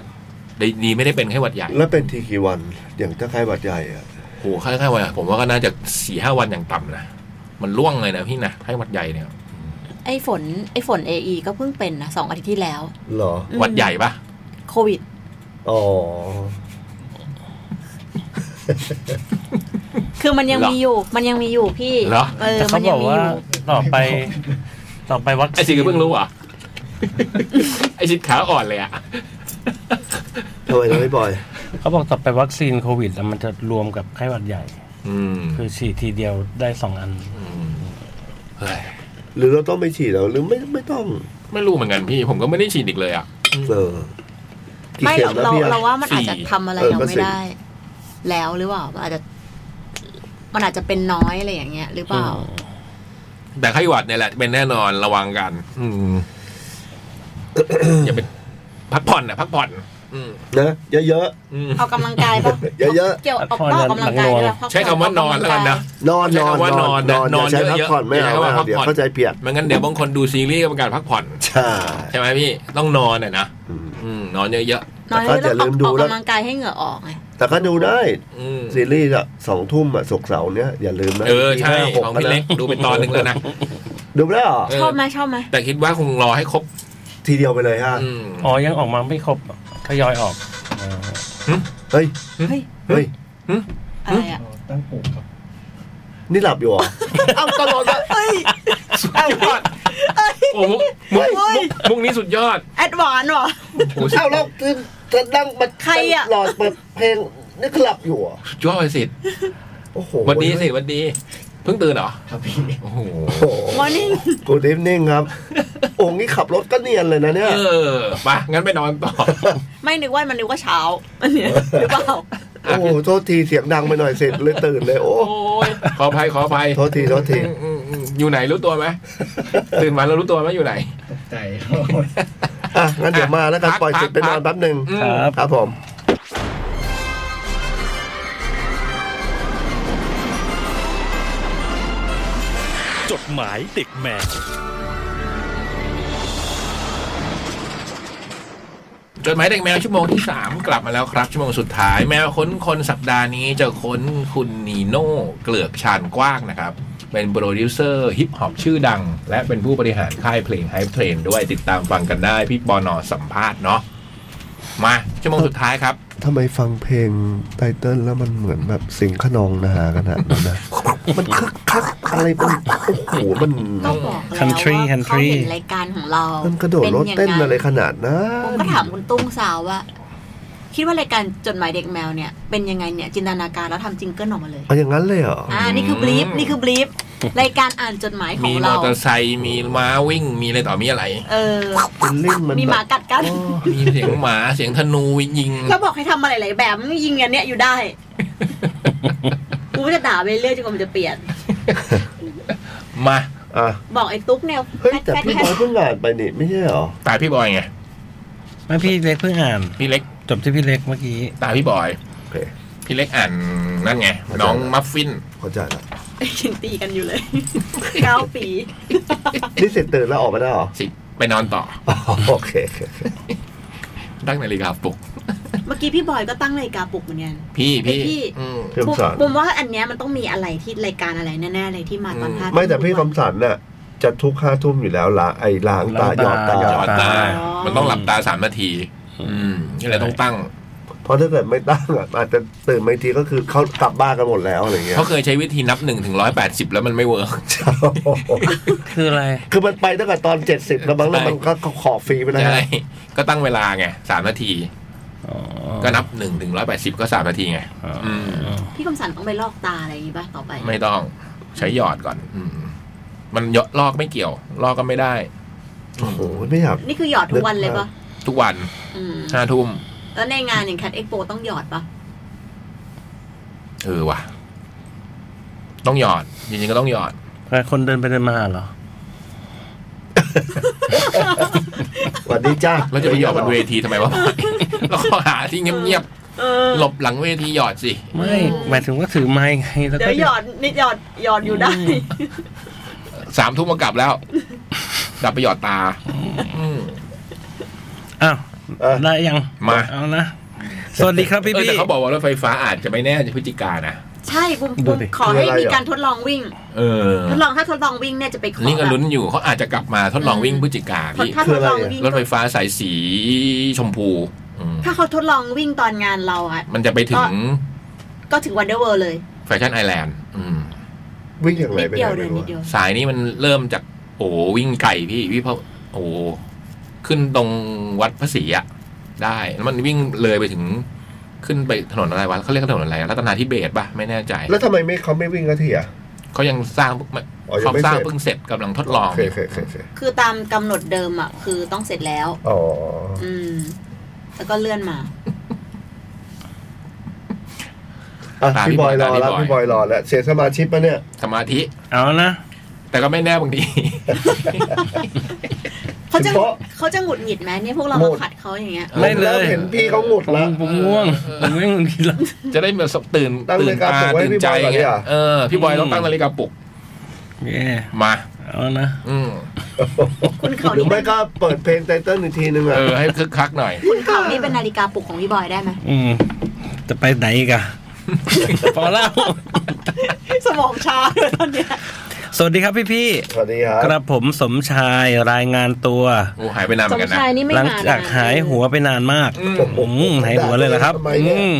B: ดีดีไม่ได้เป็นไข้หวัดใหญ่
C: แล้วเป็นทีกี่วันอย่างถ้าใครบาดใหญ่อะ
B: โหไข้ไข้หวัดใหญ่ผมว่าก็น่าจะสี่ห้าวันอย่างต่ำนะ มันล่วงเลยนะพี่นะไข้หวัดใหญ่เนี่ย
F: ไอ้ฝนไอ้ฝนเอไอก็เพิ่งเป็นนะสองอาทิตย์ที่แล้ว
C: เหรอ
F: อืม
B: หวัดใหญ่ปะ
F: โควิด
C: อ๋อ
F: คือมันยังมีอยู่ มันยังมีอยู่พี่
B: เหรอ
F: เออ
A: แต่
F: มั
A: เขา
F: น
A: บ
F: ยั
A: อง ก
F: มี
A: ว่า
F: อยู่
A: ต่อไป ต่อไปวัคซีน
B: ไอ้สิงก็เพิ่งรู้เหร อ่ะ ไอ้สิทธิ์ขาอ่อนเลยอ่ะ
C: ทำไมเราไม่บ่อย
A: เขาบอกต่อไปวัคซีนโควิดอะมันจะรวมกับไข้หวัดใหญ่
B: อืม
A: คือฉีดทีเดียวได้สองอัน
B: อืมเฮ้ย
C: หรือเราต้องไปฉีดแล้วหรือไม่ไม่ต้อง
B: ไม่รู้เหมือนกันพี่ ผมก็ไม่ได้ฉีดอีกเลยอ่ะ
C: เออกี่
F: ไม่หร
C: ข็
F: อก
C: แล้ว
F: เรา
C: พี่ะ
F: เราว่ามันอาจจะ
B: สี่
F: ทำอะไร
C: เออ
F: เรา
C: ก็
F: ไม่
C: สี่
F: ได้ แล้วหรือเปล่ามันอาจจะ มันอาจจะเป็นน้อยอะไรอย่างเงี้ย หรือเปล่า
B: แต่ไข้หวัดเนี่ยแหละเป็นแน่นอนระวังกัน อืม อย่าไปพักผ่อนนะพักผ่อน อืม
C: นะเยอะ
B: อืม
F: ออกกำลังกายปะ
C: เยอะๆ
F: เกี่ยวออกต้องออกกำลังกายด้วยปะ
B: ใช้คำว่านอนแล้วกันนะ
C: ๆนอนนอน
B: ใช้คำว่านอนนะ
C: นอนอย่าใช้
B: นอนเยอะ
C: พัก
B: ๆ
C: ผ่อนไม่เอา
B: ใช้คำว่าพัก
C: เดี๋ยว
B: ผ่อน
C: เข้าใจเปียก
B: ไม่งั้นเดี๋ยวบางคนดูซีรีส์ก็เป็นการพักผ่อน
C: ใช่
B: ใช่ไหมพี่ ต้องนอนอ่ะนะ
C: อืม
B: อืมนอนเยอะ
F: นอนแล้ว
C: แต่ก็อย่า
F: ออก
C: ลืมดู
F: ออก
C: แล้ว
F: กำลังกายให้เหงื่อออกไง
C: แต่ก็ดูได้
B: ๆอืม
C: ซีรีส์อะสองทุ่มอะศุกร์เสาร์เนี้ยอย่าลืมนะ
B: เออ ใช่
C: ห้าห
B: ของพี่
C: นะ
B: เล็กดูเป็นตอนหนึ่งแล้วนะ
C: ดูไม่ได้เหรอ
B: เออ
F: ชอบไหมชอบไหม
B: แต่คิดว่าคงรอให้ครบ
C: ทีเดียวไปเลยฮะ
B: อืม
A: อ๋อ ยังออกมาไม่ครบทยอยออกเออ
C: เฮ้ย
F: เฮ้ย
C: เฮ้ย
F: อะไรอะ
C: นี่หลับ อยู่เหรอ
B: เอ้าตลอดเลยเอ้ยสุดยอดโอ้มุกมุกมุกมุกนี้สุดยอด
D: แอดวานซ์เหรอ
B: โอ้สุด
C: เอ้าแล้วจะนั่งมา
D: ใครอะ
C: หลอดเปิดเพลงนี่คือหลับอยู่เหรอย
B: อดเลยสิทธิ์
C: โอ้โห
B: วันดีสิวันดี เพิ่งตื่นเหรอโอ้โห
C: โอ้โห
D: Morning
C: กูดิฟนิ่งครับ โอ้งี้ขับรถก็เนียนเลยนะเนี่ย
B: เออไปะงั้นไปนอนต่อ
D: ไม่นึกว่ามันนึกว่าเช้าอันเนี้ยหรือเปล่า
C: โอ้โหโทษทีเสียงดังไปหน่อยเสร็จเลยตื่นเลย โอ้
B: โอ้ยขออภัยขออภัย
C: โทษทีโทษที
B: อืมอืมอืมอยู่ไหนรู้ตัวไหมตื่นมาแล้วรู้ตัวไหมอยู่ไหน
G: ใจ
C: อ่ะงั้นเดี๋ยวมาแล้วกัน
B: พัก
C: ปล่อยจิตไปนอน
B: พัก
C: แป๊บหนึ่ง
B: อืม
A: ครับ
C: ครับผม
E: จดหมายเด็กแมว
B: จดหมายเด็กแมวชั่วโมงที่สามกลับมาแล้วครับ ชั่วโมงสุดท้าย แมวค้นคนสัปดาห์นี้จะค้นคุณนีโน่เกลือกชานกว้างนะครับ เป็นโปรดิวเซอร์ฮิปฮอปชื่อดัง และเป็นผู้บริหารค่ายเพลงไฮเพลนด้วยติดตามฟังกันได้พี่ปอนอสัมภาษณ์เนาะ มาชั่วโมงสุดท้ายครับ
C: ทำไมฟังเพลงไตเติ้ลแล้วมันเหมือนแบบเสิงห์ขนองนะฮะขนาดนั้นนะ มันคึกคักอะไรมันโอ้โหมัน
F: ก็บอกแล้วว่า
A: Country
F: เขา
A: Country
F: เห็นรายการของเรา
C: มันกระโดดรถเต้นอะไรขนาดนั้
F: ผ
C: น
F: มก็ถามคุณตุ้งสาวว่า คิดว่ารายการจดหมายเด็กแมวเนี่ยเป็นยังไงเนี่ยจินตนาการแล้วทำจิงเกิลออกมาเลย
C: เอาอย่างนั้นเลยเหรอ
F: อ่านี่คือบลีฟนี่คือบลีฟรายการอ่านจดหมายขอ
B: มี
F: ง
B: มอ
F: เรา
B: เตอร์ไซค์มีม้าวิ่ง มีอะไรต่อมีอะไร
F: เออ
C: เป็นเล่นมัน
F: มีห
C: แบ
F: มา
C: บ
F: กัดกัน
C: โอ้
B: มีเสียงหมาเสียงธนูยิง
D: แล้วบอกให้ทำมาหลายๆแบบมึงยิงอันเนี้ยอยู่ได้ กูก็จะด่าไปเรื่อยจนกว่ามันจะเปลี่ยน
B: มา
C: อ่ะ
D: บอกไอ้ตุ๊กเนี่ย
C: เฮ้ย
D: แพท
C: แต่
D: แพท
C: พี่
D: แพ
C: บ
D: ท
C: อยเพิ่งอ่านไปนี่ไม่ใช่เหรอ
B: ตายพี่บอยไง
A: ไม่พี่เล็กเพิ่งอ่าน
B: พี่เล็ก
A: จบที่พี่เล็กเมื่อกี้
B: ตายพี่บอย
C: โอเค
B: พี่เล็กอ่านนั่นไง
C: เข้าใจ
B: น้อง
C: แล้ว
B: มัฟฟิน
C: เข้าใจละ
D: กินตีกันอยู่เลย เก้าปี
C: นี่เสร็จตื่นแล้วออกมาได้เหรอ
B: สิ ไปนอนต่อ
C: อ๋อโอเคโอเค
B: ตั้งนาฬิกาปลุก
D: เมื่อกี้พี่บอยก็ตั้งนาฬิกาปลุกเหมือนกัน
B: พี่พี่
D: พี่
B: อืม
C: พี่คำสาร
D: ผมว่าอันเนี้ยมันต้องมีอะไรที่รายการอะไรแน่ๆเลยที่มาตอนห้า
C: ไม่แต่พี่คำสารน่ะ จะทุกห้าทุ่มอยู่แล้วล้างไอ้ล้างตา
A: ล้างตา
C: หยอด
B: จอด
C: ตาหยอด
B: ตา มันต้องหลับตาสามนาที อืมนี่แหละต้องตั้ง
C: เพราะถ้าเกิดไม่ตั้งอ่ะอาจจะตื่นไม่ทีก็คือเขากลับบ้านกันหมดแล้วอะไรเงี้ย
B: เขาเคยใช้วิธีนับหนึ่งถึงร้อยแปดสิบแล้วมันไม่เวิร์ก
A: คืออะไร
C: คือมันไปตั้งแต่ตอนเจ็ดสิบแล้วบางแล้วมันก็ขอฟรีไปนะ
B: ใช่
C: ฮะ
B: ก็ตั้งเวลาไงสามนาที
A: อ๋อ
B: ก็นับหนึ่งถึงร้อยแปดสิบก็สามนาทีไง
A: อ๋ออื
B: ม
F: พี่คำสันต้องไปลอกตาอะไรอย่างงี้ป่ะต่อไป
B: ไม่ต้องใช้หยอดก่อน อืมมันหยอดลอกไม่เกี่ยว ลอกก็ไม่ได้
C: โอ้โหไม่อยาก
F: นี่คือหยอดทุกวันเลยป่ะ
B: ทุกวัน
F: อืม
B: ห้าทุ่ม
F: แล้วในงานอย่างแคดเอ็กโปต้องหยอดป่ะ
B: เออว่ะ ต้องหยอดจริงๆก็ต้องหยอด
A: คนเดินไปเดินมาเหรอ
C: หวัสดีจ้า
B: แล้วจะไปหยอดบนเวทีทำไมวะ เราก็หาที่เงียบ
D: เออ
B: ๆหลบหลังเวทีหยอดสิ
A: ไม่ หมายถึงว่าถือไม้ไง แล้ว
D: เดี๋ย
A: ก็
D: วหยอดนิดหยอดหยอดอยู่ได้
B: สามทุ่มก็กลับแล้ว กลับไปหยอดตา อืม
A: อ้าว
C: เออ
A: ได้ยัง
B: มา
A: เอานะ สวัสดีครับพี่
B: เออ
A: พี่
B: แต่เขาบอกว่ารถไฟฟ้าอาจจะไม่แน่ในพฤศจิกานะ
D: ใช่บุม
A: ดู
D: บุม
A: ดิ
D: ขอให้มีการทดลองวิ่ง
B: เออ
D: ทดลองถ้าทดลองวิ่งเนี่ยจะไปขอ
B: นี่ก็ลุ้นอยู่เขาอาจจะกลับมาทดลองวิ่งพฤศจิกา
D: แบบทด
B: พี่
D: ถ้าทดลองวิ่ง
B: รถไฟฟ้าสายสีชมพูอืม
D: ถ้าเขาทดลองวิ่งตอนงานเราอะ
B: มันจะไปถึง
D: ก็ถึงวันเดอร์เวิร์เลย
B: แฟชั่นไอแลนด์อืม
C: วิ่งอย่างไร
F: นิด
C: ไป
F: เดี
C: ไห
F: ยวน เดิน
C: ไม่รู้
F: นิดเดียว
B: สายนี้มันเริ่มจากโอ้วิ่งไก่พี่พี่เพราะโอ้ขึ้นตรงวัดพระศรีอะได้แล้วมันวิ่งเลยไปถึง ขึ้นไปถนนอะไรวะเขาเรียกถนนอะไรรัตนาธิเบศรป่ะไม่แน่ใจ
C: แล้วทำไมไม่เขาไม่วิ่งกันทีอ่ะ
B: เขายังสร้าง
C: อ๋อยั
B: เขา
C: งไม่
B: สร้าง
C: เสร็จ
B: เพิ่งเสร็จกำลังทดลอง
C: โอเคโอเคโอเคโอเค
F: คือตามกำหนดเดิมอ่ะ คือต้องเสร็จแล้ว
C: อ๋อ
F: อืม แล้วก็เลื่อนมา
C: อ่ะพี่บอยรอแล้วพี่บอยรอแล้วเสียสมาชิกปะเนี่ย
B: สมาธิ
A: เอานะ
B: แต่ก็ไม่แน่บางที
D: เขาจะ
C: เฉพาะ
D: เขาจะหงุดหงิดไหมเนี่ยพวกเรามาขัดเขาอย่างเงี้ย
A: ไม่เลย
C: ผมริ่เห็นพี่เขาหงุด
A: ผม
C: ละ
A: ผมง่วง ผมไม่งุนกินละ
B: จะได้แบบตื่น
C: ตั้ง
B: ตื่น
C: นาฬิกา
B: ตา
C: ปลุกไว้
B: ตื่น
C: ให้พี่
B: ใจ
C: บอยก่อน
B: ไง
C: เนี่ย
B: เออพี่บอยต้องตั้งนาฬิกาปลุก
A: แย่
B: มา
A: เอานะ
B: อื ม
D: คุณเขา
C: หรือ
D: นี่
C: ไม่ก็เปิดเพลงไตเติ้ลอีกทีนึงอ่ะ
B: เออให้คึกคักหน่อย
F: คุณข่าวนี่เป็นนาฬิกาปลุกของพี่บอยได้ไหม
A: อืม จะไปไหนอีกอะ พอแล้ว
D: สมองชาเลยตอนเนี้ย
A: สวัสดีครับพี่พี่
C: สวัสดีครั
A: ๆก
C: บ
A: ระผมสมชายรายงานตัว
B: โอ้หายไปนานเหมือนกันนะ
A: หลังจากหายหัวไปนานมาก
B: อืม
A: อืมหายหัวเลยเหรอครับ
C: ทำไมเนี่ย
A: อืม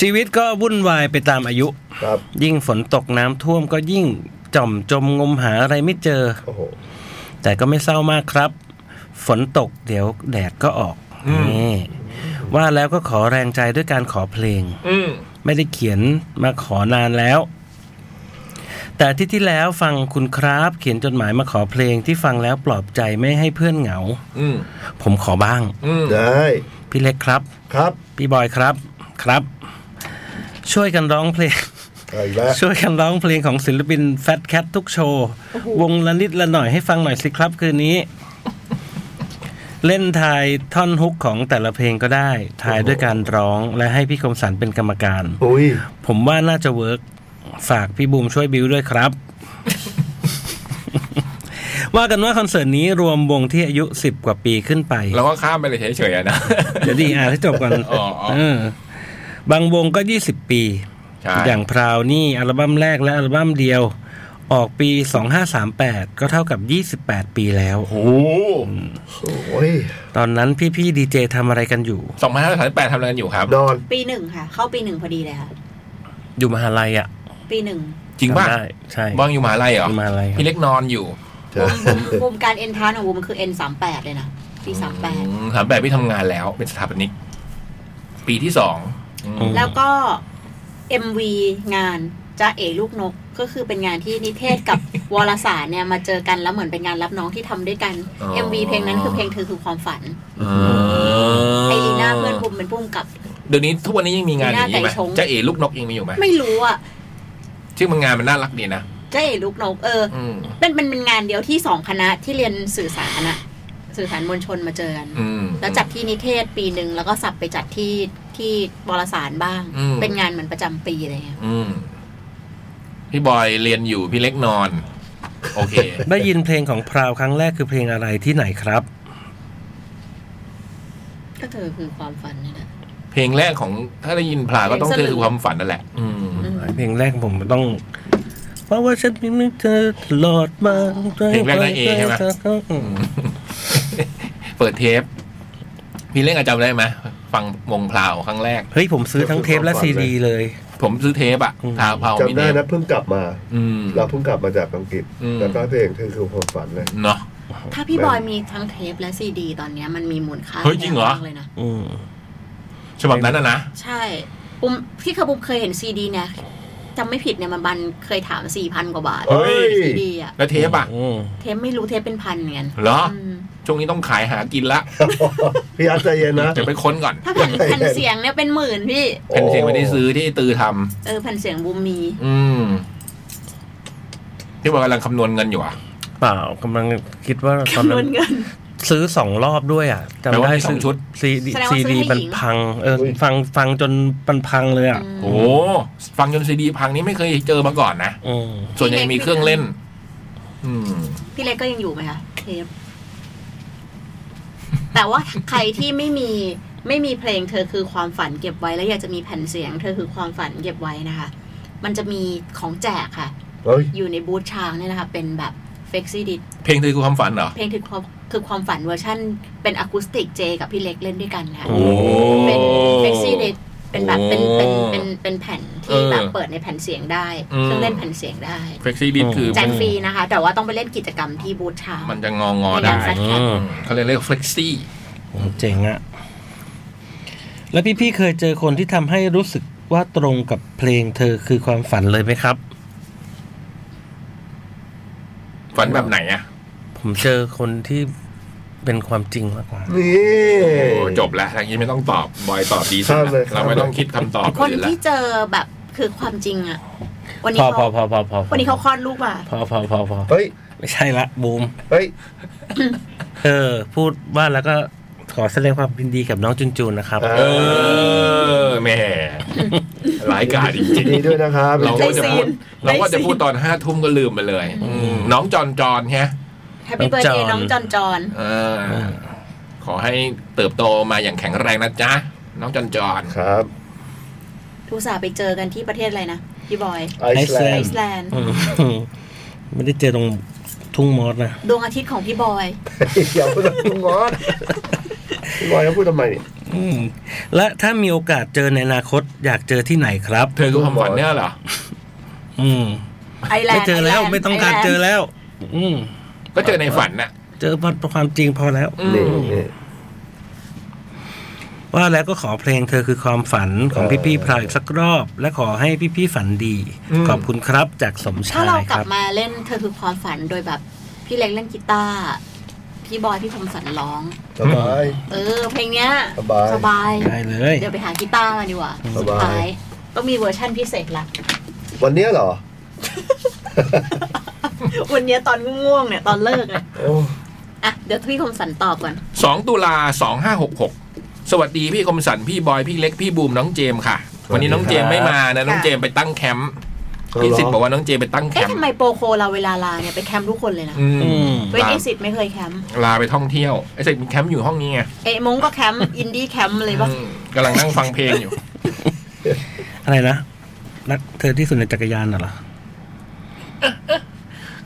A: ชีวิตก็วุ่นวายไปตามอายุ
C: ครับ
A: ยิ่งฝนตกน้ำท่วมก็ยิ่งจ่อมจมงมหาอะไรไม่เจอ
C: โอ้โห
A: แต่ก็ไม่เศร้ามากครับ ฝนตกเดี๋ยวแดดก็ออก
B: อืม
A: นี่ว่าแล้วก็ขอแรงใจด้วยการขอเพลง
B: อืม
A: ไม่ได้เขียนมาขอนานแล้ว แต่อาที่ที่แล้วฟังคุณครับ เขียนจดหมายมาขอเพลงที่ฟังแล้วปลอบใจไม่ให้เพื่อนเหงา
B: อืม
A: ผมขอบ้าง
B: อืม
C: ได้
A: พี่เล็กครับ
C: ครับ
A: พี่บอยครับครับ ช่วยกันร้องเพลง
C: เอาอีกแล้ว
A: ช่วยกันร้องเพลงของศิลปินแฟตแคททุกโชว์ วงละนิดละหน่อยให้ฟังหน่อยสิครับคืน นี้ เล่นทายท่อนฮุกของแต่ละเพลงก็ได้ทายด้วยการร้องและให้พี่คมสันเป็นกรรมการ
C: อุ้ย
A: ผมว่าน่าจะเวิร์กฝากพี่บูมช่วยบิวด้วยครับ ว่ากันว่าคอนเสิร์ตนี้รวมวงที่อายุ 10 กว่าปีขึ้นไป
B: เราก็ข้ามไปเลยเฉยๆอะนะ
A: เดี๋ยวดีอ่านให้จบก่อน
B: อ๋ออ๋อ
A: เออ บางวงก็ 20 ปี
B: ใช่
A: อย่างพราวนี่อัลบั้มแรกและอัลบั้มเดียว ออกปี 2538 ก็เท่ากับ 28 ปีแล้ว
B: โอ้โห
C: โอ้ย
A: ตอนนั้นพี่ๆดีเจทำอะไรกันอยู่
B: สองพันห้าร้อยสามสิบแปดทำอะไรกันอยู่ครับ
C: นอน
D: ปีหนึ่งค่ะ เข้าปีหนึ่งพอดีเลยค่ะ
A: อยู่มหาลัยอ่ะ
D: ปีหนึ่ง
B: จริงป่ะ
A: จำได้ใช่
B: บ้างอยู่มหาลัยเหรอ
A: มหาลัยครับ
B: พี่เล็กนอนอยู่
C: จ้ะ
D: วงการเอ็นทานของวงมันคือ N สามแปดเลยนะ ปีสามแปด
B: สามแปดพี่ทำงานแล้วเป็นสถาปนิก ปีที่สองอืม
A: อืม
D: แล้วก็ MV งานจ้าเอ๋ลูกนกก็คือเป็นงานที่นิเทศกับ วารสารเนี่ยมาเจอกันแล้วเหมือนเป็นงานรับน้องที่ทำด้วยกัน MV เพลงนั้นคือเพลงเธอคือความฝัน
B: อ๋อ
D: ไอรีน่าเพื่อนภูมิเป็นผู้กำกับ
B: เดี๋ยวนี้ทุกวันนี้ยังมีงานอย่างนี้ไหม
D: ลีน่าไก่ชง
B: จะเอ๋ลูกนกยังมีอยู่ไหม
D: ไม่รู้อ่ะ
B: ชื่อมันงานมันน่ารักดีนะ
D: จ้าเอ๋ลูกนกเออ
B: อืม
D: เป็นเป็นเป็นงานเดียวที่สองคณะที่เรียนสื่อสารคณะสื่อสารมวลชนมาเจอกัน
B: อืม
D: แล้วจัดที่นิเทศปีหนึ่งแล้วก็สับไปจัดที่ที่วารสารบ้าง
B: อืม
D: เป็นงานเหมือนประจำปีอะไรเงี้ย
B: อืมพี่บอยเรียนอยู่พี่เล็กนอน โอ เค
A: ได้ยินเพลงของพราวครั้งแรกคือเพลงอะไรที่ไหนครับ
D: ก็เธอคือความฝันนี่แหละ
B: เพลงแรกของถ้าได้ยินพลาก็ต้อง
D: เพลง
B: เจ
D: สลึ
B: อ
D: ง
B: คือความฝันนั่นแหละ อืม
A: เพลงแรกผมต้อง เพราะว่าฉันมีนึกเธอตลอดมา
B: เพลงแรกนะเอใช่ไหม
A: อืม
B: เปิดเทป พี่เล็กอาจจำได้ไหมฟังวงพลาวครั้งแรก
A: เฮ้ยผมซื้อทั้งเทปและซีดีเลย
B: ผมซื้อเทปอะ
A: อืม
B: พลาวพลาวมี
C: จำ
B: เทป
C: ได้นะเพิ่งกลับมา
B: อืม
C: เราเพิ่งกลับมาจากอังกฤษ
B: อืม
C: แล้วก็เพลงเธอคือความฝันเลย
B: เนาะ
D: ถ้าพี่บอยมีทั้งเทปและซีดีตอนเนี้ยมันมีมูลค่า
B: เฮ้ยจริงเหรอ
D: มากเลยนะ
A: อืม
B: ฉบับนั้นนะนะ
D: ใช่ปุมพี่เคยปุมเคยเห็นซีดีเนี่ยจำไม่ผิดเนี่ยมันบันเคยถามสี่พันกว่าบาท
C: เฮ้ย
D: ซีดีอะ
B: แล้วเทปอะ
A: อืม
D: เทปไม่รู้เทปเป็นพันเหมือนกัน
B: เหรอ
D: อืม
B: ช่วงนี้ต้องขายหากินละ
C: พี่อาร์ตใจเย็นนะ
B: จะไปค้นก่อน
D: ถ้าแผ่นแผ่นเสียงเนี่ยเป็นหมื่นพี่
B: แผ่นเสียงไม่ได้ซื้อที่ตือทำ
D: เออแผ่นเสียงบูมมี
B: อืม พี่บอกกำลังคำนวณเงินอยู่อะ
A: เปล่ากำลังคิดว่าตอนนั้นซื้อสองรอบด้วยอ่ะ
B: แปล
A: จำ
B: ว่า
A: ได้
B: มีสอ
A: ซื้
B: ง
A: อ
B: ชุด
A: ซีดี
D: แสดงว่าซื้
A: ซี
D: อให้
A: ดี
D: หญิง
A: มันพัง เออ
C: เฮ้ย
A: ฟังฟังจนมันพังเลยอ่ะ
B: โอ้โหฟังจนซีดีพังนี้ไม่เคยเจอมาก่อนนะ
A: อืม
B: ส่วนใหญ่มีเครื่องเล่น อืม
D: พี่เล็กก็ยังอยู่ไหมคะเทปแต่ว่าใครที่ไม่มีไม่มีเพลงเธอคือความฝันเก็บไว้แล้วอยากจะมีแผ่นเสียง เธอคือความฝันเก็บไว้นะคะ มันจะมีของแจกค่ะ
C: เฮ้ย
D: อยู่ในบูธช้างเนี่ยนะคะ เป็นแบบเฟกซี่ดิ
B: เพลงเธอคือความฝันเหรอ
D: เพลงถึงความคือความฝันเวอร์ชั่น เป็นอะคูสติกเจกับพี่เล็กเล่นด้วยกันค่ะ
B: โอ้
D: เป็นเฟกซี่เดเป็นแบบเป็นเป็นเป็นเป็นแผ่นที่
B: เออ
D: แบบเปิดในแผ่นเสียงได้
B: อืม
D: เครื่องเล่นแผ่นเสียงได้
B: เฟกซี่ดิสคือ
D: แจกฟรีนะคะ แต่ว่าต้องไปเล่นกิจกรรมที่บูธช้าง
B: มันจะงองอๆได้
D: ในงานแฟลชแคท
B: อืมเขาเรียกเรียกเฟกซี่
A: โอ้เจ๋งอ่ะ แล้วพี่ๆเคยเจอคนที่ทำให้รู้สึกว่าตรงกับเพลงเธอคือความฝันเลยไหมครับ
B: ฝันแบบไหนอะ
A: ผมเจอคนที่เป็นความจริงมากกว่า
C: นี่
B: โอ้จบแล้วทางนี้ไม่ต้องตอบ บอยตอบดีสุด
C: ข้าม
B: นะ
C: เลย
B: เราไม่ต้องคิดคำตอบ
D: คน
B: อื่นละ
D: ที่เจอแบบคือความจริงอะวัน
A: พ
D: นี้
A: อพอ
D: เขา
A: พอพอพอ
D: วันนี้เขาคลอดลูกมา
A: พอพอพอพอ
C: เฮ้ย
A: ไม่ใช่ละบูม
C: เฮ้ย
A: เออ พูดว่าแล้วก็ขอแสดงความยินดีกับน้องจุนจูนนะครับ
C: เอ
B: เออแหม่ หลายกาดจริง
C: ดีด้วยนะครับ
B: ๆเรา
C: ได้
B: ก็จะพูดเราก็จะพูดตอนห้าทุ่มก็ลืมไปเลยอืมน้องจอนจอนฮะ
D: แฮปปี้เบิร์ดเดย์
A: น้
D: น้
A: อ
D: องง
A: จ
D: จ
A: อ
D: อน นจอน
B: เออขอให้เติบโตมาอย่างแข็งแรงนะจ๊ะ น้องจอนจอน
C: ครับ
D: ทุตสาห์ไปเจอกันที่ประเทศอะไรนะพี่บอย
C: ไอซ์แลน
D: ไอ
C: ด์
D: ซ์แลนด์
A: อืมไม่ได้เจอตรงทุ่งมอสนะ
D: ดวงอาทิตย์ของพี่บอย
C: อย่าพูดถึงคุณมอสคุณมอสเขาพูดทำไมเนี่ย
A: อืม และถ้ามีโอกาสเจอในอนาคต อยากเจอที่ไหนครับ
B: เธอคือความฝันเนี่ยเหรอ
A: อืม
D: ไอแลน
A: ไม่
D: ด์
A: เจอแล้ว
D: ลนด์
A: ไม่ต้องการ
D: ลนด์
A: เจอแล้ว อืม
B: ก็เจอในฝันน่ะ
A: เจอความจริงพอแล้ว
B: อืม
C: นี่นี่
A: ว่าแล้วก็ขอเพลงเธอคือความฝันของ
C: เออ
A: พี่ๆพราวอีกสักรอบ และขอให้พี่ๆฝันดี
B: อืม
A: ขอบคุณครับจากสมชา
D: ถ้าย เราก
A: ค
D: ลับ
A: รับ
D: มาเล่นเธอคือความฝันโดยแบบพี่เล็กเล่นกีตาร์พี่บอยพี่คมสันร้อง
C: สบาย
D: เออ เพลงเนี้ย
C: สบาย
D: สบาย
A: ได้เลย
D: เดี๋ยวไปหากีตาร์มาดีกว่า
C: ส
D: สุด
C: บาย
D: ท้ายต้องมีเวอร์ชั่นพิเศษละ
C: วันเนี้ยเหรอ
H: วันเนี้ยตอนง่วงๆเนี่ยตอนเลิกเนี่ย
C: โอ้
D: อ่ะ เดี๋ยวพี่คมสันตอบก่อน
B: สองตุลาสองห้าหกหกสวัสดีพี่คมสันพี่บอยพี่เล็กพี่บูมน้องเจมส์ค่ะ วันนี้น้องเจมส์ไม่มานะน้องเจมส์ไปตั้งแคมป์พี่สิทธิ์บอกว่าน้องเจมส์ไปตั้งแคม
D: เอ๊ะ
B: ป์
D: ทำไมโปรโคเราเวลาลาเนี่ยไปแคมป์ทุกคนเลยนะ
B: อืม
A: อืม
D: เว้น
B: ลา
D: เอซิดไม่เคยแคมป์
B: ลาไปท่องเที่ยวไอ้สิทธิ์มีแคมป์อยู่ห้องนี้ไง
D: เอะมงก็แคมป์อินดี้แคมป์เลยปะ
B: อืมกำลังนั่งฟังเพลงอยู่
A: อะไรนะรักเธอที่สุดในจักรยานน่ะเหรอ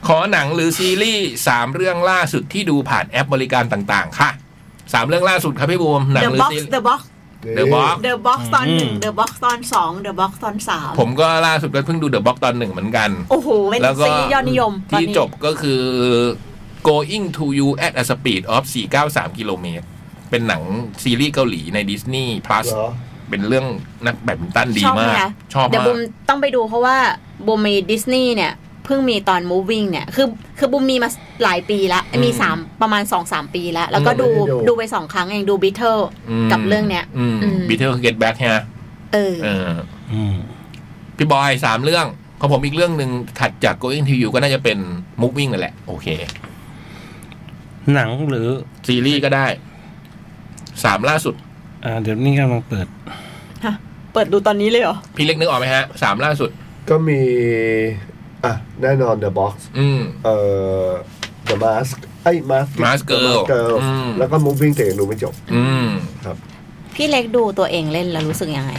B: ขอหนังหรือซีรีส์สามเรื่องล่าสุดที่ดูผ่านแอปบริการต่างๆ ค่ะสามเรื่องล่าสุดครับพี่บูมหนัง
D: The
B: หรือ
D: Box
B: ซีรีส์
D: The Box
B: เดอะบ็อก
D: The Box ตอนหนึ่ง
A: อืม
D: The Box ตอนสอง The Box ตอนสาม
B: ผมก็ล่าสุดก็เพิ่งดูเดอะบ็อกตอนหนึ่งเหมือนกัน
D: โอ้โหเป็น
B: แล้วก็
D: ซีรีส์ยอดนิยมตอน
B: ที่
D: นี้
B: จบก็คือ going to you at a speed of 493 กิโลเมตร เป็นหนังซีรีส์เกาหลีใน Disney Plus
C: เหรอ
B: เป็นเรื่องนักแบดมินตันดี
D: ชอบไหม
B: มาก
D: คะ
B: ชอบ
F: เดี๋ยว
B: มา
F: บุ
B: ก
F: มต้องไปดูเพราะว่าบุมมีดิสนีย์เนี่ยเพิ่งมีตอน moving เนี่ยคือคือบุมมีมาหลายปีละ
B: อืม
F: มีสามประมาณสองสามปีแล้ว แล้วก็
B: อืม
F: ดู
C: ไม่ได้ดู
F: ดูไปสองครั้งเองดู Beetle
B: ม
F: กับเรื่องเนี้ย
B: อืม
F: อืม
B: Beatles Get Back ฮะ
F: เออ
B: เออ
A: อืม
B: พี่บอยสามเรื่อง ของผมอีกเรื่องหนึ่งถัดจาก going to you ก็น่าจะเป็น moving นั่นแหละ โอเค
A: หนังหรือ
B: ซีรีส์ก็ได้สามล่าสุด
A: อ่าเดี๋ยวนี้กำลังเปิด
D: เปิดดูตอนนี้เลยเหรอ
B: พี่เล็กนึกออกไหมฮะสามล่าสุด
C: ก็มี อ่ะ แน่นอน The Box
B: อืม
C: เอ่อ The Mask ไอ้ Mask
B: Mask Girl
C: Girl
B: อืม
C: แล้วก็ Moving แต่ยังดูไม่จบ
B: อืม
F: พี่เล็กดูตัวเองเล่นแล้วรู้สึกยังไง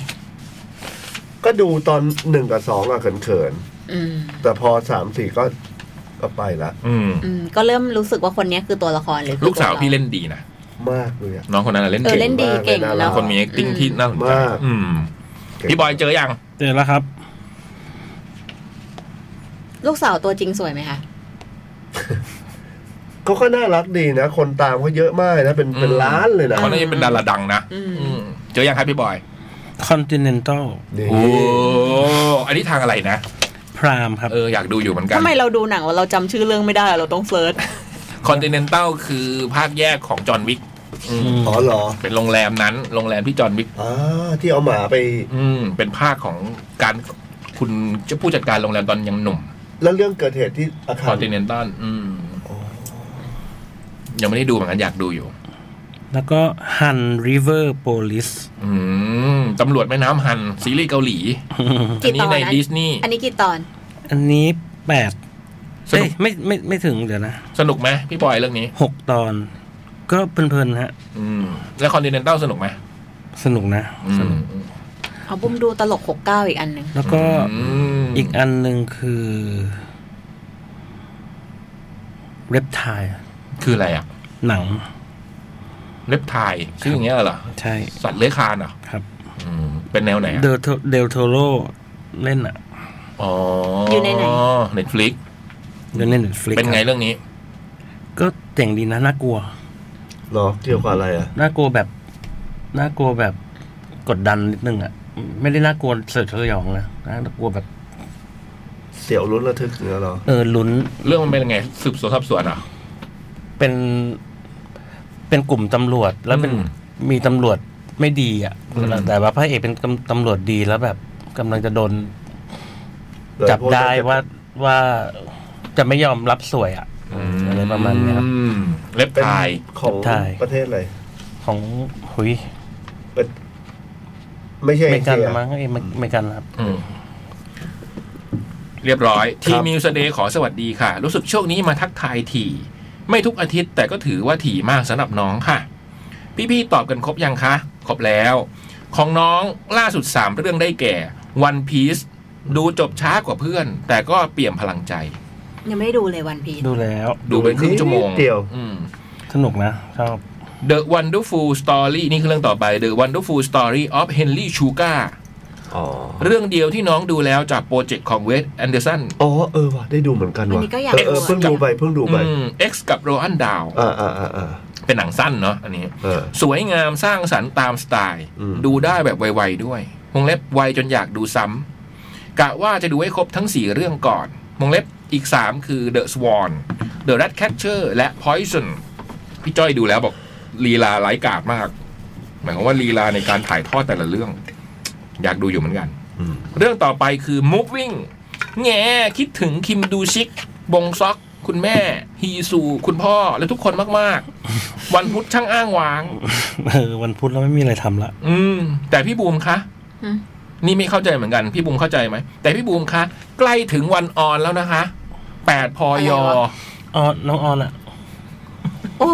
C: ก็ดูตอนหนึ่งกับสองอะเขิน
F: อืม
C: ๆ แต่พอสามสี่ก็ก็ไปละ
B: อืม
F: อืมก็เริ่มรู้สึกว่าคนเนี้ยคือตัวละครหรือคือ
B: ลูกสาว
F: ตัร
B: พี่เล่นดีนะ
C: มากเลยอะ
B: น้องคนนั้นนะเล่น
F: เออ
B: เก่ง
F: เล่นดี
C: มาก
F: เก่ง
C: เลยนะ
F: แล้ว
B: คนมี acting ที่น่าสนใจ
C: มาก
B: อืม พี่บอยเจอยัง
A: เจอแล้วครับ
F: ลูกสาวตัวจริงสวยไหมคะ
C: เขาก็น่ารักดีนะ คนตามเขาเยอะมากนะ เป็นเป็น
B: อืม
C: ล้านเลยนะ
B: เขาน่าจะเป็นดาราดังนะ
D: อืม
B: อืมเจอยังครับพี่บอย
A: Continental
C: นี่
B: โอ้อันนี้ทางอะไรนะ
A: Prime ครับ
B: เอออยากดูอยู่เหมือนกัน
D: ทำไมเราดูหนังว่าเราจำชื่อเรื่องไม่ได้เราต้องเฟิร์ส
B: Continental คือภาคแยกของจอห์นวิกอืม
C: อ๋อเหรอ
B: เป็นโรงแรมนั้น โรงแรมที่จอห์นวิก
C: อ่าที่เอาหมาไป
B: อืม เป็นภาคของการคุณเจ้าผู้จัดการโรงแรมตอนยังหนุ่ม
C: แล้วเรื่องเกิดเหตุที่อาคาร
B: Continental อืมยังไม่ได้ดูเหมือนกันอยากดูอยู่
A: แล้วก็ Hun River Police
B: อืมตำรวจแม่น้ำฮันซีรีส์เกาหลีอัน
F: กี่ต
B: นี้
F: อน
B: ใน
F: นะ
B: ดิสนีย์
F: อันนี้กี่ตอน
A: อันนี้แปด
B: ส
A: เอ้ย
B: นุก
A: ไม่ไม่ไม่ถึงเดี๋ยวนะ
B: สนุกไหมพี่บอยเรื่องนี้
A: หกตอน ก็เพลินๆฮะ
B: อืม แล้วคอนติเนนตัลสนุกไหม
A: สนุกนะ
B: อื
A: ส
B: ม
A: นุก
F: เอาบุ้มดูตลกหกเก้าอีกอันหนึ่ง
A: แล้วก็
B: ม
A: อีกอันหนึ่งคือ Reptile
B: คืออะไรอ่ะ
A: หนัง
B: เล็บไทยชื่ออย่างเงี้ยเหรอ
A: ใช่
B: สัตว์เลื้อยคลานเหรอ
A: ครับ
B: อืม เป็นแนวไหนอะ
A: Del To- Del Toro เล่นอ่ะ
B: อ๋ออเน็ตฟลิก
A: เดี๋ยวเล่น Netflix
B: เป็นไง
A: ครับ
B: เรื่องนี้
A: ก็เจ๋งดีนะน่ากลัว
C: เหรอเกี่ยวกับอะไรอ่ะ
A: น่ากลัวแบบน่ากลัวแบบกดดันนิดนึงอ่ะ ไม่ได้น่ากลัวเสือสยองนะน่ากลัวแบบ
C: เสียวลุ้นระทึกอย่างเงี้ยเหรอ
A: เออลุ้น
B: เรื่องมันเป็นยังไง สืบสวนสอบสวนเหรอ่ะ
A: เป็นเป็นกลุ่มตำรวจแล้วเป็น
B: อืม
A: มีตำรวจไม่ดีอ่ะ
B: อืม
A: แต่ว่าพระเอกเป็นตำตำรวจดีแล้วแบบกำลังจะโดนจับได้ว่าว่าจะไม่ยอมรับสวยอ่ะอะไรประมาณเนี้ยครับ
B: เล็บ
C: เป็น
B: ไทย
C: ของ
A: ใช่
C: ประเทศอะไร
A: ของหุย
C: ไม่ใช่
A: เม
C: เอ
A: กัน
C: เชีย
A: มั้งเอยเมกันครับ
B: อืมเรียบร้อย ที
C: ครับ
B: มิวสเดย์ขอสวัสดีค่ะ รู้สึกช่วงนี้มาทักทายถี่ ไม่ทุกอาทิตย์แต่ก็ถือว่าถี่มากสำหรับน้องค่ะ พี่ๆตอบกันครบยังคะ ครบแล้ว ของน้องล่าสุด 3 เรื่องได้แก่ One Piece ดูจบช้ากว่าเพื่อน แต่ก็เปี่ยมพลังใจ
F: ยังไม่ได้ดูเลยวันพี
A: ดูแล้ว
B: ดูเป็นครึ่งชั่วโมง
C: นิดเดียว
B: อืม
A: สนุกนะชอบ
B: The Wonderful Story นี่คือเรื่องต่อไป The Wonderful Story of Henry Sugar
C: อ๋อ
B: เรื่องเดียวที่น้องดูแล้วจากโปรเจกต์ของเวสแอนเดอร์สัน
C: อ๋อเออว่ะได้ดูเหมือนกัน
F: อั
C: ว่ะ
F: นนี้ก็อยาก
C: เออเอ
F: ดู
C: อ
F: อะ
C: เพิ่งดูไปเพิ่งดูไป
B: เอ็กซ์กับโรอันดาว
C: อ่าอ่าอ่าอ่า
B: เป็นหนังสั้นเนาะอันนี้
C: เออ
B: สวยงามสร้างสรรค์ตามสไตล์
C: อืม
B: ดูได้แบบไวๆด้วยวงเล็บไวจนอยากดูซ้ำกะว่าจะดูให้ครบทั้ง 4 เรื่องก่อนวงเล็บอีก 3 คือ The Swan The Rat Catcher และ Poison พี่จ้อยดูแล้วบอกลีลาไร้กาดมาก หมายความว่าลีลาในการถ่ายทอดแต่ละเรื่อง อยากดูอยู่เหมือนกัน
C: อืม
B: เรื่องต่อไปคือ Moving แง่คิดถึงคิมดูชิก บงซอก คุณแม่ ฮีซู คุณพ่อ และทุกคนมากๆ วันพุธช่างอ้างว้าง
A: เออวันพุธเราไม่มีอะไรทำละ
B: อืม แต่พี่บูมคะ
F: อืม
B: นี่ไม่เข้าใจเหมือนกันพี่บูมเข้าใจไหม แต่พี่บูมคะ ใกล้ถึงวันออนแล้วนะคะแปดพอยอ
A: อ๋อ น้องออนอ่ะ
F: โอ้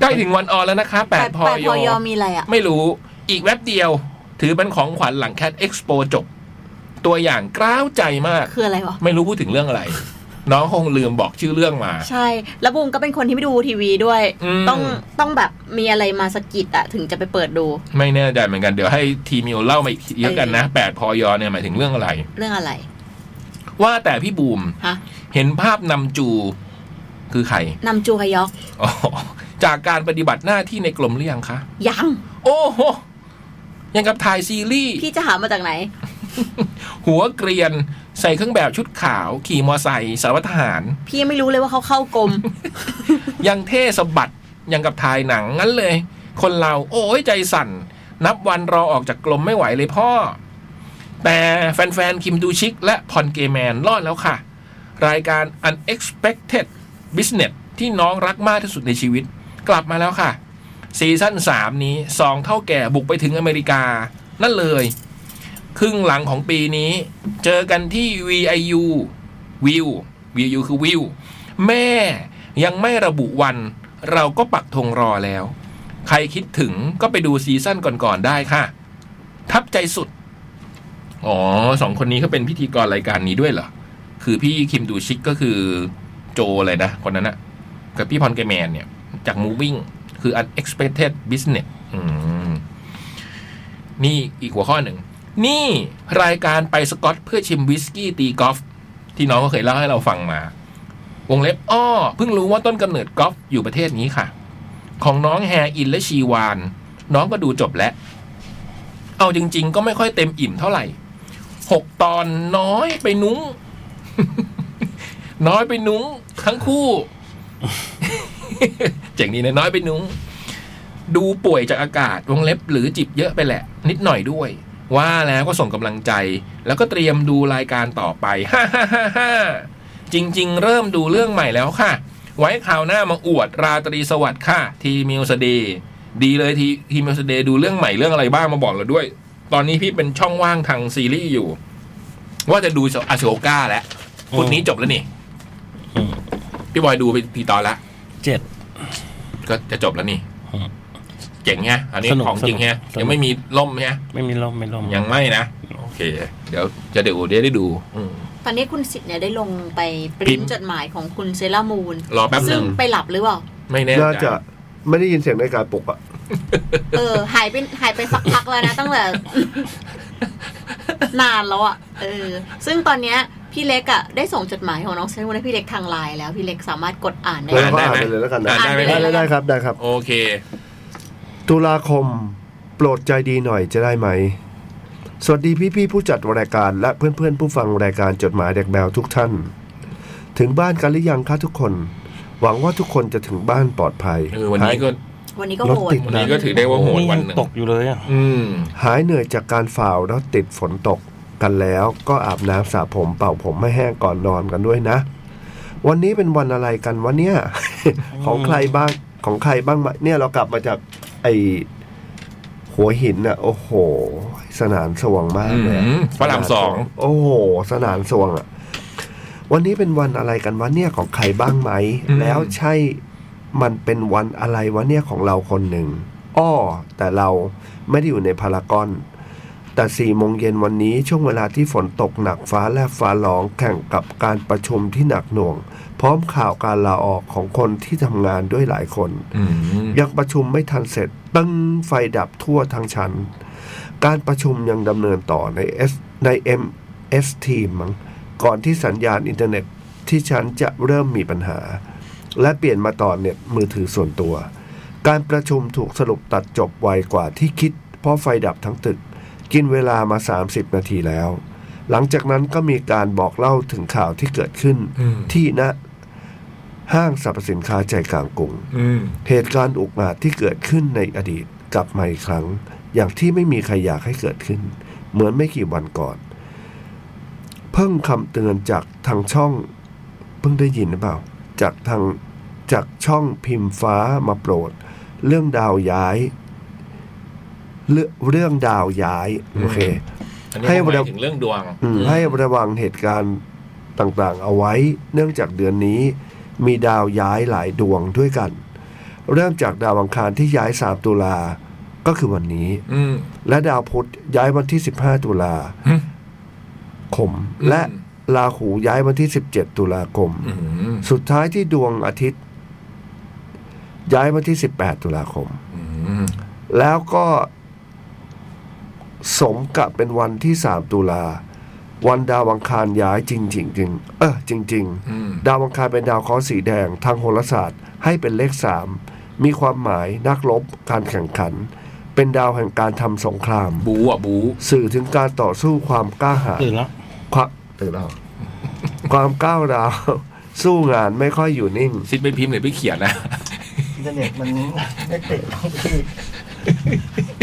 B: ใกล้ถึงวันออนแล้วนะคะแป
F: แป
B: ด
F: ด
B: พอ
F: แปดพอยย
B: อ
F: มีอะไรอ่ะ
B: ไม่รู้อีกแวบเดียว ถือเป็นของขวัญหลังแคดเอ็กซ์โปจบ ตัวอย่างกล้าวใจมาก
F: คืออะไรวะ
B: ไม่รู้พูดถึงเรื่องอะไร น้องคงลืมบอกชื่อเรื่องมา
F: ใช่ แล้วบูมก็เป็นคนที่ไม่ดูทีวีด้วย
B: อืม
F: ต้องต้องแบบมีอะไรมาสะกิดอะถึงจะไปเปิดดู
B: ไม่แน่ใจเหมือนกันเดี๋ยวให้ทีมิวเล่ามาอีกทีแล้วกันนะแปดพอยอเนี่ยหมายถึงเรื่องอะไร
F: เรื่องอะไร
B: ว่าแต่พี่บูม
F: ฮะ
B: เห็นภาพนำจูคือใคร
F: นำจูฮยอก
B: อ๋อจากการปฏิบัติหน้าที่ในกลมหรือยังคะ
F: ยัง
B: โอ้โห ยังกับถ่ายซีรีส์
F: พี่จะหามาจากไหน
B: หัวเกรียน ใส่เครื่องแบบชุดขาว ขี่มอไซค์สารวัตรทหาร
F: พี่ยังไม่รู้เลยว่าเขาเข้ากร ม
B: ยังเท่สะบัด ยังกับถ่ายหนังงั้นเลย คนเรา โอ้ยใจสั่น นับวันรอออกจากกลมไม่ไหวเลยพ่อ แต่แฟนๆ คิมดูชิก และพอนเกแมนรอดแล้วค่ะ รายการ Unexpected Business ที่น้องรักมากที่สุดในชีวิต กลับมาแล้วค่ะ ซีซั่น3 นี้สองเท่าแก่บุกไปถึงอเมริกา นั่นเลย ครึ่งหลังของปีนี้ เจอกันที่ VIU วิว VIU คือวิว แม่ยังไม่ระบุวัน เราก็ปักธงรอแล้ว ใครคิดถึงก็ไปดูซีซั่นก่อนๆได้ค่ะ ทับใจสุด อ๋อสองคนนี้เขาเป็นพิธีกรรายการนี้ด้วยเหรอ คือพี่คิมดูชิกก็คือโจอะไรนะ คนนั้นนะกับพี่พรเกแมนเนี่ย จาก Moving คือ Unexpected Business อืม นี่อีกหัวข้อหนึ่ง นี่รายการไปสกอตเพื่อชิมวิสกี้ตีกอล์ฟที่น้องก็เคยเล่าให้เราฟังมา วงเล็บอ้อเพิ่งรู้ว่าต้นกำเนิดกอล์ฟอยู่ประเทศนี้ค่ะ ของน้องแฮอินและชีวาน น้องก็ดูจบแล้ว เอาจริง ๆ ก็ไม่ค่อยเต็มอิ่มเท่าไหร่หกตอนน้อยไปนุ้ง น้อยไปนุ้งทั้งคู่ เจ๋งดีนะน้อยไปนุ้ง ดูป่วยจากอากาศวงเล็บหรือจิบเยอะไปแหละ นิดหน่อยด้วย ว่าแล้วก็ส่งกำลังใจ แล้วก็เตรียมดูรายการต่อไป ฮ่าฮ่าฮ่าฮ่าจริง ๆ เริ่มดูเรื่องใหม่แล้วค่ะ ไว้คราวหน้ามาอวดราตรีสวัสดิ์ค่ะ ทีมิวสเดย์ดีเลยทีทีมิวสเดย์ดูเรื่องใหม่เรื่องอะไรบ้างมาบอกเราด้วย ตอนนี้พี่เป็นช่องว่างทางซีรีส์อยู่ ว่าจะดูอโชก้าแล้วพุธนี้จบแล้วนี่
A: อืม
B: พี่บอยดูไปกี่ตอนละ
A: เจ็ด
B: ก็จะจบแล้วนี่
A: อืม
B: เจ๋งไงอันนี้
A: สนุก
B: ของจริงไง
A: สนุกสนุก
B: ยังไม่มีล่มไง
A: ไม่มีลมไม่ลม
B: ยังไม่นะ โอเค เดี๋ยวจะเดี๋ยวเดี๋ยวได้ดู อืม
F: ตอนนี้คุณสิทธิ์เนี่ยได้ลงไปป
B: พิ
F: ริ้
B: ม
F: น
B: พ์
F: จดหมายของคุณเซรามูน
B: รอแป๊บห
F: ซึ่
B: นึ่
F: ง
B: ง
F: ไปหลับหรือเปล่า
B: ไม่แน่
C: น่า
B: ใจ
C: จะไม่ได้ยินเสียงในาฬิการปลุกอะ
F: เออ หายไปหายไปสักพักแล้วนะ ตั้งแต่ นานแล้วอ่ะเออ ซึ่งตอนเนี้ยพี่เล็กอ่ะได้ส่งจดหมายของน้องเซรามูนให้พี่เล็กทางไลน์แล้ว พี่เล็กสามารถกดอ่านได้
C: เลยก็
B: ได้
C: อ่าน
B: ไหม
C: ไปเลยแล้วกันนะ
B: อ่านได้ไหม
C: ได้ได้ได้ครับได้ครับ
B: โอเค
C: ตุลาคมโปรดใจดีหน่อยจะได้ไหม สวัสดีพี่พี่ๆผู้จัดรายการและเพื่อนเพื่อนๆผู้ฟังรายการจดหมายเด็กแมวทุกท่าน ถึงบ้านกันหรือยังคะทุกคน หวังว่าทุกคนจะถึงบ้านปลอดภัย
B: เออวันนี้ก็
F: วันนี้ก็โห
C: ร
F: ด
C: ถติด
B: วันนี้ก็ถือได้ว่าโหด
A: นี่
B: วัน
A: ยัง
B: หนึ่ง
A: ตกอยู่เลยอ่ะ
B: อืม
C: หายเหนื่อยจากการฝ่าวแล้วติดฝนตกกันแล้วก็อาบน้ำสระผมเป่าผมให้แห้งก่อนนอนกันด้วยนะ วันนี้เป็นวันอะไรกันวะเนี่ย ของใครบ้างของใครบ้างมาเนี่ยเรากลับมาจากไอหัวหินอะโอ้โห สนานสว่างมากเลยอะ
B: อืม พระรามสอง
C: โอ้โห สนานสว่างอะวันนี้เป็นวันอะไรกันวะเนี่ยของใครบ้างไหม
B: อืม
C: แล้วใช่มันเป็นวันอะไรวะเนี่ยของเราคนหนึ่ง อ้อ แต่เราไม่ได้อยู่ในพารากอน แต่4ี่โมงเย็นวันนี้ช่วงเวลาที่ฝนตกหนักฟ้าแลบฟ้าร้องแข่งกับการประชุมที่หนักหน่วง พร้อมข่าวการลาออกของคนที่ทำงานด้วยหลายคน
B: อืม
C: ยังประชุมไม่ทันเสร็จตึ้งไฟดับทั่วทั้งชั้น การประชุมยังดำเนินต่อใน S ใน MS Team มั้งก่อนที่สัญญาณอินเทอร์เน็ตที่ชั้นจะเริ่มมีปัญหา และเปลี่ยนมาต่อเน็ตมือถือส่วนตัว การประชุมถูกสรุปตัดจบไวกว่าที่คิด เพราะไฟดับทั้งตึก กินเวลามา 30 นาทีแล้ว หลังจากนั้นก็มีการบอกเล่าถึงข่าวที่เกิดขึ้น ที่ณห้างสรรพสินค้าใจกลางกรุง
B: อืม
C: เหตุการณ์อุกอาจที่เกิดขึ้นในอดีตกลับมาอีกครั้ง อย่างที่ไม่มีใครอยากให้เกิดขึ้น เหมือนไม่กี่วันก่อน เพิ่งคำเตือนจากทางช่อง เพิ่งได้ยินหรือเปล่า จากทางจากช่องพิมพ์ฟ้ามาโปรด เรื่องดาวย้าย เรื่องเรื่องดาวย้าย โอเค
B: อันนี้
C: ให้
B: ให้
C: เรา
B: ถึงเรื่องดวง
C: อืมให้ระวังเหตุการณ์ต่างๆ เอาไว้ เนื่องจากเดือนนี้ มีดาวย้ายหลายดวงด้วยกัน เริ่มจากดาวอังคารที่ย้าย 3 ตุลา ก็คือวันนี้
B: อืม
C: และดาวพุธย้ายวันที่ 15 ตุลา
B: อืม
C: คม และ ลาหูย้ายวันที่ 17 ตุลาคม
B: อืม
C: สุดท้ายที่ดวงอาทิตย์ ย้ายวันที่ 18 ตุลาคม
B: อืม
C: แล้วก็สมกับเป็นวันที่ 3 ตุลา วันดาวอังคารย้ายจริงจริงจริงเออจริง ๆ
B: อืม
C: ดาวอังคารเป็นดาวเคราะห์สีแดงทางโหราศาสตร์ให้เป็นเลขสามมีความหมายนักรบการแข่งขัน เป็นดาวแห่งการทำสงคราม
B: บูอ่ะบู
C: สื่อถึงการต่อสู้ความกล้าหาญ
A: ตื่นแล้ว
C: ความตื่นแล้วความก้าวร้าว สู้งานไม่ค่อยอยู่นิ่ง
B: ซิดไปพิมพ์หรือไปเขียนนะ
G: อินเทอร์เน็ต มันไม่ติดพี่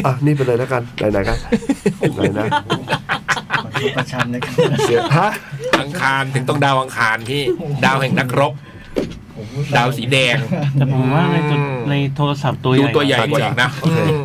C: อ่ะ นี่ไปเลยแล้วกันไหนๆกันไหนนะ
G: มันคือประชันนะครับ
C: เสียฮะ
B: อังคารถึงต้องดาวอังคารพี่ ดาวแห่งนักรบ ดาวสีแดง
A: แต่ผมว่าในตัว
B: อืม
A: ในโทรศัพท์ตัวให
B: ดู
A: ญ่
B: ตัวใหญ่กว่าอีกนะอืม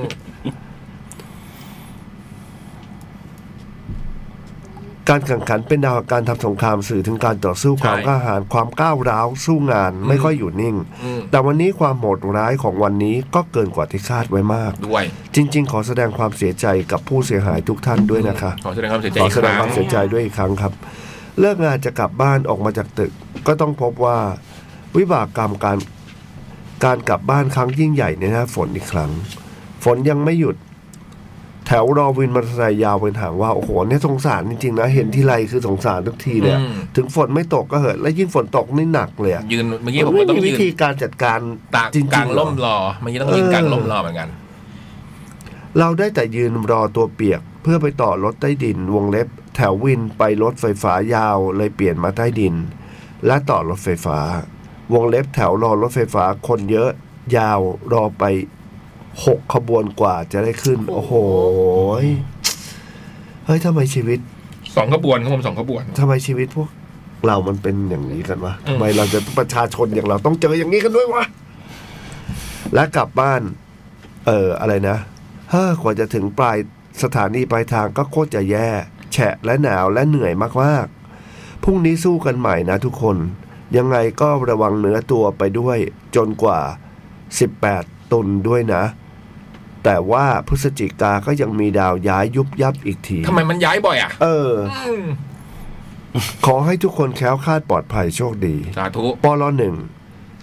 C: การแข่งขันเป็นดาวแห่งการทำสงครามสื่อถึงการต่อสู้ความกล้าหาญความก้าวร้าวสู้งานไม่ค่อยอยู่นิ่ง
B: อืม
C: แต่วันนี้ความโหดร้ายของวันนี้ก็เกินกว่าที่คาดไว้มาก
B: ด้วย
C: จริง ๆ ขอแสดงความเสียใจกับผู้เสียหายทุกท่านด้วยนะคะ
B: ขอแสดงความเสียใจ
C: ขอ
B: อีก
C: แส
B: ค
C: ดง
B: รั้ง
C: ความเสียใจด้วยอีกครั้งครับ เลิกงานจะกลับบ้านออกมาจากตึก ก็ต้องพบว่า วิบากกรรมการการกลับบ้านครั้งยิ่งใหญ่ในหน้าฝนอีกครั้ง ฝนยังไม่หยุด แถวรอวินมอเตอร์ไซค์ยาวเป็นหางว่า โอ้โหเนี่ยสงสารจริงๆนะ เห็นที่ไรคือสงสารทุกทีเลยอะ
B: อืม
C: ถึงฝนไม่ตกก็เหอะและยิ่งฝนตกนี่หนักเลยอะ
B: ยืนเมื่อกี้ผม
C: ไม่
B: ก็ต้อง
C: มีวิ
B: ยืน
C: ธีการจัดการ
B: ตาก
C: จริงๆ
B: กลางล่ม
C: เหรอ
B: รอเมื่อกี้ต้องยืนกลางล่มรอเหมือนกัน
C: เราได้แต่ยืนรอตัวเปียก เพื่อไปต่อรถใต้ดิน วงเล็บ แถววินไปรถไฟฟ้ายาวเลยเปลี่ยนมาใต้ดิน และต่อรถไฟฟ้า วงเล็บแถวรอรถไฟฟ้าคนเยอะยาวรอไปหกขบวนกว่าจะได้ขึ้น โอ้โหยเฮ้ยทำไมชีวิต
B: สองขบวนของผมสองขบวน
C: ทำไมชีวิตพวก เรามันเป็นอย่างนี้กันวะ
B: อืม
C: ทำไมเราจะประชาชนอย่างเราต้องเจออย่างนี้กันด้วยวะและกลับบ้าน เอออะไรนะเฮ้อกว่าจะถึงปลายสถานีปลายทางก็โคตรจะแย่ แฉะและหนาวและเหนื่อยมากๆพรุ่งนี้สู้กันใหม่นะทุกคน ยังไงก็ระวังเนื้อตัวไปด้วย จนกว่า 18 ตุนด้วยนะ แต่ว่าพฤศจิกาก็ยังมีดาวย้ายยุบยับอีกที
B: ทำไมมันย้ายบ่อยอ่ะ
C: เออ
B: อืม
C: ขอให้ทุกคนแคล้วคลาดปลอดภัยโชคดี
B: สาธุ
C: ปลหนึ่ง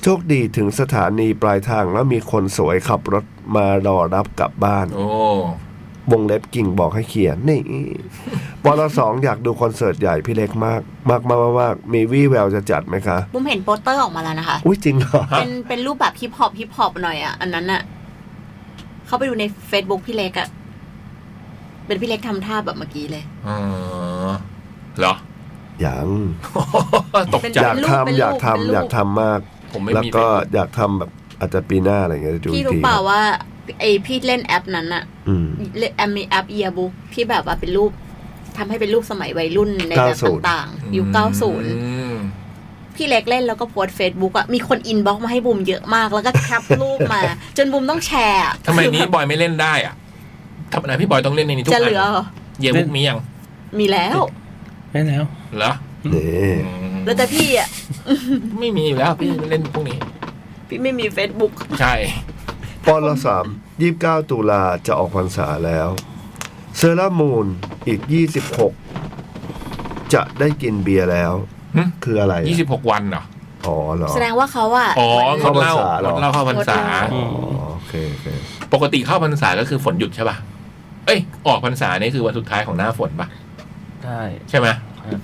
C: โชคดีถึงสถานีปลายทางแล้วมีคนสวยขับรถมารอรับกลับบ้าน
B: โอ้
C: วงเล็บกิ่งบอกให้เขียนนี่ปลสองอยากดูคอนเสิร์ตใหญ่พี่เล็กมาก มากมากมากมากมีวี่แววจะจัดไหมคะ
F: บุ้มเห็นโปสเตอร์ออกมาแล้วนะคะ
C: อุ้ยจริงเหรอ
B: ฮะ
F: เป็นเป็นรูปแบบฮิปฮอปฮิปฮอปหน่อยอ่ะ อันนั้นอ่ะ เข้าไปดูใน Facebook พี่เล็กอ่ะ เป็นพี่เล็กทำท่าแบบเมื่อกี้เลย
B: เออเห รอ
C: อย่าง
B: ตกใจ
C: อยากทำอยาก
F: เป็นรูป
C: ทำอยากทำมาก
B: ผมไม่
C: แล้ว
B: มี
C: ก็
B: เฟซบุ๊ก
C: อยากทำแบบอาจจะปีหน้าอะไรเงี้ยจะดู
F: พี่
C: อีก
F: รู้
C: ที
F: เปล่าว่าไอพี่เล่นแอปนั้นอ่ะ
C: อืม
F: เล่นแอปมีแอปเอียบุ๊กที่แบบว่าเป็นรูปทำให้เป็นรูปสมัยวัยรุ่นในแบบ
C: 90
F: ต่างๆ ยุค 90
B: อืม
F: พี่เล็กเล่นแล้วก็โพสเฟซบุ๊กอะมีคนอินบ็อกมาให้บุมเยอะมาก แล้วก็แคปรูปมา จนบุมต้องแชร์อะ
B: ทำไมนี้บอยไม่เล่นได้อ่ะทำไมพี่บอยต้องเล่นในนี้ทุก
F: จะ
B: อั
F: เหลือน เหรอ
B: เยบุกมียัง
F: มีแล้ว
A: ไม่แล้ว
B: เหรอ
C: นี่
B: อืม
F: แล้วแต่พี่อะ
B: ไม่มีอยู่แล้วพี่เล่นพวกนี้
F: พี่ไม่มีเฟซบุ๊ก
B: ใช่
C: ปลสามยี่สิบเก้าตุลาจะออกพรรษาแล้ว เซรามูนอีกยี่สิบหกจะได้กินเบียร์แล้ว
B: หึ
C: คืออะไรอะ
B: ยี่สิบหกวันเหรอ
C: อ๋อเหรอ
F: แสดงว่าเขาอะ
B: อ๋อ
F: เหมื
B: เข้า
F: อน
B: พรรษา
C: เหรอ
B: เราเข้าพรร
F: ง
B: ษา
F: ดเหล้า
C: อ๋อโอเคโอเค
B: ปกติเข้าพรรษาก็คือฝนหยุดใช่ป่ะ เอ้ย ออกพรรษานี่คือวันสุดท้ายของหน้าฝนป่ะ
A: ใช่
B: ใช่ไหม
A: ครับ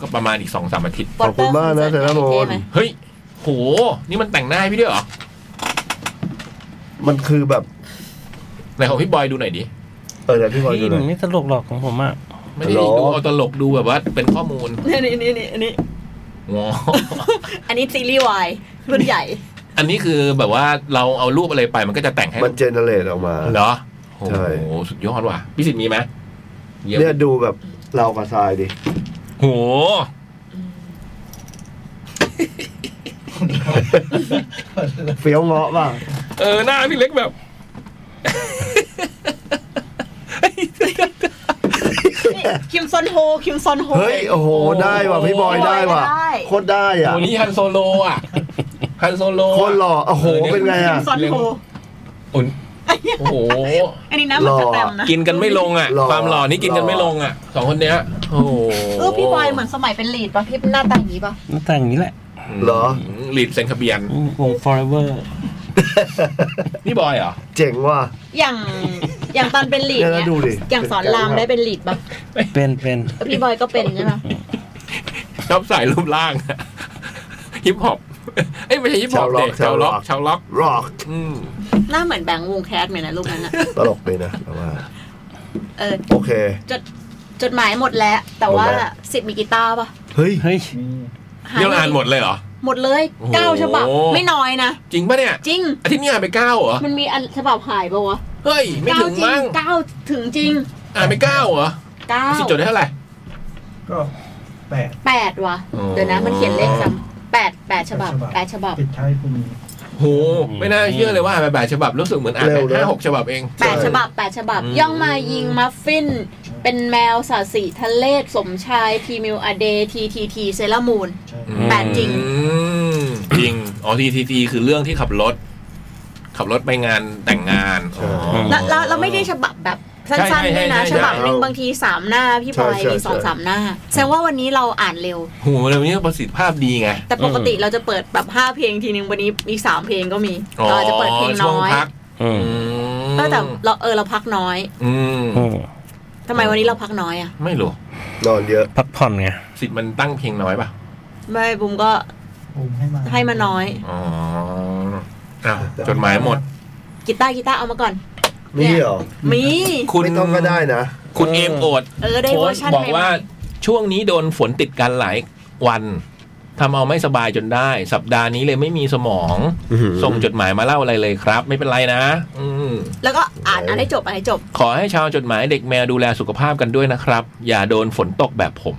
B: ก็ประมาณอีกสองสามอาทิตย์
C: ขอบคุณมากนะเซรามูน
B: เฮ้ย โห นี่มันแต่งหน้าให้พี่ด้วยเหรอ
C: มันคือแบบ
B: ไหนของพี่บอยดูหน่อยดิ
C: เออเดี๋ยวพี่บอยดู
A: พี่
C: หน่
A: มั
C: อน ย
A: ไม่ตลกหรอกของผมอ่ะ
B: ไม่ได้
C: ตลก
B: ดูเอาตลกดูแบบว่าเป็นข้อมูล
F: นี่นี่นี่นี่อันนี้
B: อ๋ อ
F: อันนี้ซีรีส์วายรุ่นใหญ่
B: อันนี้คือแบบว่าเราเอารูปอะไรไปมันก็จะแต่งให้
C: มันเจเนเรตออกมา
B: เหรอ โอ้
C: ใช่
B: โห สุดยอดว่ะ พี่สิทธิ์มีไหมเยี่ยม
C: เนี่ยดูแบบเรากับทรายดิ
B: โห
C: เฟี้ยวเงาะป่ะ
B: เออ หน้าพี่เล็กแบบ
D: คิมซอนโฮคิมซอนโฮ
C: เฮ้ย โอ้โห ได้ว่ะพี่บอยได้ว่ะ
D: ได้
C: โคตรได้อ่ะ
B: วันนี้ฮันโซโล อ่ะ ฮันโซโลอะ
C: โคตรหล่อโอ้โห
B: ดี๋ยว
C: เป็นไงอ่ะ
D: ซอนโฮ
B: อุ่น โอ้โห
I: อันนี้นะเหมันจะเต็มนะ
B: กินกันไม่ลงอ่ะ
C: หล่อ
B: ความหล่อนี่กินกันไม่ลงอ่ะสองคนเนี้ย โอ้โห
I: เออพี่บอยเหมือนสมัยเป็นลีดป่ะพี่หน้าตาอย่างนี้ป่ะ
A: หน้าตาอย่างนี้แหละ
C: เหรอ
B: หลีดเซนคาเบียน
A: วง forever
B: นี่บอยเหรอ
C: เจ๋งว่ะ
I: อย่างอย่างตอนเป็นลีด
C: แล้
I: เนี่
C: วย ดูดิ
I: อย่างสอนรามได้เป็นลีดป่ะ
A: เป็นเป็น
I: พี่บอยก็เป็นใช่ป่ะ
B: ชอบใส่รูปร่าง ฮิปฮอป เอ้ยไม่ใช่ฮิปฮอปเด็กชา
C: ชาววล็
B: ล็อ
C: อก ก
B: ชาวล็อก
C: ร็อก
B: อืม
D: หน้าเหมือนแบงค์วงแคสเหมือนนะรูปนั้นอะ
C: ตลกเลยนะแต่ว่า
D: เออ
C: โอเค
D: จดหมายหมดแล้ว แต่ว่า
C: หมดแล้ว
D: สิบมีกีตาร์ป่ะ
C: เฮ้ย
A: เฮ้ย
D: หา
B: เดี๋ยวอ่านหมดเลยเหรอ
D: หมดเลย
B: โอ้โห
D: เก้าฉบับไม่น้อยนะ
B: จริงปะเนี่ย
D: จริง
B: อาทิตย์นี้อ่านไปเก้าเหรอ
D: มันมีอันฉบับหายป่ะวะ
B: เฮ้ย ไม่
D: เก้า
B: ถึง
D: จริง
B: มั้ง
D: เก้าถึงจริง
B: อ่านไปเก้าเหรอ
D: เก้า
B: สิจดได้เท่าไหร่
G: ก็แปด
D: แปดวะ
B: อ๋อ
D: เดี๋ยวนะมันเขียนเลขซ้ำแปดแปดฉบับ
G: แปดฉบับ
D: แปดฉบับ
G: ปิดท้ายคุณ
B: โห ไม่น่าเชื่อเลยว่าอ่านไปแปดฉบับรู้สึกเหมือนอ่านไป
C: เร็วนะ
B: ห้าหกฉบับเอง
D: แปดฉบับแปดฉบับ
B: อืม
D: ย่องมายิงมัฟฟิน เป็นแมวสาสีทะเลศสมชายพีมิวอเดทีทีทีเซรามูน
G: ใช่
B: อืม
D: แปดจริง
B: จริง อ๋อทีทีทีคือเรื่องที่ขับรถ ขับรถไปงานแต่งงานอ๋อ
D: แล้วแล้วแล้วไม่ได้ฉบับแบบ
B: ใช่
D: สั้นๆ
B: ใช่
D: ด้วยนะ
B: ใช่
D: ฉบับหนึ่งบางทีสามหน้าพี่บอย
C: ใช่ใช่
D: มีสอง
C: ใช่
D: สามหน้า แสดงว่าวันนี้เราอ่านเร็ว
B: โหเรื่องนี้ประสิทธิภาพดีไง
D: แต่ปกติเราจะเปิดแบบห้าเพลงทีนึงวันนี้มีสามเพลงก็มี
B: อ๋อ
D: เราอาจจะเปิดเพลง
B: ช่ว
D: น้อย
B: พัก
A: อืม
D: เออแต่เราเออเราพักน้อย
B: อืม
A: อืม
D: ทำไมวันนี้เราพักน้อยอ่ะ
B: ไม่รู้
C: นอนเยอะ
A: พักผ่อนไง
B: สิทธิ์มันตั้งเพลงน้อยป่ะ
D: ไม่บุมก็
G: ผมให้มา
D: ให้มาน้อย
B: อ๋ออ้าวจดหมายหมด
D: กีตาร์กีตาร์เอามาก่อน
C: นี่เหรอ
D: มี
B: คุณ
C: ไม่ต้องก็ได้นะ
B: คุณเอมโอด
D: เออได้
B: โพ
D: เวอ
B: ส
D: ร์
B: ต์
D: ชัน
B: บอกว่าช่วงนี้โดนฝนติดกันหลายวันทำเอาไม่สบายจนได้ สัปดาห์นี้เลยไม่มีสมอง
C: อื้อหือ
B: ส่งจดหมายมาเล่าอะไรเลยครับ ไม่เป็นไรนะ อืม
D: แล้วก็อ่านอ่านให้จบอ่านให้จบ
B: ขอให้ชาวจดหมายเด็กแมวดูแลสุขภาพกันด้วยนะครับ อย่าโดนฝนตกแบบผม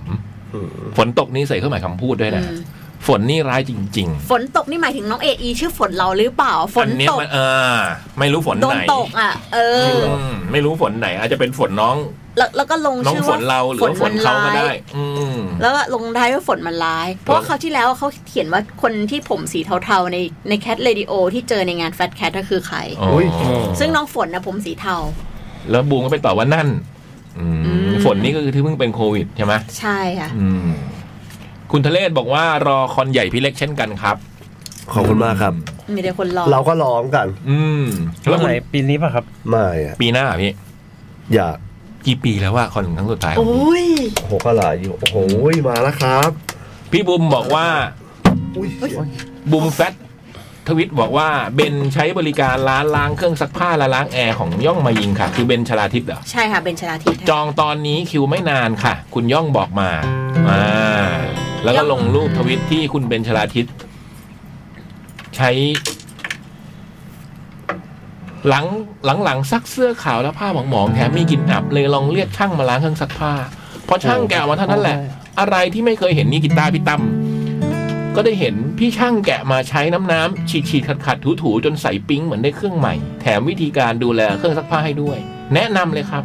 C: อืม
B: ฝนตกนี่ใส่เครื่องหมายคำพูดด้วยนะ
D: อืม
B: ฝนนี่ร้ายจริง
D: ฝนตกนี่หมายถึงน้องเออีชื่อฝนเราหรือเปล่า
B: ๆ
D: ฝ
B: ฝน
D: น
B: เนี้ย
D: ตก
B: มันเออไม่รู้ฝน
D: โด
B: ไห
D: น
B: น
D: ตกอ่ะ เอ
B: อื
D: อ
B: มไม่รู้ฝนไหน อาจจะเป็นฝนน้อง
D: แล้วแล้วก็ลง
B: น้อง
D: ชื่อ
B: ฝ
D: ว่าน
B: เราหรือว่าฝนเขาก็ได้ อืม
D: แล้วก็ลงท้ายว่าฝนมันร้าย เพราะว่าคราวที่แล้วเขาเขียนว่าคนที่ผมสีเทาๆในในแคทเรดิโอที่เจอในงานแฟตแคทก็คือใคร
C: อุ๊ย
D: ซึ่งน้องฝนนะผมสีเทา
B: แล้วบูมก็ไปตอบว่านั่น อืม
D: อืม
B: ฝนนี่ก็คือที่เพิ่งเป็นโควิดใช่ไหม
D: ใช่ค่ะ
B: อืม คุณทะเลศบอกว่ารอคอนใหญ่พี่เล็กเช่นกันครับ
C: ขอบคุณมากครับ
D: มีแต่คนรอ
C: เราก็ร้องกัน
B: อืม
A: แล้
B: แล้ว ว
A: ไห
B: คุ
A: น
B: ณ
A: ปีนี้ป่ะครับ
C: ไม่อะ
B: ปีหน้าเหรอพี่
C: อยาก
B: กี่ปีแล้วว่าคอนครั้งสุดท้ายข
D: โอ
B: องบูม้
D: ย
C: โอ้โหก็หลายอยู่ โอ้โหมาแล้วครับ
B: พี่บูมบอกว่า
C: อุ้ย
B: บูมแฟตทวิตบอกว่าเบนใช้บริการร้านล้างเครื่องซักผ้าและล้างแอร์ของย่องมายิงค่ะ คือเบนชลาทิพย์เหรอ
D: ใช่ค่ะเป็นชลาทิศ
B: จองตอนนี้คิวไม่นานค่ะ คุณย่องบอกมาอ่าแล้วก็ลงรูปทวิตที่คุณเบนชลาทิศใช้หลังหลังหลังซักเสื้อขาวและผ้าหมองๆแถมมีกลิ่นอับเลยลองเรียกช่างมาล้างเครื่องซักผ้าพอช่างแกะออกมาเท่านั้นแหละ อะไรที่ไม่เคยเห็นนี่กีตาร์พี่ตั้มก็ได้เห็นพี่ช่างแกะมาใช้น้ำน้ำฉีดฉีดขัดขัดถูถูๆจนใสปิ๊งเหมือนได้เครื่องใหม่ แถมวิธีการดูแลเครื่องซักผ้าให้ด้วย แนะนำเลยครับ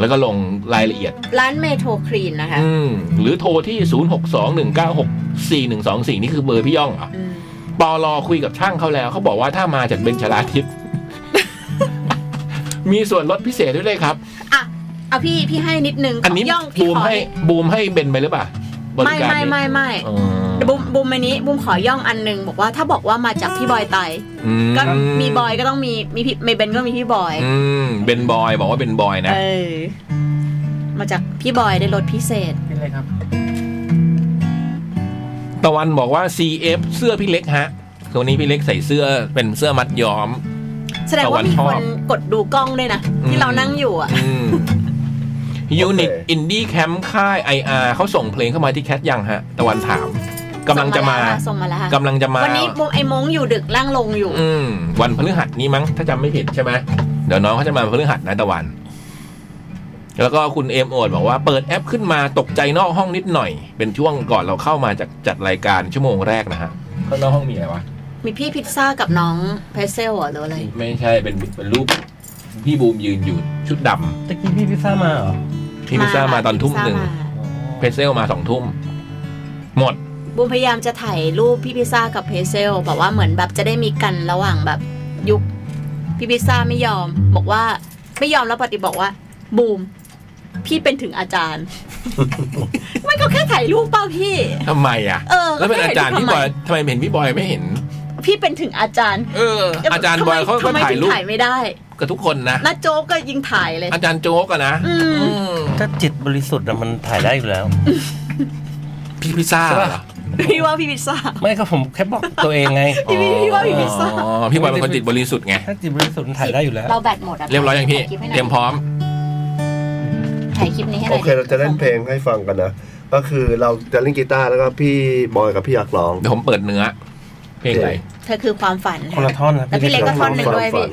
B: แล้วก็ลงรายละเอียด
D: ร้านเมโทรคลีนนะคะ
B: อืม หรือโทรที่ 0621964124 นี่คือเบอร์พี่ย่องเหรอ่ะ
D: อืม
B: ปอลอคุยกับช่างเขาแล้ว เขาบอกว่าถ้ามาจากเบญชลาทิพย์ มีส่วนลดพิเศษด้วยเลยครับ
D: อ่ะเอาพี่พี่ให้นิดนึง
B: อันนี้
D: ย่องพี่
B: บูม
D: ขอ
B: ให้บูมให้เบนไปหรือเปล่าบริ
D: ไม่
B: การ
D: ไม่ไม่ไม่
B: อ๋อ
D: บุมบุมอันนี้บุมขอย่องอันหนึงบอกว่าถ้าบอกว่ามาจากพี่บอยไต
B: อื
D: ก็มีบอยก็ต้องมีมีพี่ไม่เบนก็มีพี่บอย
B: อืมเบนบอยบอกว่าเบนบอยนะ
D: เออ มาจากพี่บอยได้รถพิเศษ
G: เป็นไรครับ
B: ตะวันบอกว่า CF เสื้อพี่เล็กฮะคนนี้พี่เล็กใส่เสื้อเป็นเสื้อมัดย้อม
D: แสดงว่ามี
B: ตะ
D: ค
B: วันชอน บ
D: กดดูกล้องด้วยนะ ที่เรานั่งอยู่อ่ะ
B: ยูนิตอินดี้แคมป์ค่าย IR เขาส่งเพลงเข้ามาที่แคทยังฮะ ตะวันถามกำลังจะมา
D: ส่งมาแล้วค่ะ
B: กำลังจะมา
D: วันนี้มงไอ้มงอยู่ดึกล่างลงอยู่
B: อืม วันพฤหัสนี้มั้ง ถ้าจำไม่ผิดใช่ไหมเดี๋ยวน้องเขาจะมาพฤหัสนะตะวัน แล้วก็คุณเอมโอดบอกว่าเปิดแอปขึ้นมาตกใจนอกห้องนิดหน่อย เป็นช่วงก่อนเราเข้ามาจากจัดรายการชั่วโมงแรกนะฮะข้างนอกห้องมีอะไรวะ
D: มีพี่พิซซ่ากับน้องเพรสเซลเหรอหรืออะไร
B: ไม่ใช่เป็นเป็นรูปพี่บูมยืนอยู่ชุดด
A: ตะกี้พี่พิซซ่ามาเหรอ
B: ำพี่พิซซ่ามาตอนทุ่มหนึ่ง เพเซลมาสองทุ่ม หมด
D: บูมพยายามจะถ่ายรูปพี่พิซซ่ากับเพเซลแบบว่าเหมือนแบบจะได้มีกันระหว่างแบบยุค
F: พี่พิซซ่าไม่ยอม บอกว่าไม่ยอมแล้วปฏิบอกว่า บูม พี่เป็นถึงอาจารย์ มันก็แค่ถ่ายรูปเปล่าพี่
B: ทำไมอ่ะ
F: เออ
B: แล้วเป็นอาจารย์พี่บอยทำไมเห็นพี่บอยไม่เห็น
F: พี่เป็นถึงอาจารย์
B: เออ อาจารย์บอยเขา
F: ทำ
B: ก็
F: ไม
B: ถ่าย
F: ถึง
B: รูป
F: ถ่ายไม่ได้
B: กับทุกคนนะ
F: น้าโจ๊กก็ยิงถ่ายเลย
B: อาจารย์โจ๊กอะนะ
F: อืม
B: อืม
A: ถ้าจิตบริสุทธิ์อะมันถ่ายได้อยู่แล้ว
B: พี่พิซซ่าเหรอ
F: พี่ว่าพี่พิซซ่า
A: ไม่ก็ผมแค่บอกตัวเอง ไง
F: พี่พี่พี่ว่าพี่พิซซ่า
B: อ๋อพี่บอยเป็นคนจิตบริสุทธิ์ไง
A: ถ้าจิตบริสุทธิ์มันถ่ายได้อยู่แล้ว
F: เราแบตหมดอะ
B: เรียบร้อยอย่างพี่
F: ถ่คลิปให้หน่
B: เตรียมพร้อม
F: ถ่ายคลิปนี้ให้ห
C: โอ
F: น่อย
C: เคเราจะเล่นเพลงให้ฟังกันนะ ก็คือเราจะเล่นกีตาร์แล้วก็พี่บอยกับพี่ยักษ์ร้อง
B: เดี๋ยวผมเปิดเนื้อ เพลงอะไร
F: เธอคือความฝัน
A: คนละท่อนนะ
F: แล้วพี่เล็กก็ท่อนหนึ่งด้วยพี่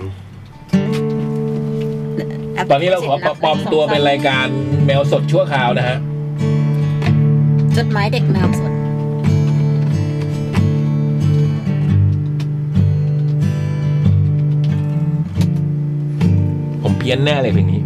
B: ตอนนี้เราขอปลอมตัวเป็นรายการแมวสดชั่วคราวนะฮะ
F: จดหมายเด็กแมวสด
B: ผมเพี้ยนแน่เลยเพลงนี้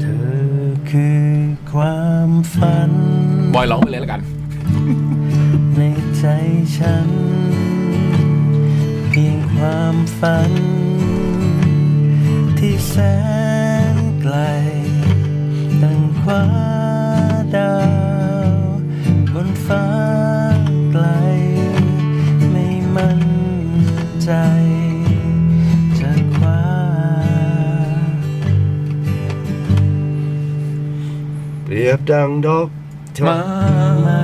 A: เธอคือความฝัน
B: บอยร้องไปเลยแล้วกัน
A: ในใจฉัน เพียงความฝัน ที่แสนไกลตั้งคว้าดาว บนฟ้าไกล ไม่มั่นใจ จะคว้า
C: เปรียบดังดอก
A: ไมาไม้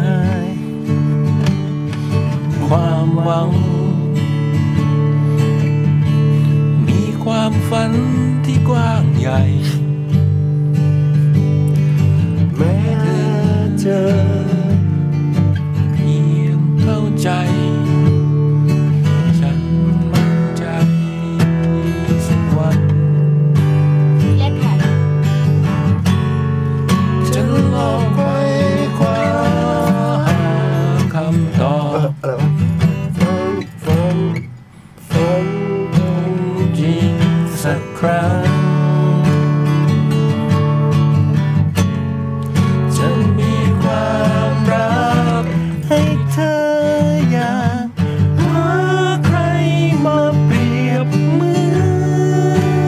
A: ความหวัง มีความฝันที่กว้างใหญ่ แม้เธอเจอ เพียงเข้าใจ ฉันมั่นใจสักวัน
F: เล่นค่ะ
A: ฉันลองไปคว้าหาคำตอบ
C: อะไรวะ
A: ฝันฝันจริงสักครั้งจะมีความรัก ให้เธออย่างหาใครมาเปรียบเหมือน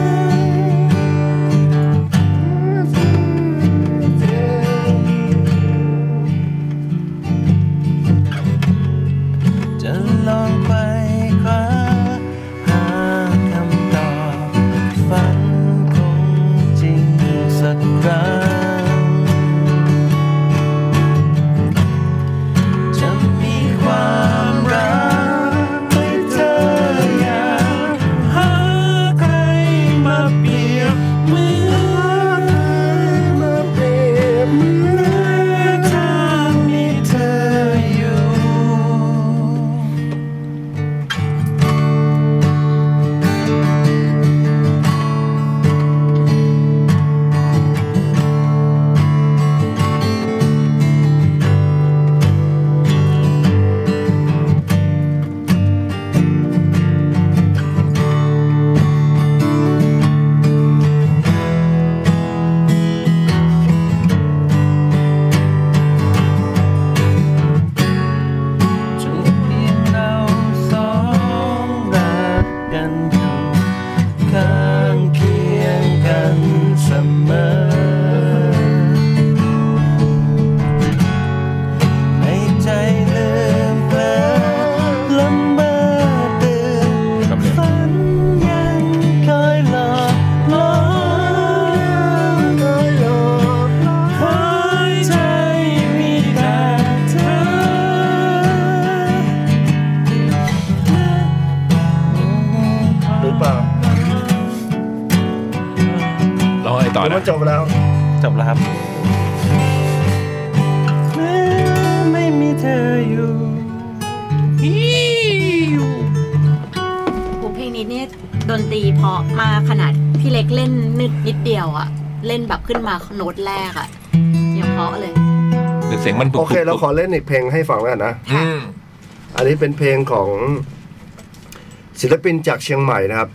A: จะลองไปคว้าหาคำตอบฝันคงจริงสักครั้ง จะมีความรักให้เธออย่าหาใครมาเปรียบเหมือนมาเปรียบเหมือนถ้ามีเธออยู่ จนเพียงเราสองรักกันอยู่ข้างเคียงกันเสมอ ในใจลืมเผลอละเมอตื่นฝันยังคอยหลอกหลอนคอยหลอกหลอนหายใจมีแต่เธอ
C: หรือเปล่า
B: ร้องอะไรต่อ
C: หรือ
B: นะ
C: ว่าจบแล้ว
A: จบแล้วครับแม้ไม่มีเธออยู่
F: โอ้เพลงนี้เนี่ยดนตรีเพราะมากขนาดพี่เล็กเล่นนิดนิดเดียวอะเล่นแบบขึ้นมาโน้ตแรกอะอย่างเพราะเลย
B: หรือเสียงมันปุก
C: โอ
B: ปุก
C: เค เราขอเล่นอีกเพลงให้ฟังแล้วกันนะ
B: อืม
C: อันนี้เป็นเพลงของศิลปินจากเชียงใหม่นะครับ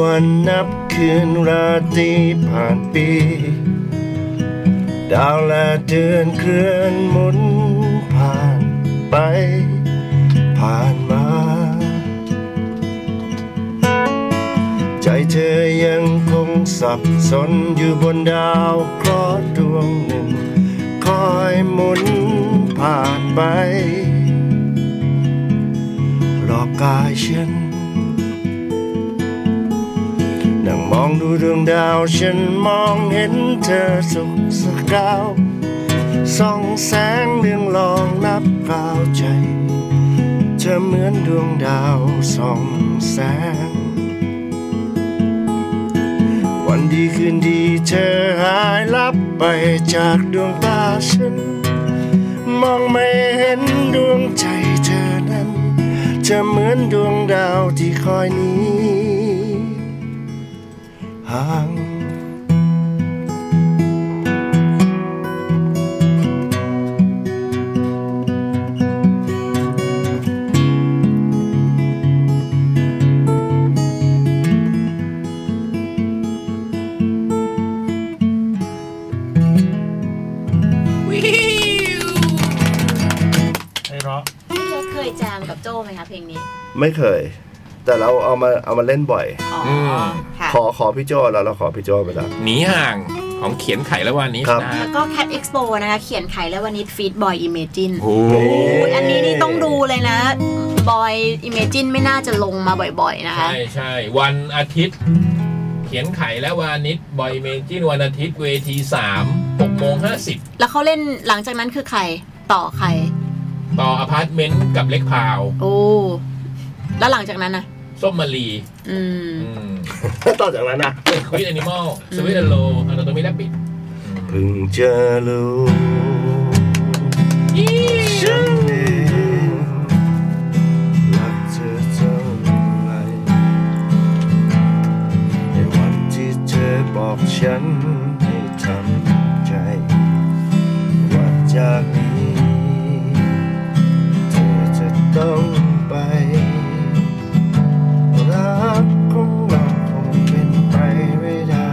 C: วันนับคืนราตรีผ่านปี ดาวและเดือนเคลื่อนหมุนผ่านไป ผ่านมา ใจเธอยังคงสับสนอยู่บนดาวเคราะห์ดวงหนึ่ง คอยหมุนผ่านไป รอบกายฉัน นั่งมองดูดวงดาวฉันมองเห็นเธอสุขสักดาวส่องแสงเรืองลองนับกล่าวใจ เธอเหมือนดวงดาวส่องแสง วันดีคืนดีเธอหายลับไปจากดวงตาฉัน มองไม่เห็นดวงใจเธอนั้น เธอเหมือนดวงดาวที่คอยหนี้ ห่าง
G: ไพเราะ
D: เจ๊เคยแจมกับโจ้ไหมคะเพลงนี้
C: ไม่เคย แต่เราเอามาเอามาเล่นบ่อย
D: อ๋ออ
B: ม
D: ค่ะ
C: ขอขอพี่โจแล้วเราขอพี่โจไปแล้ว
B: หนีห่างของเขียนไขและวานิช
C: ครับ
B: นะ
D: แล้วก็ Cat Expo นะคะเขียนไขและวันนี้ฟีดบอยอิเมจิน
B: โอ้โห
D: โอ้ยอันนี้นี่ต้องดูเลยนะ บอยอิเมจินไม่น่าจะลงมาบ่อยๆนะคะ
B: ใช่ใช่วันอาทิตย์ เขียนไขและวานิชบอยเมจินวันอาทิตย์เวทีสามหกโมงห้าสิบ
D: แล้วเขาเล่นหลังจากนั้นคือใคร ต่อใคร
B: ต่ออพาร์ตเมนต์กับเล็กพาว
D: โอ้ แล้วหลังจากนั้นนะ
B: ส้มมะลี
D: อืม
B: อืม
C: ต่อจากนั้นนะ
B: ควิดแอนิมอลสวิตโลอันนั้นตรงนี้แลปิด
C: เพิ่งเจอรู้
B: ยี่
C: ฉันเองรักเธอเท่าไหรในวันที่เธอบอกฉันให้ทำใจ ว่าจากนี้เธอจะต้องไป รักของเราคงเป็นไปไม่ได้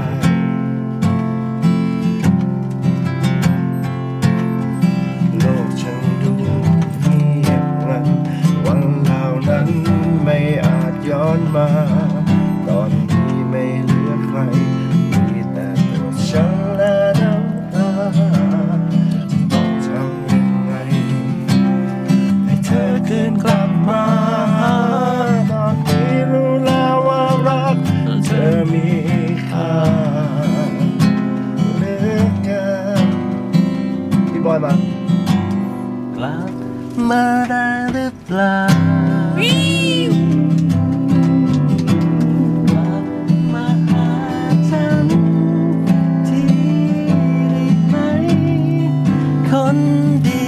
C: โลกช่างดูเงียบงัน วันเหล่านั้นไม่อาจย้อนมา ตอนนี้ไม่เหลือใคร มีแต่ตัวฉันและน้ำตาต้องทำยังไง ให้เธอคืนกลับมา ตอนนี้รู้แล้วว่ารัก เธอมีค่าเหลือเกินพี่บอยมา
J: กลับมาได้หรือเปล่า
A: คนดี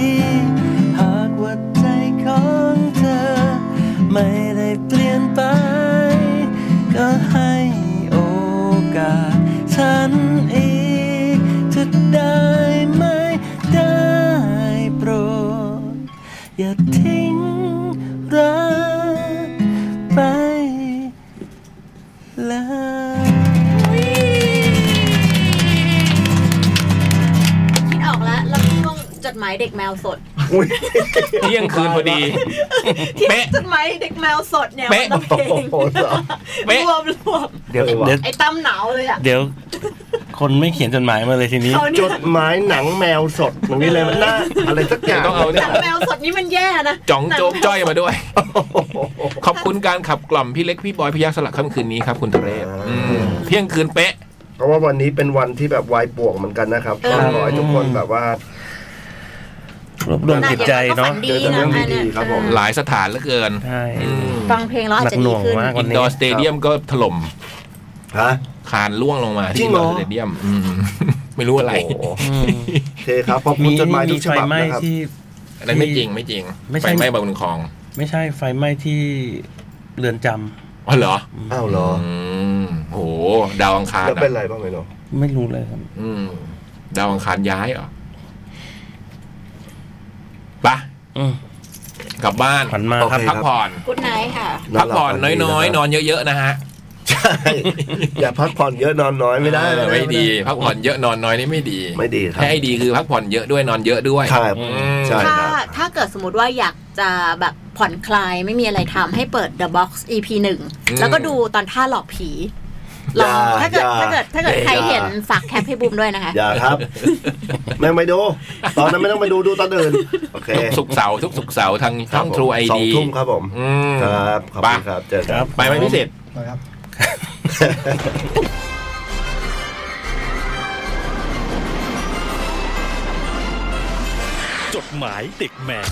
A: หากว่าใจของเธอ ไม่ได้เปลี่ยนไป ก็ให้โอกาสฉันอีกจะได้ไหมได้โปรด อย่าทิ้งรักไปแล้ว
D: คิดออกแล้วแล้วช่วงจดหมายเด็กแมวสด
B: เที่ยงคืนพอดี
K: ที่
B: เป๊ะ
K: จดหมายเด็กแมวสดเนี่ย
B: เป๊ะ
K: มันต้องเพลง
B: เป๊ะ
K: รวมรวม
C: เดี๋ยว
J: เดี๋ยว
K: ไอ้ตั้มหนาวเลยอ่ะ
J: เดี๋ยว คนไม่เขียนจดหมายมาเลยทีนี้
K: เขา
C: จ
K: เนี่ย
C: ดหมายหนังแมวสดตรงนี้เลยมันน่าอะไรสักอย่าง
B: ต้องเอา
K: หนังแมวสดนี่มันแย่นะ
B: จ่องโจ๊กจ้อยมาด้วย
C: โอ้โห
B: ขอบคุณการขับกล่อมพี่เล็กพี่บอยพี่ยักษ์สลักค่ำคืนนี้ครับคุณทะเรศ
C: อ่า
B: อืมเที่ยงคืนเป๊ะ
C: เพราะว่าวันนี้เป็นวันที่แบบวายป่วงเหมือนกันนะครับก็ขอให้ทุกคนแบบว่า
J: รวบรวมจิตใจเนาะ
D: หนังอย่างนั้นก็ฝันดีนะอันเนี้ย
C: ครับผม
B: หลายสถานเหลือเกิน
J: ใช่
D: ฟังเพลงแล้วอาจ
J: หนัก
D: จะ
J: ห
D: ดี
J: น่วง
D: ขึ้น
J: มาก
B: อิ
J: วัน
B: น
J: นี้
B: ดอร์สเตเดียมก็ถล่ม
C: ฮะ
B: คานล่วงลงมา
C: จริ
B: ที่
C: ง
B: อิน
C: เหร
B: ดอ
C: อ
B: ร์สเตเดียมอืมไม่รู้อะไร
C: โอ้โห
J: อืม
C: โอเคครับขอบคุณ
J: มี
C: จดหมายทุ
J: มี
C: กฉ
J: ไฟ
C: บับ
J: ไหม้
C: นะครับ
J: ที่
B: อันนั้นไม่จริงไม่จริง
J: ไม่ใช่
B: ไฟไหม้บนคลอง
J: ไม่ใช่ไฟไหม้ที่เรือนจำ
B: อ๋อเหรอ
C: อ้าวเหรอ
B: อืมโอ้โหดาวอังคาร
C: แล้ว
B: อะ
C: เป็นไรบ้างไหมเนาะ
J: ไม่รู้เลยครับ
B: อืมดาวอังคารย้ายเหรอไปะ
J: อืม
B: กลับบ้าน
J: ขวัญมาครับ
B: พักผ่อน
D: Good night ค่ะ
B: พักผ่อน
C: หลับฝัดี
B: น้อยๆ
C: ะคน รั
B: อ
C: บ
B: นเยอะๆนะฮะ
C: ใช ช่ อย่าพักผ่อนเยอะนอนน้อยไม่ได้
B: เออไม่ดีพักผ่อนเยอะนอนน้อยนี่ไม่ดี
C: ไม่ดีครับ
B: ให้ดีคือพักผ่อนเยอะด้วยนอนเยอะด้วย
C: ครับ
B: อืม
C: ใช่
D: ถ้า
C: ครับ
D: ถ้าเกิดสมมติว่าอยากจะแบบผ่อนคลายไม่มีอะไรทำให้เปิด The Box EP หนึ่งแล้วก็ดูตอนท่าหลอกผีลอง
C: อย่
D: ถ้าเกิด
C: อย่
D: ถ้าเกิดถ้าเกิดใคร
C: อย่
D: เห็นฝากแคปให้บูมด้วยนะคะ
C: อย่า ครับ ไม่ไม่ดู ตอนนั้นไม่ต้องไปดูดูตอนอื่นโอเค
B: ทุกสุกร์เสาร์ทุกสุกร์เสาร์ทางช่องทรูไอ
C: สอง
B: ดี
C: ทุ่มครับผมครับขอบคุณครับเจอกัน
B: ไปไหมพิเศษ
G: นะครับ
A: จดหมายเด็กแมว